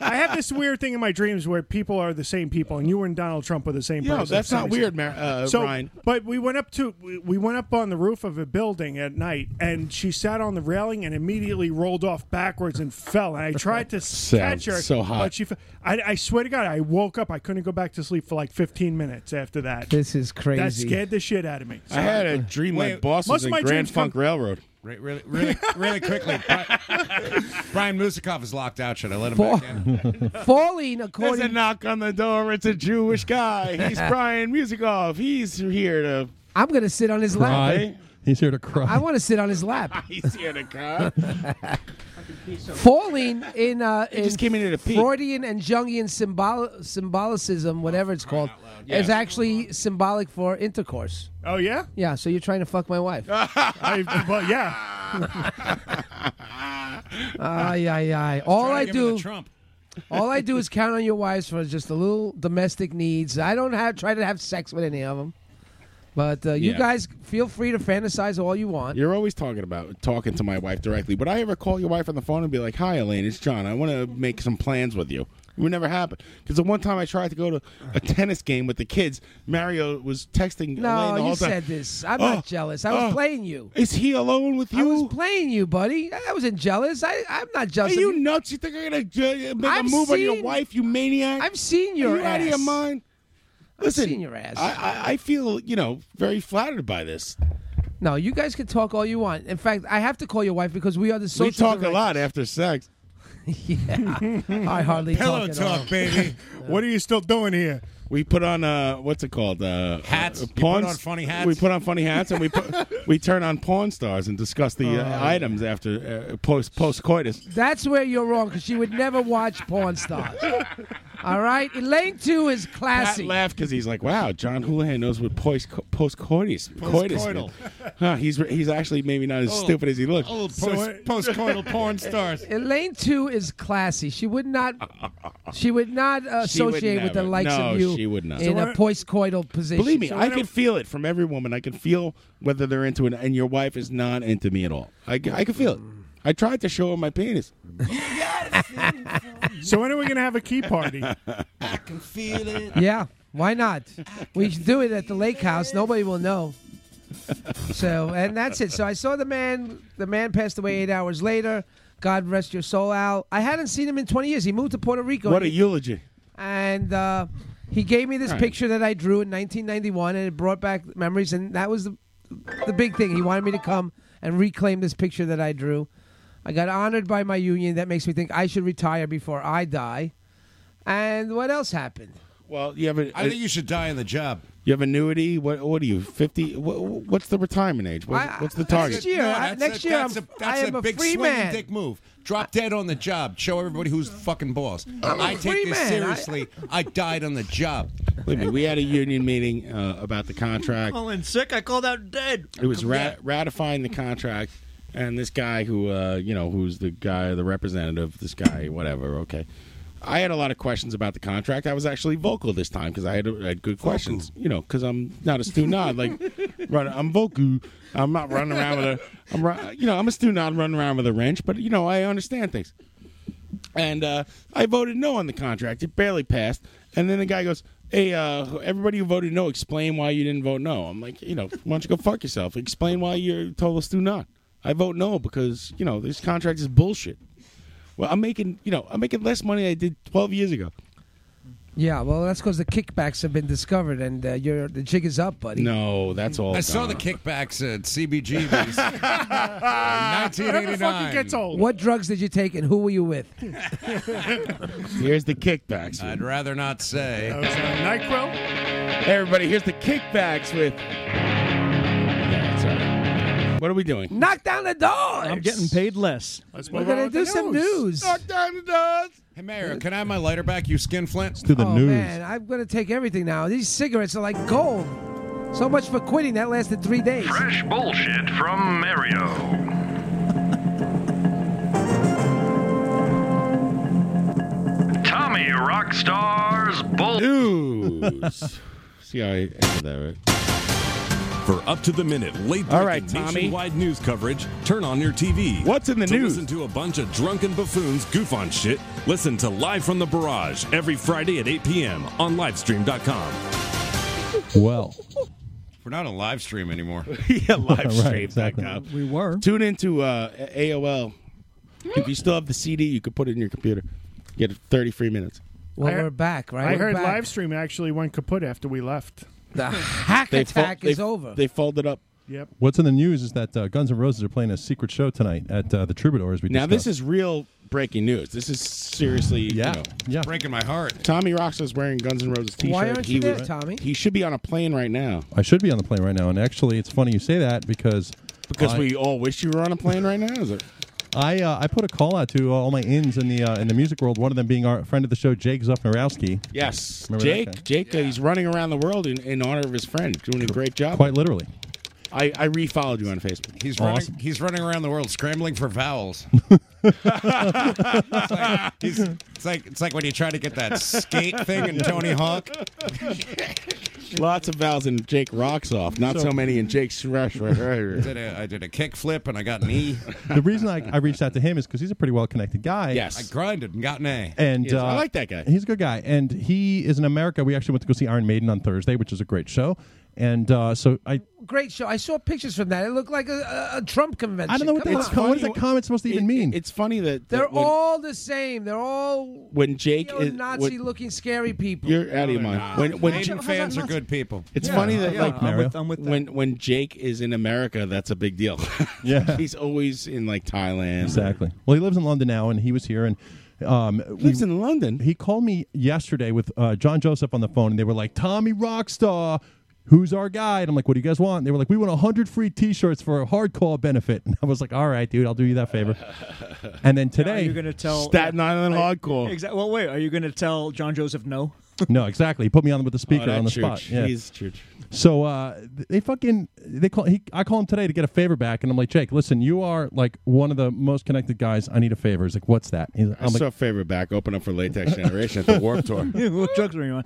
S8: I have this weird thing in my dreams where people are the same people, and you and Donald Trump are the same
S12: Yeah,
S8: person.
S12: that's not weird, Mar- uh,
S8: so,
S12: Ryan.
S8: But we went up to we- we went up on the roof of a building at night, and she sat on the railing and immediately rolled off backwards and fell. And I tried to
S12: Sounds
S8: catch her,
S12: so hot.
S8: but she. fe- I, I swear to God, I woke up. I couldn't go back to sleep for like 15 minutes after that.
S20: This is crazy.
S8: That scared the shit out of me.
S12: I had a dream
S8: Wait,
S12: like Boston was
S8: most of
S12: in
S8: my
S12: Grand
S8: dreams come-
S12: Funk Railroad.
S5: Right, really, really, really quickly. Brian Musikoff is locked out. Should I let him
S12: Four.
S5: back in?
S20: Falling
S12: There's a knock on the door. It's a Jewish guy. He's Brian Musikoff. He's here to.
S20: I'm gonna sit on his lap.
S19: Cry. He's here to cry.
S20: I want to sit on his lap.
S12: He's here to cry.
S20: Falling in uh,
S12: He just
S20: in
S12: came in at a peak.
S20: Freudian and Jungian symbol- symbolicism, whatever it's called, is
S8: Yeah.
S20: actually symbolic for intercourse.
S8: Oh yeah,
S20: Yeah, so you're trying to fuck my wife.
S8: I, well yeah.
S20: Ay, ay, ay. All
S8: trying to
S20: I
S8: give him the
S20: do,
S8: Trump.
S20: All I do is count on your wives for just a little domestic needs. I don't have try to have sex with any of them. But uh, you
S12: Yeah.
S20: guys feel free to fantasize all you want.
S12: You're always talking about talking to my wife directly. Would I ever call your wife on the phone and be like, "Hi, Elaine, it's John. I want to make some plans with you." It would never happen because the one time I tried to go to a tennis game with the kids, Mario was texting. Elaine
S20: No,
S12: the whole
S20: you
S12: time.
S20: said this. I'm
S12: Oh,
S20: not jealous. I was
S12: oh,
S20: playing you.
S12: Is he alone with you? I
S20: was playing you, buddy. I wasn't jealous. I, I'm not jealous.
S12: Are
S20: of
S12: you nuts? You think I'm gonna uh, make a
S20: I've
S12: move on your
S20: seen-
S12: wife, you maniac?
S20: I've seen your
S12: Are you out of your
S20: ass.
S12: mind?
S20: I've
S12: Listen,
S20: seen your ass.
S12: I, I, I feel you know very flattered by this.
S20: No, you guys can talk all you want. In fact, I have to call your wife because we are the social.
S12: we talk a
S20: direct-
S12: lot after sex.
S20: yeah, I hardly
S12: Pillow
S20: talk. at
S12: talk,
S20: all.
S12: baby. what are you still doing here? We put on uh, what's it called? Uh,
S5: Hats.
S12: uh,
S5: You put
S12: pawn
S5: on
S12: st-
S5: funny hats?
S12: We put on funny hats, and we put, we turn on Pawn Stars and discuss
S5: Oh,
S12: the uh, items after uh, post post coitus.
S20: That's where you're wrong because she would never watch porn stars. all right, Elaine too is
S12: Pat
S20: classy.
S12: laughed because he's like, "Wow, John Houlihan knows what post post coitus coitus means." Huh, he's re- he's actually maybe not as
S20: Oh,
S12: stupid as he looks.
S20: oh,
S5: post- postcoital porn stars.
S20: Elaine too is classy. She would not. She would not uh,
S12: She would
S20: associate with the
S12: never.
S20: likes
S12: No,
S20: of you.
S12: she would not.
S20: in
S12: So
S20: a
S12: what-
S20: postcoital position.
S12: Believe me, I can feel it from every woman. I can feel whether they're into it, and your wife is not into me at all. I, c- I can feel it. I tried to show her my penis.
S8: so when are we going to have a key party?
S12: I can feel it.
S20: Yeah, why not? We should do it at the lake house. Nobody will know. So, and that's it. So I saw the man. The man passed away eight hours later. God rest your soul, Al. I hadn't seen him in 20 years. He moved to Puerto Rico.
S12: What a eulogy.
S20: And uh, he gave me this
S12: All right.
S20: picture that I drew in 1991, and it brought back memories. And that was the, the big thing. He wanted me to come and reclaim this picture that I drew. I got honored by my union. That makes me think I should retire before I die. And what else happened?
S12: Well, you have a,
S5: I think you should die in the job.
S12: You have annuity. What? What are you? Fifty? What, what's the retirement age? What, what's the target?
S20: year, I- next year
S5: that's
S20: I'm-
S5: a, that's
S20: I am
S5: a
S20: a
S5: big
S20: free
S5: swinging
S20: man.
S5: dick move. Drop dead on the job. Show everybody who's the fucking boss.
S20: I'm a
S5: I take
S20: free
S5: this
S20: man. I-
S5: seriously. I died on the job.
S12: Believe me, we had a union meeting uh, about the contract.
S16: in sick. I called out dead.
S12: It was ra- ratifying the contract, and this guy who, uh, you know, who's the guy, the representative, this guy, whatever. Okay, I had a lot of questions about the contract. I was actually vocal this time because I had, I had good questions, you know, because I'm not a stu nod like, run, I'm vocal. I'm not running around with a, I'm, ru- you know, I'm a stu nod running around with a wrench, but you know, I understand things. And uh, I voted no on the contract. It barely passed. And then the guy goes, "Hey, uh, everybody who voted no, explain why you didn't vote no." I'm like, you know, why don't you go fuck yourself? Explain why you told us to not. I vote no because you know this contract is bullshit. Well, I'm making you know I'm making less money than I did 12 years ago.
S20: Yeah, well, that's because the kickbacks have been discovered, and uh, you're, the jig is up, buddy.
S12: No, that's all.
S5: I saw the
S12: gone.
S5: kickbacks at CBGB's.
S8: Whatever fucking
S5: 1989.
S8: gets old.
S20: What drugs did you take, and who were you with?
S12: Here's the kickbacks.
S5: I'd rather not say.
S10: uh,
S8: Nyquil.
S12: Hey, everybody, here's the kickbacks with. Yeah, that's all right. What are we doing?
S20: Knock down the doors. I'm
S10: getting paid less.
S8: Let's
S20: We're gonna do some news.
S5: Hey, Mayor, can I have my lighter back, you skinflint? Let's
S12: do
S20: oh man, I'm gonna take everything now. These cigarettes are like gold. So much for quitting. That lasted three days.
S21: Fresh bullshit from Mario. Tommy Rockstar's bull.
S12: News. See how I ended that, right?
S22: For up to the minute, late
S12: All
S22: breaking
S12: right, Tommy.
S22: nationwide news coverage, turn on your TV.
S12: What's in the
S22: to
S12: news?
S22: Listen to a bunch of drunken buffoons goof on shit. Listen to Live from the Barrage every Friday at 8 p.m. on livestream.com.
S5: Well, we're not on live stream anymore.
S12: yeah, live stream.
S10: We were.
S12: Tune into uh, A- AOL. If you still have the CD, you could put it in your computer. You get 30 free minutes.
S20: Well, we're back, right?
S8: I
S20: We're
S8: heard
S20: back.
S8: live stream actually went kaput after we left.
S20: The hack
S12: They fo- attack is they-
S8: over.
S12: They folded up.
S8: Yep.
S19: What's in the news is that uh, Guns N' Roses are playing a secret show tonight at uh, the Troubadours. We
S12: Now, this
S19: discussed.
S12: is real breaking news. This is seriously. Yeah.
S19: yeah.
S5: Breaking my heart.
S12: Tommy Roxas wearing Guns N' Roses t shirt.
S20: Why aren't you there, Tommy?
S12: He should be on a plane right now.
S19: I should be on the plane right now, and actually, it's funny you say that because
S12: Because
S19: I,
S12: we all wish you were on a plane right now? Is it?
S19: I uh, I put a call out to uh, all my ins in the uh, in the music world. One of them being our friend of the show, Jake Zufnarowski.
S12: Yes.
S19: Remember that guy?
S12: Jake, Jake, uh, he's running around the world in, in honor of his friend, doing a great job.
S19: Quite literally.
S12: I, I refollowed you on Facebook.
S5: He's
S19: Oh,
S5: running. He's running around the world scrambling for vowels. it's, like, he's- it's like it's like when you try to get that skate thing in Tony Hawk.
S12: Lots of vowels in Jake rocks off. Not so,
S5: So-
S12: many in Jake's rush.
S5: I did a, I did a kick flip and I got an E.
S19: the reason I, I reached out to him is because he's a pretty well-connected guy.
S5: I grinded and got an A.
S19: And uh,
S5: I like that guy.
S19: He's a good guy, and he is in America. We actually went to go see Iron Maiden on Thursday, which is a great show. And uh, so I,
S20: Great show. I saw pictures from that. It looked like a, a- a Trump convention.
S19: I don't know what
S20: Come
S19: that's.
S20: on.
S19: What is that comment supposed to even mean?
S12: It's funny that,
S20: They're
S12: that when,
S20: all the same. They're all
S12: when Jake is
S20: Nazi
S12: when,
S20: looking scary people.
S12: You're out of your mind. When, when
S20: Asian fans are good
S5: people.
S12: It's
S20: Yeah,
S12: funny that
S20: yeah,
S12: like
S20: I'm with- I'm with that.
S12: when when Jake is in America, that's a big deal.
S19: Yeah.
S12: he's always in like Thailand.
S19: Exactly. Well, he lives in London now, and he was here and. Um, lives
S12: in London.
S19: He called me yesterday with uh, John Joseph on the phone, and they were like, "Tommy Rockstar, who's our guy?" And I'm like, "What do you guys want?" And they were like, "We want 100 free T-shirts for a hard call benefit." And I was like, "All right, dude, I'll do you that favor." and then today,
S16: Are you going to tell
S19: Staten Island hardcore?
S16: Exactly. Well, wait. Are you going to tell John Joseph no?
S19: no, exactly. He put me on with the speaker
S12: Oh, that
S19: on the
S12: church.
S19: spot. Yeah.
S12: He's church.
S19: So uh, they fucking they call he I call him today to get a favor back, and I'm like Jake, listen, you are like one of the most connected guys. I need a favor. He's like, what's that? He's,
S12: I
S19: I'm
S12: saw
S19: like,
S12: favor back open up for Latex Generation at the Warp Tour.
S16: what drugs were you on?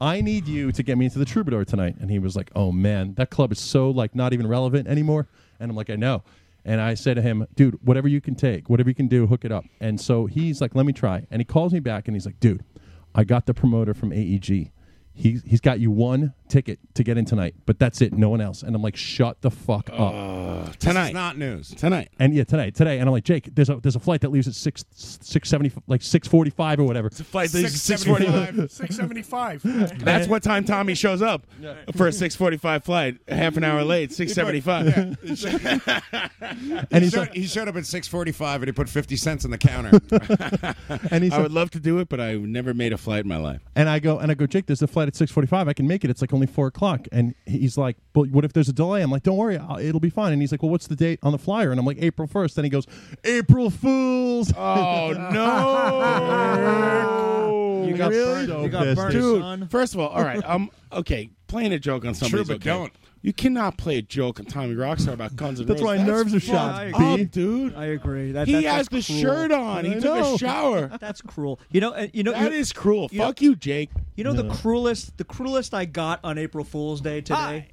S19: I need you to get me into the Troubadour tonight. And he was like, oh man, that club is so like not even relevant anymore. And I'm like, I know. And I said to him, dude, whatever you can take, whatever you can do, hook it up. And so he's like, let me try. And he calls me back and he's like, dude, I got the promoter from AEG. He's, he's got you one ticket to get in tonight, but that's it, no one else. And I'm like, shut the fuck up.
S12: Uh, tonight.
S5: It's not news.
S12: Tonight.
S19: And yeah, tonight, today, and I'm like, Jake, there's a there's a flight that leaves at six six seventy, like six forty five or whatever. It's a
S12: flight that leaves at 6:45.
S8: 675.
S12: That's what time Tommy shows up for a 6:45 flight, half an hour late, 6:75.
S5: And
S19: And
S5: he,
S19: he's
S5: showed,
S19: like-
S5: he showed up at 6:45 and he put 50 cents in the counter.
S19: And he's
S12: I
S19: like-
S12: would love to do it, but I've never made a flight in my life.
S19: And I go and I go, Jake, there's a flight at six forty five. I can make it. It's like only four o'clock. And he's like, But what if there's a delay? I'm like, Don't worry, I'll, it'll be fine. And he's like, Well, what's the date on the flyer? And I'm like, April first. Then he goes, April Fools.
S12: Oh
S21: Oh.
S12: no!
S19: You got Really? burned. You got burned,
S12: dude.
S19: son.
S12: First of all, all right. Um, okay, playing a joke on somebody.
S19: True, but don't.
S12: You cannot play a joke on Tommy Rockstar about guns and
S19: That's why
S12: Roses.
S19: nerves are
S12: fucked
S19: shot.
S12: up,
S19: B.
S12: dude.
S16: I agree. That,
S12: He
S16: that-
S12: has
S16: that's
S12: the
S16: cruel.
S12: shirt on. He
S16: I
S12: took a
S16: know.
S12: shower.
S16: that's cruel. You know. And you know.
S12: That
S16: you,
S12: is cruel.
S16: know-
S12: Fuck you, Jake.
S16: You know the
S12: No.
S16: cruelest. The cruelest I got on April Fool's Day today.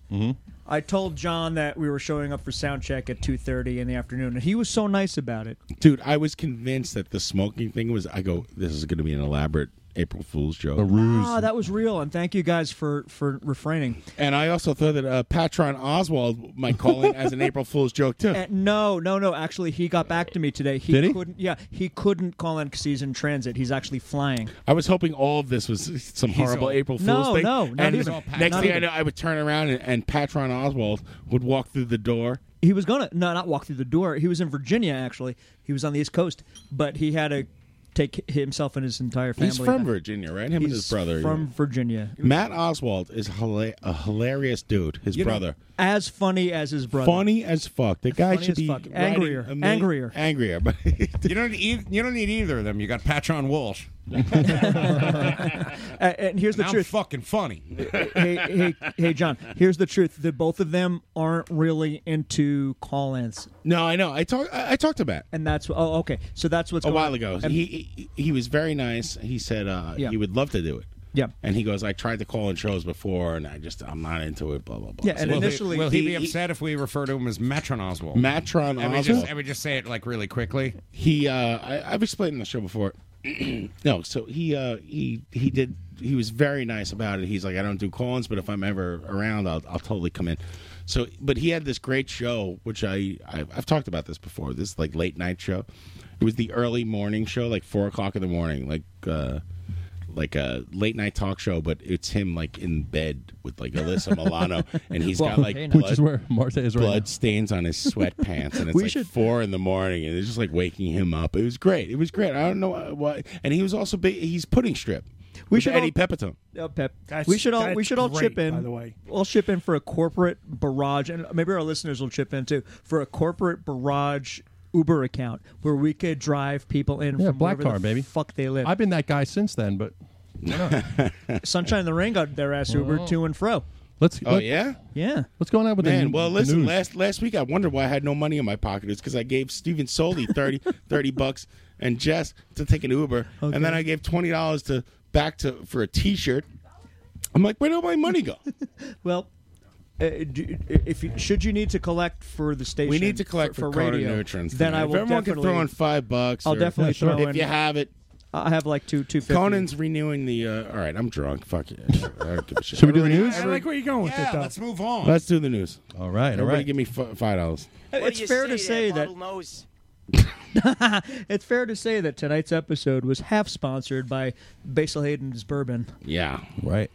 S16: I told John that we were showing up for sound check at two thirty in the afternoon, and he was so nice about it.
S12: Dude, I was convinced that the smoking thing was. I go, this is going to be an elaborate April Fool's joke, a
S16: Ah, that was real, and thank you guys for for refraining.
S12: And I also thought that uh, Patron Oswald might call in as an April Fool's joke too.
S16: Uh, no, no, no. Actually, he got back to me today. He
S12: Did he?
S16: couldn't. Yeah, he couldn't call in because he's in transit. He's actually flying.
S12: I was hoping all of this was some
S16: He's
S12: horrible
S16: all-
S12: April Fool's
S16: No,
S12: thing.
S16: no, not
S12: and
S16: even.
S12: next
S16: Not
S12: thing
S16: even.
S12: I know, I would turn around and, and Patron Oswald would walk through the door.
S16: He was gonna no, not walk through the door. He was in Virginia actually. He was on the East Coast, but he had to take himself and his entire family.
S12: He's from Virginia, right? Him and his
S16: He's
S12: brother.
S16: from
S12: yeah.
S16: Virginia.
S12: Matt Oswald is hila- a hilarious dude. His
S16: You know,
S12: brother,
S16: as funny as his brother.
S12: funny as fuck. The guy
S16: Funny
S12: should
S16: as
S12: be
S16: fuck.
S12: writing
S16: Angrier.
S12: a million-
S16: Angrier.
S12: angrier. But
S5: you don't need you don't need either of them. You got Patron Walsh.
S16: A- and here's the
S5: And I'm
S16: truth.
S5: fucking funny.
S16: hey, hey, hey, John. Here's the truth: that both of them aren't really into call-ins.
S12: No, I know. I talked. I, I talked to Matt,
S16: and that's oh, okay. So that's what's
S12: a
S16: going
S12: while
S16: on.
S12: ago,
S16: And-
S12: he, he he was very nice. He said uh,
S16: Yeah.
S12: he would love to do it.
S16: Yeah.
S12: And he goes, I tried to call in shows before, and I just I'm not into it. Blah blah blah. So-
S5: Will he- will he, be upset if we refer to him as Matron Oswald?
S12: Matron
S5: and We
S12: Oswald.
S5: just, and we just say it like really quickly.
S12: he uh I, I've explained in the show before. no, so he uh he he did he was very nice about it. He's like, I don't do call-ins, but if I'm ever around, I'll I'll totally come in. So, but he had this great show, which I, I I've talked about this before. This like late night show. It was the early morning show, like four o'clock in the morning, like uh like a late night talk show, but it's him like in bed with like Alyssa Milano, and he's got
S19: Well,
S12: like
S19: which
S12: blood-
S19: is where Marta is right
S12: blood
S19: now.
S12: stains on his sweatpants, and it's
S19: We
S12: like
S19: should-
S12: four in the morning, and it's just like waking him up. It was great. It was great. I don't know why. And he was also big. He's pudding strip.
S16: We
S12: with
S16: should
S12: Eddie
S16: all-
S12: Pepitone.
S16: Oh, Pep.
S8: That's-
S16: we should all we
S8: that's
S16: should all
S8: great,
S16: chip in.
S8: by the way.
S16: all chip in for a corporate barrage, and maybe our listeners will chip in too for a corporate barrage Uber account where we could drive people in.
S19: Yeah,
S16: from
S19: black
S16: wherever
S19: card,
S16: the
S19: baby.
S16: Fuck, they live.
S19: I've been that guy since then, but
S16: Sunshine in the Rain got their ass Uber
S19: Oh.
S16: to and fro.
S19: Let's.
S12: Oh
S19: let-
S12: yeah,
S10: yeah.
S19: What's going on with
S12: man?
S19: the
S12: well,
S19: the
S12: listen.
S19: news?
S12: Last last week, I wondered why I had no money in my pocket. It's because I gave Steven Soli 30, 30 bucks and Jess to take an Uber, and then I gave twenty dollars to back to for a T-shirt. I'm like, where did all my money go?
S16: Well, uh, do, if you, should you need to collect for the station,
S12: we need to collect for, Carter
S16: radio,
S12: Neutrons.
S16: Then
S12: tonight.
S16: I will
S12: if everyone
S16: definitely
S12: can throw in five bucks.
S16: I'll
S12: or-
S16: definitely throw in.
S12: If you have it,
S16: I have like two two.
S12: Conan's renewing the. Uh, all right, I'm drunk. Fuck it. I don't give a shit.
S19: Should we do the
S12: Everybody-
S19: news?
S12: every-
S8: where you going with
S5: yeah, let's move on.
S12: Let's do the news.
S19: All right, all
S12: Everybody
S19: right.
S12: give me f- five dollars.
S16: It's fair to say that. it's fair to say that tonight's episode was half sponsored by Basil Hayden's bourbon.
S12: Yeah.
S19: Right.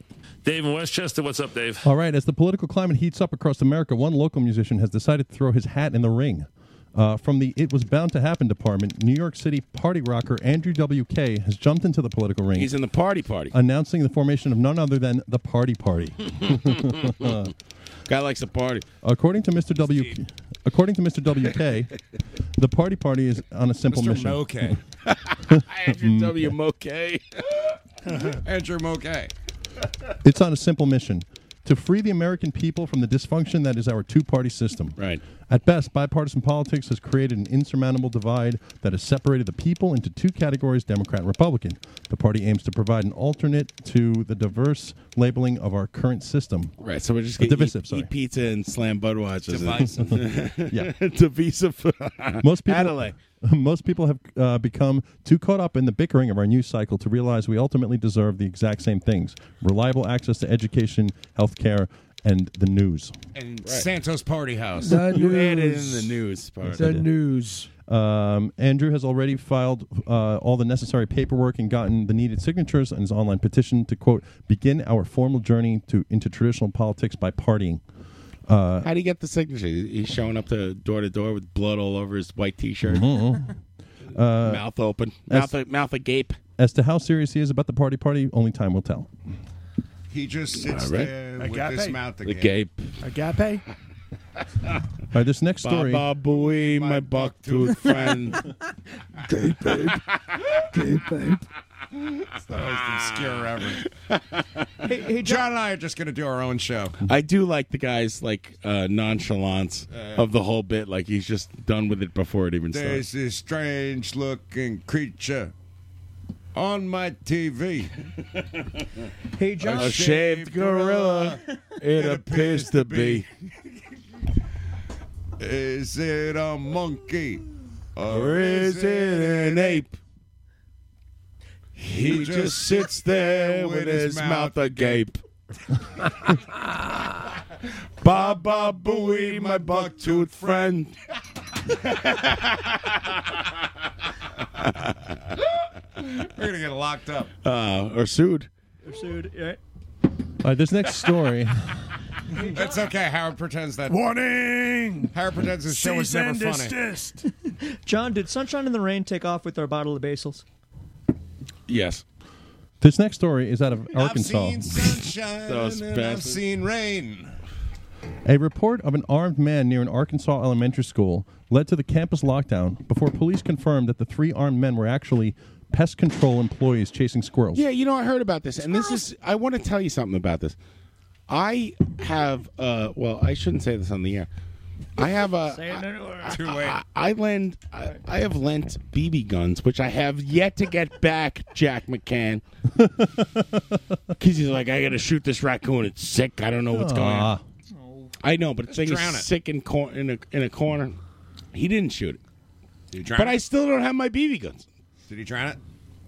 S22: Dave in Westchester, what's up, Dave?
S19: All right. As the political climate heats up across America, one local musician has decided to throw his hat in the ring. Uh, from the It Was Bound to Happen department, New York City party rocker Andrew W.K. has jumped into the political ring.
S12: He's in the party party.
S19: announcing the formation of none other than the Party Party.
S12: Guy likes to party.
S19: according to Mr. W, according to Mr. WK, the Party Party is on a simple
S5: Mr.
S19: mission.
S5: Moquet.
S12: Andrew W. Moquet.
S5: Andrew Moquet.
S19: It's on a simple mission to free the American people from the dysfunction that is our two party system.
S12: Right.
S19: At best, bipartisan politics has created an insurmountable divide that has separated the people into two categories Democrat and Republican. The party aims to provide an alternate to the diverse labeling of our current system.
S12: Right, so we're just
S19: Uh,
S12: going to
S19: divisive,
S12: eat,
S19: sorry.
S12: eat pizza and slam Budweiser.
S19: Divisive. Yeah.
S12: divisive.
S19: most people
S12: Adelaide.
S19: most people have uh, become too caught up in the bickering of our news cycle to realize we ultimately deserve the exact same things reliable access to education healthcare and the news
S5: And Santos Party House.
S19: The
S12: you added in
S5: news.
S12: the news part.
S19: news um, Andrew has already filed uh, all the necessary paperwork and gotten the needed signatures on his online petition to quote begin our formal journey to into traditional politics by partying. Uh,
S12: How do you get the signature? He's showing up to door to door with blood all over his white T-shirt,
S19: Mhm. Uh,
S12: mouth open,
S19: as-
S12: mouth mouth agape.
S19: As to how serious he is about the party party, only time will tell.
S5: He just sits
S12: All right.
S5: there with his mouth agape.
S8: Agape.
S19: All right, this next story.
S12: Baba Booey, my bucktooth friend.
S19: Gay babe. Gay babe.
S5: It's the most obscure ever.
S16: Hey, hey,
S5: John and I are just going to do our own show.
S12: I do like the guy's like uh, nonchalance of the whole bit. Like he's just done with it before it even starts.
S5: There's this strange looking creature on my TV.
S16: Hey,
S5: John.
S12: A shaved gorilla. It appears to be.
S5: Is it a monkey?
S12: Or is it an ape? He just sits there with his mouth agape. Baba Booey, my bucktooth friend.
S5: We're going to get locked up.
S12: Uh, or sued.
S19: All right, this next story.
S5: That's okay. Howard pretends that.
S8: Warning!
S5: Howard pretends his show was never funny.
S16: John, did Sunshine in the Rain take off with our bottle of Basils?
S12: Yes.
S19: This next story is out of Arkansas.
S5: I've seen sunshine
S12: Those
S5: and I've
S12: bastards.
S5: seen rain.
S19: A report of an armed man near an Arkansas elementary school led to the campus lockdown before police confirmed that the three armed men were actually pest control employees chasing squirrels.
S12: Yeah, you know, I heard about this, and this is. I want to tell you something about this. I have. Uh, well, I shouldn't say this on the air. I have a.
S5: Uh, Too late.
S12: I, I lend. I, I have lent BB guns, which I have yet to get back, Jack McCann. Because he's like, I got to shoot this raccoon. It's sick. I don't know what's going on. I know, but the thing
S5: drown
S12: is
S5: it.
S12: sick in, cor- in, a, in a corner. He didn't shoot it.
S5: Did he drown
S12: But
S5: it?
S12: I still don't have my BB guns.
S5: Did he drown it?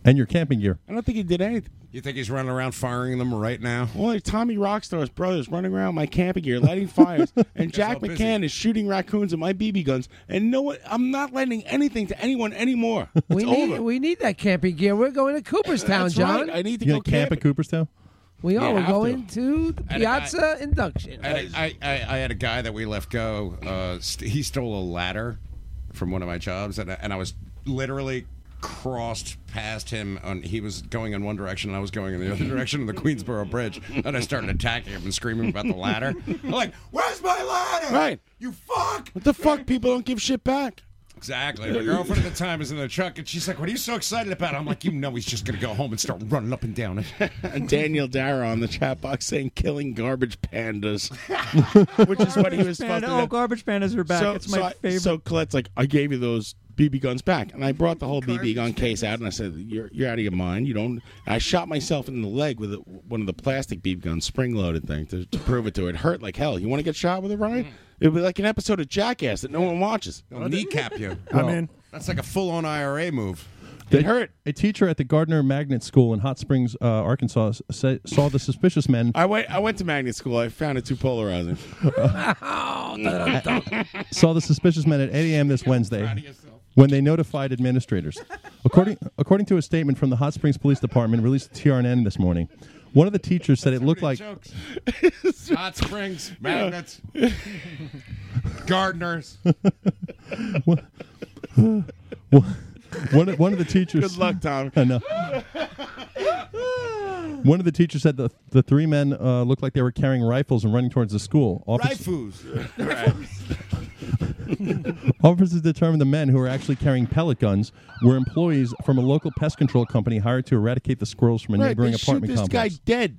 S19: And your camping gear.
S12: I don't think he did anything.
S5: You think he's running around firing them right now?
S12: Well, like Tommy Rockstar's brother's running around my camping gear, lighting fires, and Jack
S5: all busy.
S12: McCann is shooting raccoons with my BB guns. And no, one- I'm not lending anything to anyone anymore. It's
S20: We need
S12: over.
S20: we need that camping gear. We're going to Cooperstown,
S12: That's
S20: John.
S12: right. I need to
S19: You
S12: go
S19: gonna camp
S12: camping.
S19: at Cooperstown?
S20: We
S12: You
S20: are. We're
S12: have to.
S20: going to the
S5: And I-
S20: Piazza induction.
S5: I had a, I, I, I had a guy that we left go. Uh, st- he stole a ladder from one of my jobs, and I, and I was literally crossed past him. On he was going in one direction, and I was going in the other direction of the Queensboro Bridge. And I started attacking him and screaming about the ladder. I'm like, "Where's my ladder?
S12: Right.
S5: You fuck!"
S12: What the fuck? People don't give shit back.
S5: Exactly. My girlfriend at the time is in the truck, and she's like, "What are you so excited about?" I'm like, "You know, he's just gonna go home and start running up and down it."
S12: Daniel Dara on the chat box saying killing garbage pandas, which is what he was supposed to
S10: Oh,
S12: do.
S10: garbage pandas are back.
S12: So,
S10: it's my
S12: so I-
S10: favorite.
S12: So Colette's like, I gave you those BB guns back, and I brought the whole BB gun case out, and I said, "You're you're out of your mind. You don't." I shot myself in the leg with a, one of the plastic BB guns, spring loaded thing, to, to prove it to her. It hurt like hell. You want to get shot with it,
S5: Mm.
S12: Ryan? It'd be like an episode of Jackass that no one watches.
S5: They'll kneecap you.
S12: I'm in.
S5: That's like a full-on IRA move.
S19: They hurt. A teacher at the Gardner Magnet School in Hot Springs, uh, Arkansas, sa- saw the suspicious men.
S12: I went. I went to magnet school. I found it too polarizing.
S19: uh, saw the suspicious men at 8 a.m. this Wednesday when they notified administrators. According, according to a statement from the Hot Springs Police Department released to TRN this morning, one of the teachers said it looked like
S5: Jokes. Hot springs, magnets, gardeners.
S19: one, one of- one of the teachers.
S12: Good luck, Tom.
S19: I know. One of the teachers said the, the three men uh, looked like they were carrying rifles and running towards the school. Offic- Officers determined the men who were actually carrying pellet guns were employees from a local pest control company hired to eradicate the squirrels from a
S12: Right,
S19: neighboring
S12: they shoot
S19: apartment
S12: this
S19: complex.
S12: guy dead.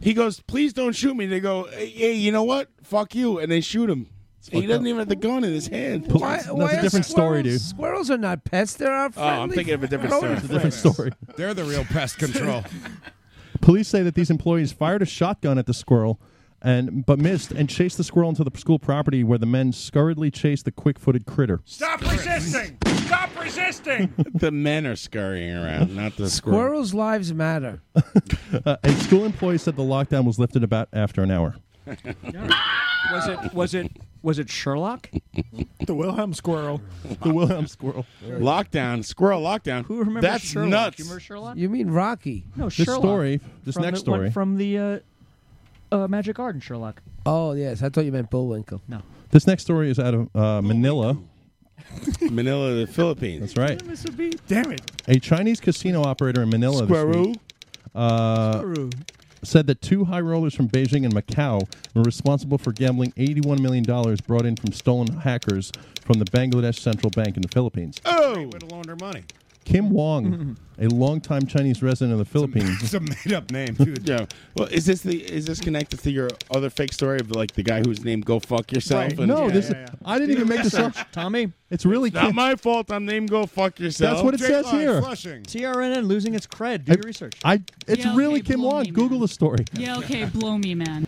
S12: He goes, "Please don't shoot me." They go, "Hey, hey, you know what? Fuck you!" And they shoot him. He doesn't even have the gun in his hand.
S20: Why- why are squirrels- Squirrels are not pests. They're our
S12: Oh, I'm
S20: friendly
S12: thinking of a different
S20: rodent
S12: story.
S20: friends.
S19: Different story.
S5: They're the real pest control.
S19: Police say that these employees fired a shotgun at the squirrel, and but missed and chased the squirrel into the school property where the men scurriedly chased the quick-footed critter.
S8: Stop resisting! Stop resisting!
S12: the men are scurrying around, not the squirrel.
S20: Squirrels' lives matter.
S19: Uh, a school employee said the lockdown was lifted about after an hour.
S16: was it was it was it Sherlock?
S8: The Wilhelm squirrel.
S19: The Wilhelm squirrel.
S12: Lockdown, squirrel lockdown. Who
S16: remembers
S12: That's
S16: Sherlock?
S12: nuts.
S16: You remember Sherlock?
S20: You mean Rocky?
S16: No,
S12: This
S16: Sherlock.
S12: story- this
S16: from
S12: next
S16: the, one
S12: story.
S16: from the uh, uh, Magic Garden, Sherlock.
S20: Oh yes, I thought you meant Bullwinkle.
S16: No.
S19: This next story is out of uh, Manila.
S12: Manila, the Philippines.
S19: That's right.
S8: Damn it.
S19: A Chinese casino operator in Manila this
S12: Squirrel.
S19: week, uh,
S12: Squirrel.
S19: said that two high rollers from Beijing and Macau were responsible for gambling $81 million brought in from stolen hackers from the Bangladesh Central Bank in the Philippines.
S5: Oh, way to launder money.
S19: Kim Wong, a longtime Chinese resident of the Philippines.
S5: It's a made-up name, dude.
S12: Yeah. Well, is this the is this connected to your other fake story of like the guy whose name "Go Fuck Yourself"?
S19: Right. No, this- Yeah, yeah, yeah. I didn't even make this up.
S16: Tommy.
S19: It's really
S12: not
S19: Kim-
S12: my fault. I'm named "Go Fuck Yourself."
S19: That's what it says here.
S16: TRNN losing its cred. Do
S19: I-
S16: your research.
S19: I, it's
S3: Yeah,
S19: really
S3: okay,
S19: Kim Wong. Google the story.
S3: Yeah, okay, blow me, man.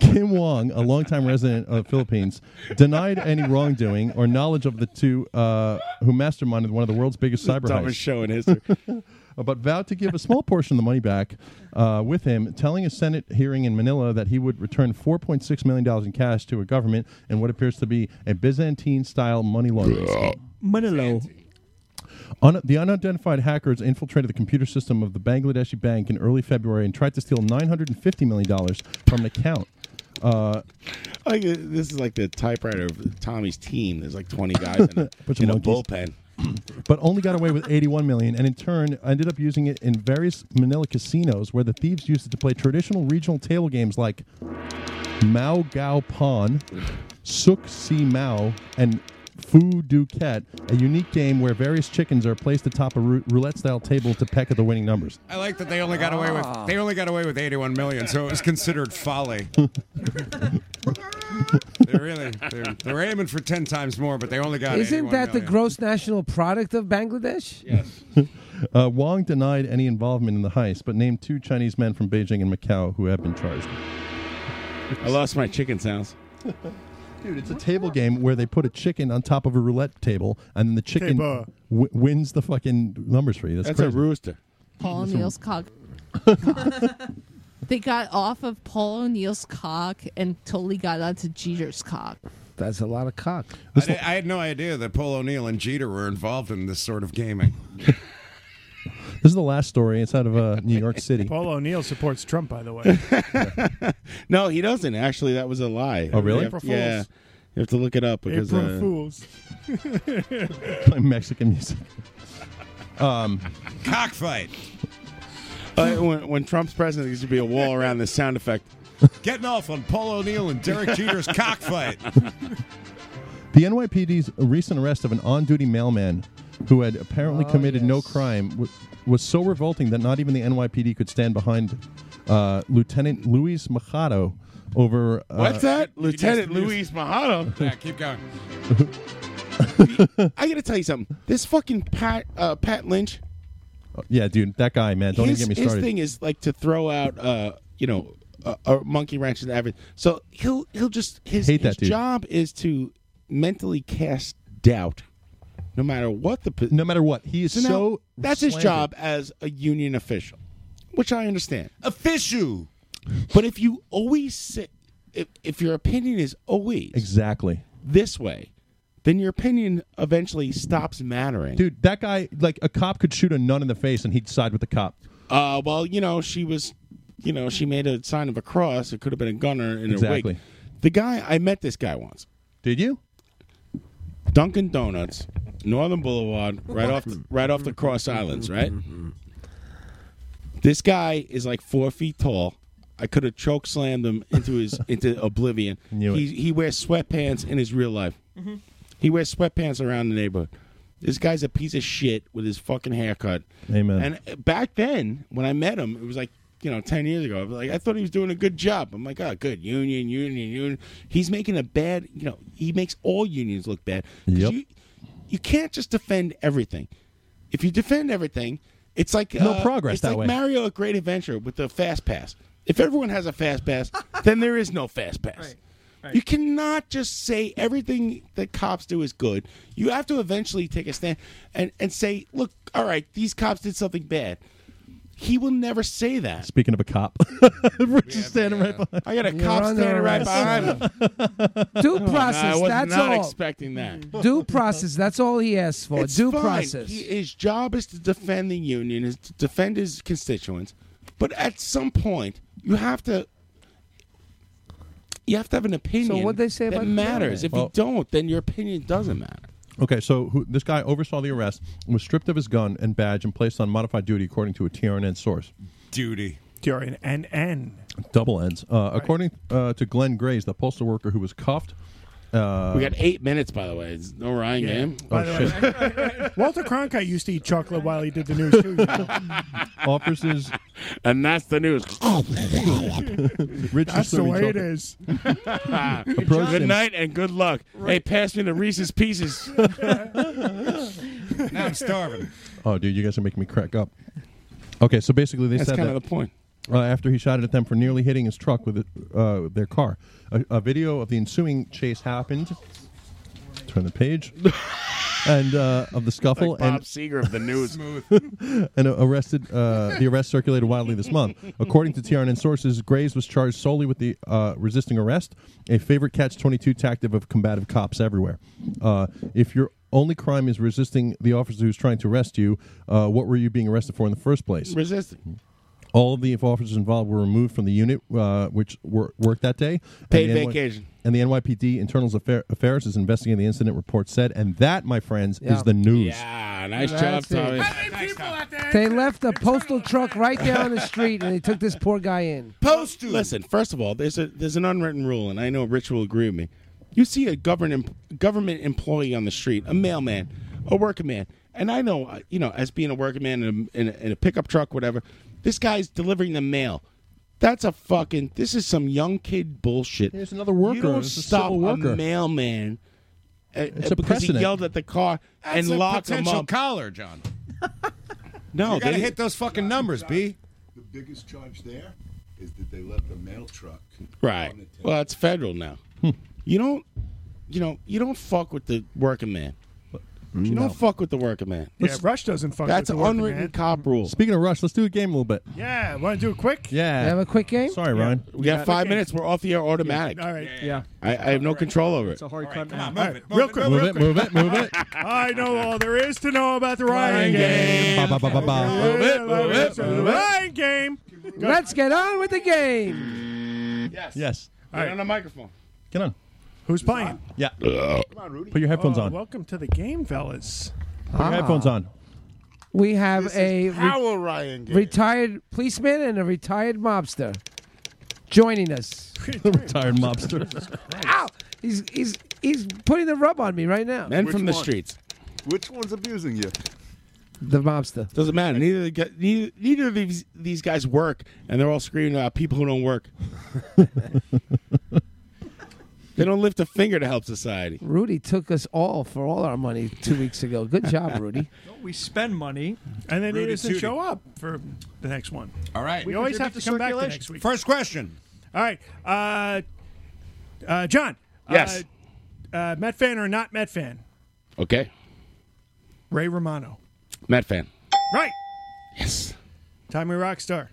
S19: Kim Wong, a longtime resident of the Philippines, denied any wrongdoing or knowledge of the two uh, who masterminded one of the world's biggest cyber
S12: Dumbest
S19: heists.
S12: show in history.
S19: Uh, but vowed to give a small portion of the money back uh, with him, telling a Senate hearing in Manila that he would return $4.6 million in cash to a government in what appears to be a Byzantine style money laundering scheme.
S16: Manilo.
S19: Un- the unidentified hackers infiltrated the computer system of the Bangladeshi bank in early February and tried to steal $950 million from an account. Uh,
S12: Like uh, this is like the typewriter of Tommy's team. There's like 20 guys in, a,
S19: Bunch of
S12: in a
S19: monkeys.
S12: bullpen.
S19: but only got away with 81 million and in turn ended up using it in various manila casinos where the thieves used it to play traditional regional table games like mao gao pon suk si mao and fu du ket a unique game where various chickens are placed atop a rou- roulette style table to peck at the winning numbers
S5: I like that they only got away
S20: Ah.
S5: with they only got away with 81 million, so it was considered folly. they really they're, they're aiming for 10 times more, but they only got.
S20: Isn't
S5: 81
S20: that the
S5: million.
S20: gross national product of Bangladesh?
S5: Yes.
S19: uh, wong denied any involvement in the heist but named two chinese men from beijing and macau who have been charged
S12: I lost my chicken sounds.
S19: Dude, it's a table game where they put a chicken on top of a roulette table, and then the chicken
S12: Table.
S19: w- wins the fucking numbers for you. That's,
S12: That's a
S19: crazy.
S12: rooster.
S7: Paul O'Neill's cock. they got off of Paul O'Neill's cock and totally got onto Jeter's cock.
S20: That's a lot of cock.
S5: I, di- I had no idea that Paul O'Neill and Jeter were involved in this sort of gaming.
S19: This is the last story. It's out of uh, New York City.
S8: Paul O'Neill supports Trump, by the way.
S12: No, he doesn't. Actually, that was a lie.
S19: Oh, really?
S12: You have-
S8: April Fools.
S12: yeah. You have to look it up because
S8: April
S12: uh,
S8: Fools.
S19: Play Mexican music.
S12: um, Uh,
S5: cockfight.
S12: when, when Trump's president, there used to be a wall around this sound effect.
S5: Getting off on Paul O'Neill and Derek Jeter's cockfight.
S19: The NYPD's recent arrest of an on duty mailman who had apparently
S12: Ah,
S3: Oh,
S19: committed no crime w- was so revolting that not even the NYPD could stand behind uh, Lieutenant Luis Machado over. Uh,
S12: What's that?
S19: You can
S12: Lieutenant
S19: just-
S12: Luis Mahado.
S5: Yeah, keep going.
S12: I gotta tell you something. This fucking Pat uh, Pat Lynch.
S19: Yeah, dude, that guy, man. Don't
S12: his,
S19: even get me
S12: his
S19: started.
S12: thing is like to throw out, uh, you know, a, a monkey wrench and everything. So he'll he'll just his,
S19: Hate that
S12: his
S19: dude.
S12: job is to mentally cast doubt, no matter what the
S19: no matter what he is so
S12: that's his
S19: slandered.
S12: job as a union official, which I understand. Official, but if you always say, if if your opinion is always
S19: exactly
S12: this way, then your opinion eventually stops mattering.
S19: Dude, that guy, like a cop could shoot a nun in the face and he'd side with the cop.
S12: Uh, well, you know, she was, you know, she made a sign of a cross. It could have been a gunner in a
S19: Exactly.
S12: wig. The guy, I met this guy once.
S19: Did you?
S12: Dunkin' Donuts, Northern Boulevard, right off, the, right off the Cross Islands, right. This guy is like four feet tall. I could have choke slammed him into his into oblivion.
S19: Knew it.
S12: he he wears sweatpants in his real life. He wears sweatpants around the neighborhood. This guy's a piece of shit with his fucking haircut.
S19: Amen.
S12: And back then, when I met him, it was like you know ten years ago. I was like, I thought he was doing a good job. I'm like, oh, good union, union, union. He's making a bad. You know, he makes all unions look bad. 'Cause
S19: Yep.
S12: You, you can't just defend everything. If you defend everything, it's like
S19: No
S12: uh,
S19: progress
S12: It's
S19: that
S12: like
S19: way.
S12: Mario at Great Adventure with the fast pass. If everyone has a fast pass, then there is no fast pass. You cannot just say everything that cops do is good. You have to eventually take a stand and, and say, look, all right, these cops did something bad. He will never say that.
S19: Speaking of a cop, Rich is standing right behind.
S12: I got a
S19: you.
S12: cop
S19: under
S12: standing right
S19: arrest.
S12: behind him.
S20: Due
S12: Oh,
S20: process.
S12: I was
S20: that's
S12: not
S20: all.
S12: expecting that.
S20: Due process. That's all he asks for.
S12: It's
S20: Due
S12: fine.
S20: process.
S12: He- his job is to defend the union, is to defend his constituents. But at some point, you have to. You have to have an opinion.
S20: what'd they say
S12: that
S20: about the
S12: matters?
S20: gentleman?
S12: If you don't, then your opinion doesn't matter.
S19: Okay, so who, this guy oversaw the arrest, was stripped of his gun and badge, and placed on modified duty, according to a TRN source.
S5: Duty.
S8: During an N.
S19: Double ends. Uh, According uh, to Glenn Graves, the postal worker who was cuffed. Uh,
S12: we got eight minutes, by the way. It's no Ryan
S8: Yeah.
S5: Oh,
S12: game.
S8: By the way, Walter Cronkite used to eat chocolate while he did the news too. you know.
S19: officers,
S12: and that's the news.
S19: Rich
S8: That's the way it is.
S19: Approached
S12: good
S19: him.
S12: night and good luck. Hey, pass me the Reese's Pieces.
S5: Now I'm starving.
S19: Oh, dude, you guys are making me crack up. Okay, so basically they
S12: That's
S19: said
S12: kinda
S19: that
S12: the point.
S19: Uh, after he shouted at them for nearly hitting his truck with uh, their car, a, a video of the ensuing chase happened. Turn the page, and uh, of the scuffle
S12: Like Bob
S19: and
S12: Seger of the news.
S19: and uh, arrested. Uh, the arrest circulated widely this month. According to TRN sources, Graves was charged solely with the uh, resisting arrest, a favorite catch-22 tactic of combative cops everywhere. Uh, if your only crime is resisting the officer who's trying to arrest you, uh, what were you being arrested for in the first place?
S12: Resisting.
S19: All of the officers involved were removed from the unit, uh, which wor- worked that day. And
S12: Paid
S19: the NY
S12: vacation.
S19: and the NYPD Internals Affair- Affairs is investigating the incident. Report said, and that, my friends,
S20: Yeah.
S19: is the news.
S12: Yeah, Ah, nice
S20: That's
S12: job, Tommy.
S20: it. They left a postal truck right there on the street and they took this poor guy in.
S12: Post Listen, first of all, there's a there's an unwritten rule, and I know Rich will agree with me. You see a government government employee on the street, a mailman, a working man, and I know uh, you know as being a working man in a, in a, in a pickup truck, whatever. This guy's delivering the mail. That's a fucking. This is some young kid bullshit.
S19: There's another worker.
S12: You don't
S19: It's a
S12: stop
S19: civil worker.
S12: a mailman. uh,
S19: It's
S12: uh,
S19: a
S12: because he
S19: precedent.
S12: yelled at the car
S5: That's
S12: and
S5: a
S12: locked him
S5: potential
S12: up.
S5: collar, John.
S12: no,
S5: you gotta
S12: they-
S5: hit those fucking numbers, B.
S4: The biggest charge there is that they left a mail truck.
S12: Right. Well, it's federal now. You don't, you know, you don't fuck with the working man. You
S19: No.
S12: don't fuck with the working man.
S8: Yeah, Rush doesn't fuck.
S12: That's
S8: with
S12: an
S8: the working
S12: unwritten
S8: man.
S12: cop rule.
S19: Mm. Speaking of Rush, let's do a game a little bit.
S8: Yeah, want to do it quick?
S19: Yeah.
S20: have a quick game?
S19: Sorry, Ryan.
S12: We got five minutes. We're off the air automatic.
S8: All right.
S16: Yeah.
S12: I, I have no control over it.
S16: hard cut.
S8: All right, real quick,
S12: Move
S8: real
S12: it,
S8: quick.
S12: move it, move it.
S8: I know all there is to know about the Ryan game.
S19: Ba, ba, ba, ba, ba.
S8: Yeah,
S19: Move it, move it,
S8: so the
S19: move it.
S8: Ryan game.
S20: Let's get on with the game.
S12: Yes.
S19: Yes.
S12: Get on the microphone.
S19: Get on.
S8: Who's playing?
S19: Yeah.
S12: Come on, Rudy.
S19: Put your headphones
S8: Oh,
S19: on.
S8: Welcome to the game, fellas.
S19: Put your headphones on.
S20: We have a re-
S8: Power Ryan game.
S20: retired policeman and a retired mobster joining us.
S19: the retired mobster.
S20: Ow! He's he's he's putting the rub on me right now.
S12: Men from the streets.
S4: Which one's abusing you?
S20: The mobster.
S12: Doesn't matter. Neither of the gu- neither, neither of these these guys work, and they're all screaming about people who don't work. they don't lift a finger to help society.
S20: Rudy took us all for all our money two weeks ago. Good job, Rudy.
S10: We spend money,
S8: and then
S20: Rudy
S8: he doesn't
S20: Tootie.
S8: show up for the next one.
S20: All right.
S8: we
S20: We
S8: always
S20: contribute
S8: have to
S20: to
S8: come back the
S20: circulation.
S8: next week.
S20: First
S8: question. All right, uh, uh, John.
S12: Yes.
S8: Uh, uh, Met fan or not Met fan?
S12: Okay,
S8: Ray Romano.
S12: Met fan.
S8: Right.
S12: Yes.
S8: Tommy Rockstar.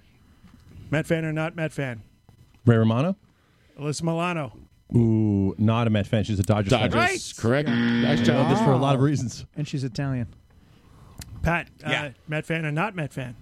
S8: Met fan or not Met fan?
S19: Ray Romano?
S8: Alyssa Milano.
S19: Ooh, not a Met fan. She's a Dodgers fan.
S8: Dodgers, Right. correct.
S12: Nice
S8: job.
S19: Just for a lot of reasons.
S10: and she's Italian.
S8: Pat. Uh, Met fan or not Met fan?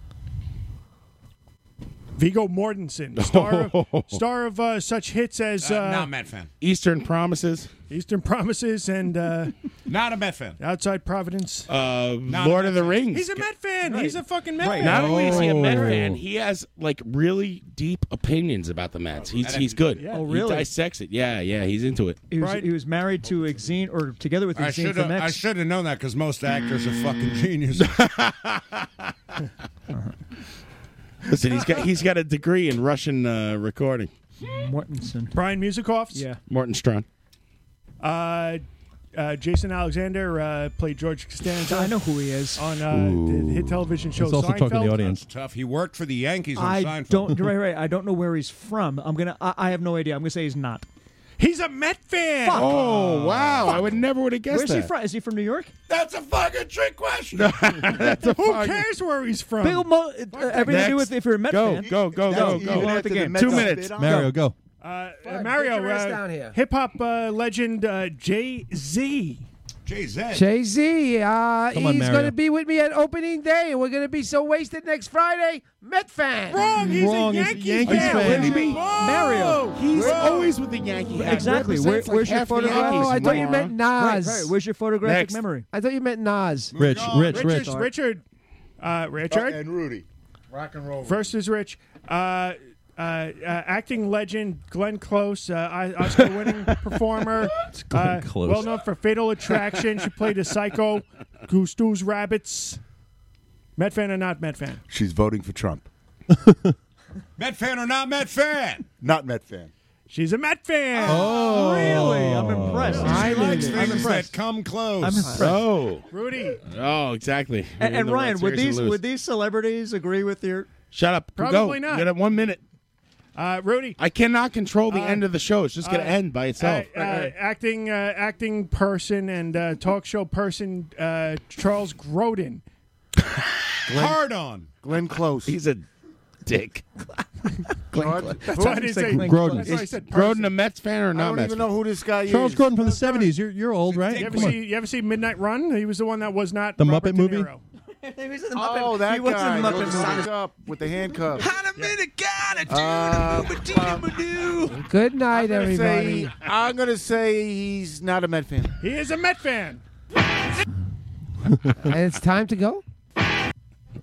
S8: Vigo Mortensen, star of, star of uh, such hits as uh,
S5: not a Met fan.
S12: Eastern Promises.
S8: Eastern Promises and uh,
S5: Not a Met fan.
S8: Outside Providence.
S12: Uh,
S8: Not
S12: Lord
S8: a
S12: of the
S8: Met fan.
S12: Rings.
S8: He's a Met fan. He's a fucking Met fan.
S12: Not only is he a
S10: Oh.
S12: Met fan, he has like really deep opinions about the Mets. He's
S10: And-
S12: he's good.
S10: Yeah. Oh, really?
S12: He dissects it. Yeah, yeah. He's into it.
S10: He was,
S12: Right.
S10: he was married to Exene, or together with
S12: I
S10: Exene
S12: shoulda-
S10: from
S12: I
S10: X.
S5: should have known that because most actors are fucking geniuses.
S12: Listen, he's got he's got a degree in Russian uh, recording.
S10: Mortensen.
S8: Brian Musikoffs.
S12: Morton Strong.
S8: Uh, uh, Jason Alexander uh, played George Costanza. I
S10: know who he is
S8: on uh, the hit television show. Seinfeld.
S5: Tough. He worked for the Yankees on
S10: I
S5: Seinfeld.
S10: don't. Right, right. I don't know where he's from. I'm gonna. I, I have no idea. I'm gonna say he's not.
S8: He's a Met fan.
S10: Fuck.
S12: Oh, wow. I would never would have guessed
S10: Where's
S12: that.
S10: he from? Is he from New York?
S5: That's a fucking trick question.
S12: That's a
S8: Who
S12: fucking-
S8: cares where he's from?
S10: Big old mo- uh, everything to do with if you're a Met
S12: go,
S10: fan.
S12: Go, go, go,
S10: No,
S12: go.
S10: you want the game.
S12: Two minutes.
S19: go.
S8: Uh, uh, Mario,
S20: get your ass down
S8: uh,
S20: here.
S8: hip hop uh, legend uh, Jay Z.
S5: Jay Z.
S20: Jay Z, uh,
S8: Come on,
S20: he's
S8: Mario.
S20: going to be with me at opening day, and we're going to be so wasted next Friday. Met fan. Wrong.
S12: He's a Wrong, he's a Yankees Yankees fan. fan. Wouldn't he be? Mario, he's always with the Yankee hat.
S10: Exactly. Where,
S12: Represents, like,
S10: where's your
S12: half the
S10: photograph?
S12: Yankees,
S20: Oh, I thought you meant
S10: Right,
S20: Nas.
S10: right. Where's your photographic
S20: Next.
S10: memory?
S20: I thought you meant Nas.
S19: Rich,
S12: Oh,
S19: Rich,
S8: Richard, Richard, uh, Richard,
S4: and Rudy. Rock and roll.
S8: versus Rich. Uh, uh, uh, acting legend Glenn Close, uh, Oscar-winning performer,
S19: Glenn
S8: uh,
S19: Close.
S8: well known for Fatal Attraction. she played a psycho, Gustu's Rabbits. Met fan or not Met fan?
S4: She's voting for Trump.
S5: Met fan or not Met fan?
S4: Not Met fan.
S8: She's a Met fan.
S4: Oh.
S10: Really? I'm impressed.
S5: I like
S10: I'm
S5: things that
S10: impressed.
S5: come close.
S10: I'm impressed.
S12: Oh.
S8: Rudy.
S12: Oh, exactly.
S10: And,
S12: You're in
S10: and
S12: the
S10: Ryan,
S12: right
S10: would
S12: series
S10: these
S12: to lose.
S10: would these celebrities agree with your?
S12: Shut up.
S10: Probably
S12: go.
S10: not.
S12: You got one minute.
S8: Uh, Rudy.
S12: I cannot control the end of the show. It's just going
S8: uh,
S12: to end by itself.
S8: Uh, uh, acting, uh, acting person and uh, talk show person uh, Charles Grodin.
S5: Hard on.
S12: Glenn Close. He's a dick. Glenn Close.
S8: That's why I didn't say Glenn Close.
S19: Groden.
S8: That's why I said person.
S12: Groden a Mets fan or not? Mets fan?
S4: this guy
S19: Charles Grodin from the 70s. You're, you're old, right?
S8: You ever,
S19: Come on.
S8: see, you ever see Midnight Run? He was the one that was not
S19: The Muppet
S8: Robert De
S19: movie?
S8: Niro.
S4: Oh, that
S10: He was in
S4: guy.
S10: Muppet
S4: He was
S10: Movie.
S4: signed up with the handcuffs. Uh,
S20: Good night,
S4: I'm gonna
S20: everybody.
S4: Say, I'm gonna say he's not a Met fan.
S8: He is a Met fan.
S20: and it's time to go.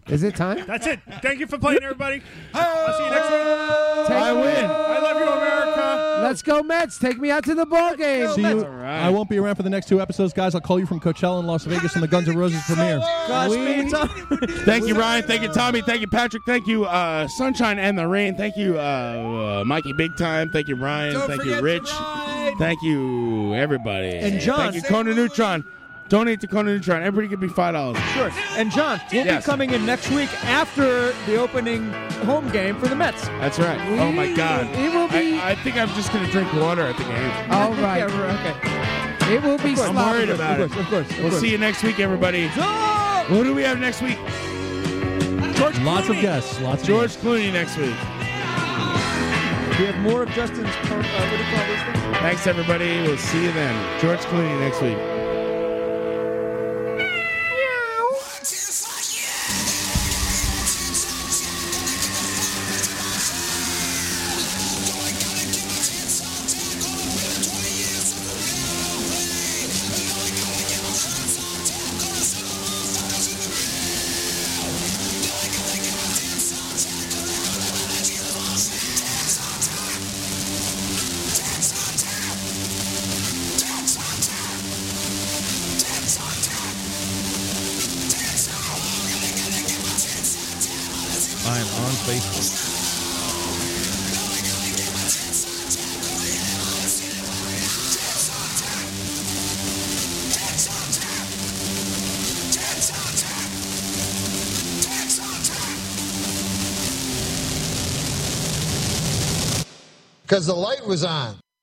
S20: Is it time?
S8: That's it. Thank you for playing, everybody. I'll see you next week.
S20: I win.
S8: I love you, America.
S20: Let's go Mets. Take me out to the ball game.
S19: See you. I won't be around for the next two episodes, guys. I'll call you from Coachella in Las Vegas and the Guns N' Roses premiere.
S12: Thank you, Ryan. Thank you, Tommy. Thank you, Patrick. Thank you, uh, Sunshine and the Rain. Thank you, uh, uh, Mikey Big Time. Thank you, Ryan.
S5: Don't
S12: Thank
S5: forget
S12: you,
S5: to
S12: Rich. Thank you, everybody.
S10: And John-
S12: Thank you, Conan Neutron. Donate to Conan Neutron. Everybody give me $5.
S10: Sure. And John, we'll
S12: Yes.
S10: be coming in next week after the opening home game for the Mets.
S12: That's right. Oh, my God.
S20: It will be.
S12: I, I think I'm just going to drink water at the game.
S20: All right. okay. It will be.
S12: I'm
S20: sloppy.
S12: worried about
S10: Of course,
S12: it.
S10: of course, of
S12: we'll
S10: course.
S12: see you next week, everybody. Who do we have next week? George
S19: Lots of guests. Lots of
S12: George Clooney next week.
S10: We have more of Justin's. per- Uh, what do you call this thing?
S12: Thanks, everybody. We'll see you then. George Clooney next week.
S1: Dance on tap.
S5: I am on Facebook.
S1: Because the light was on.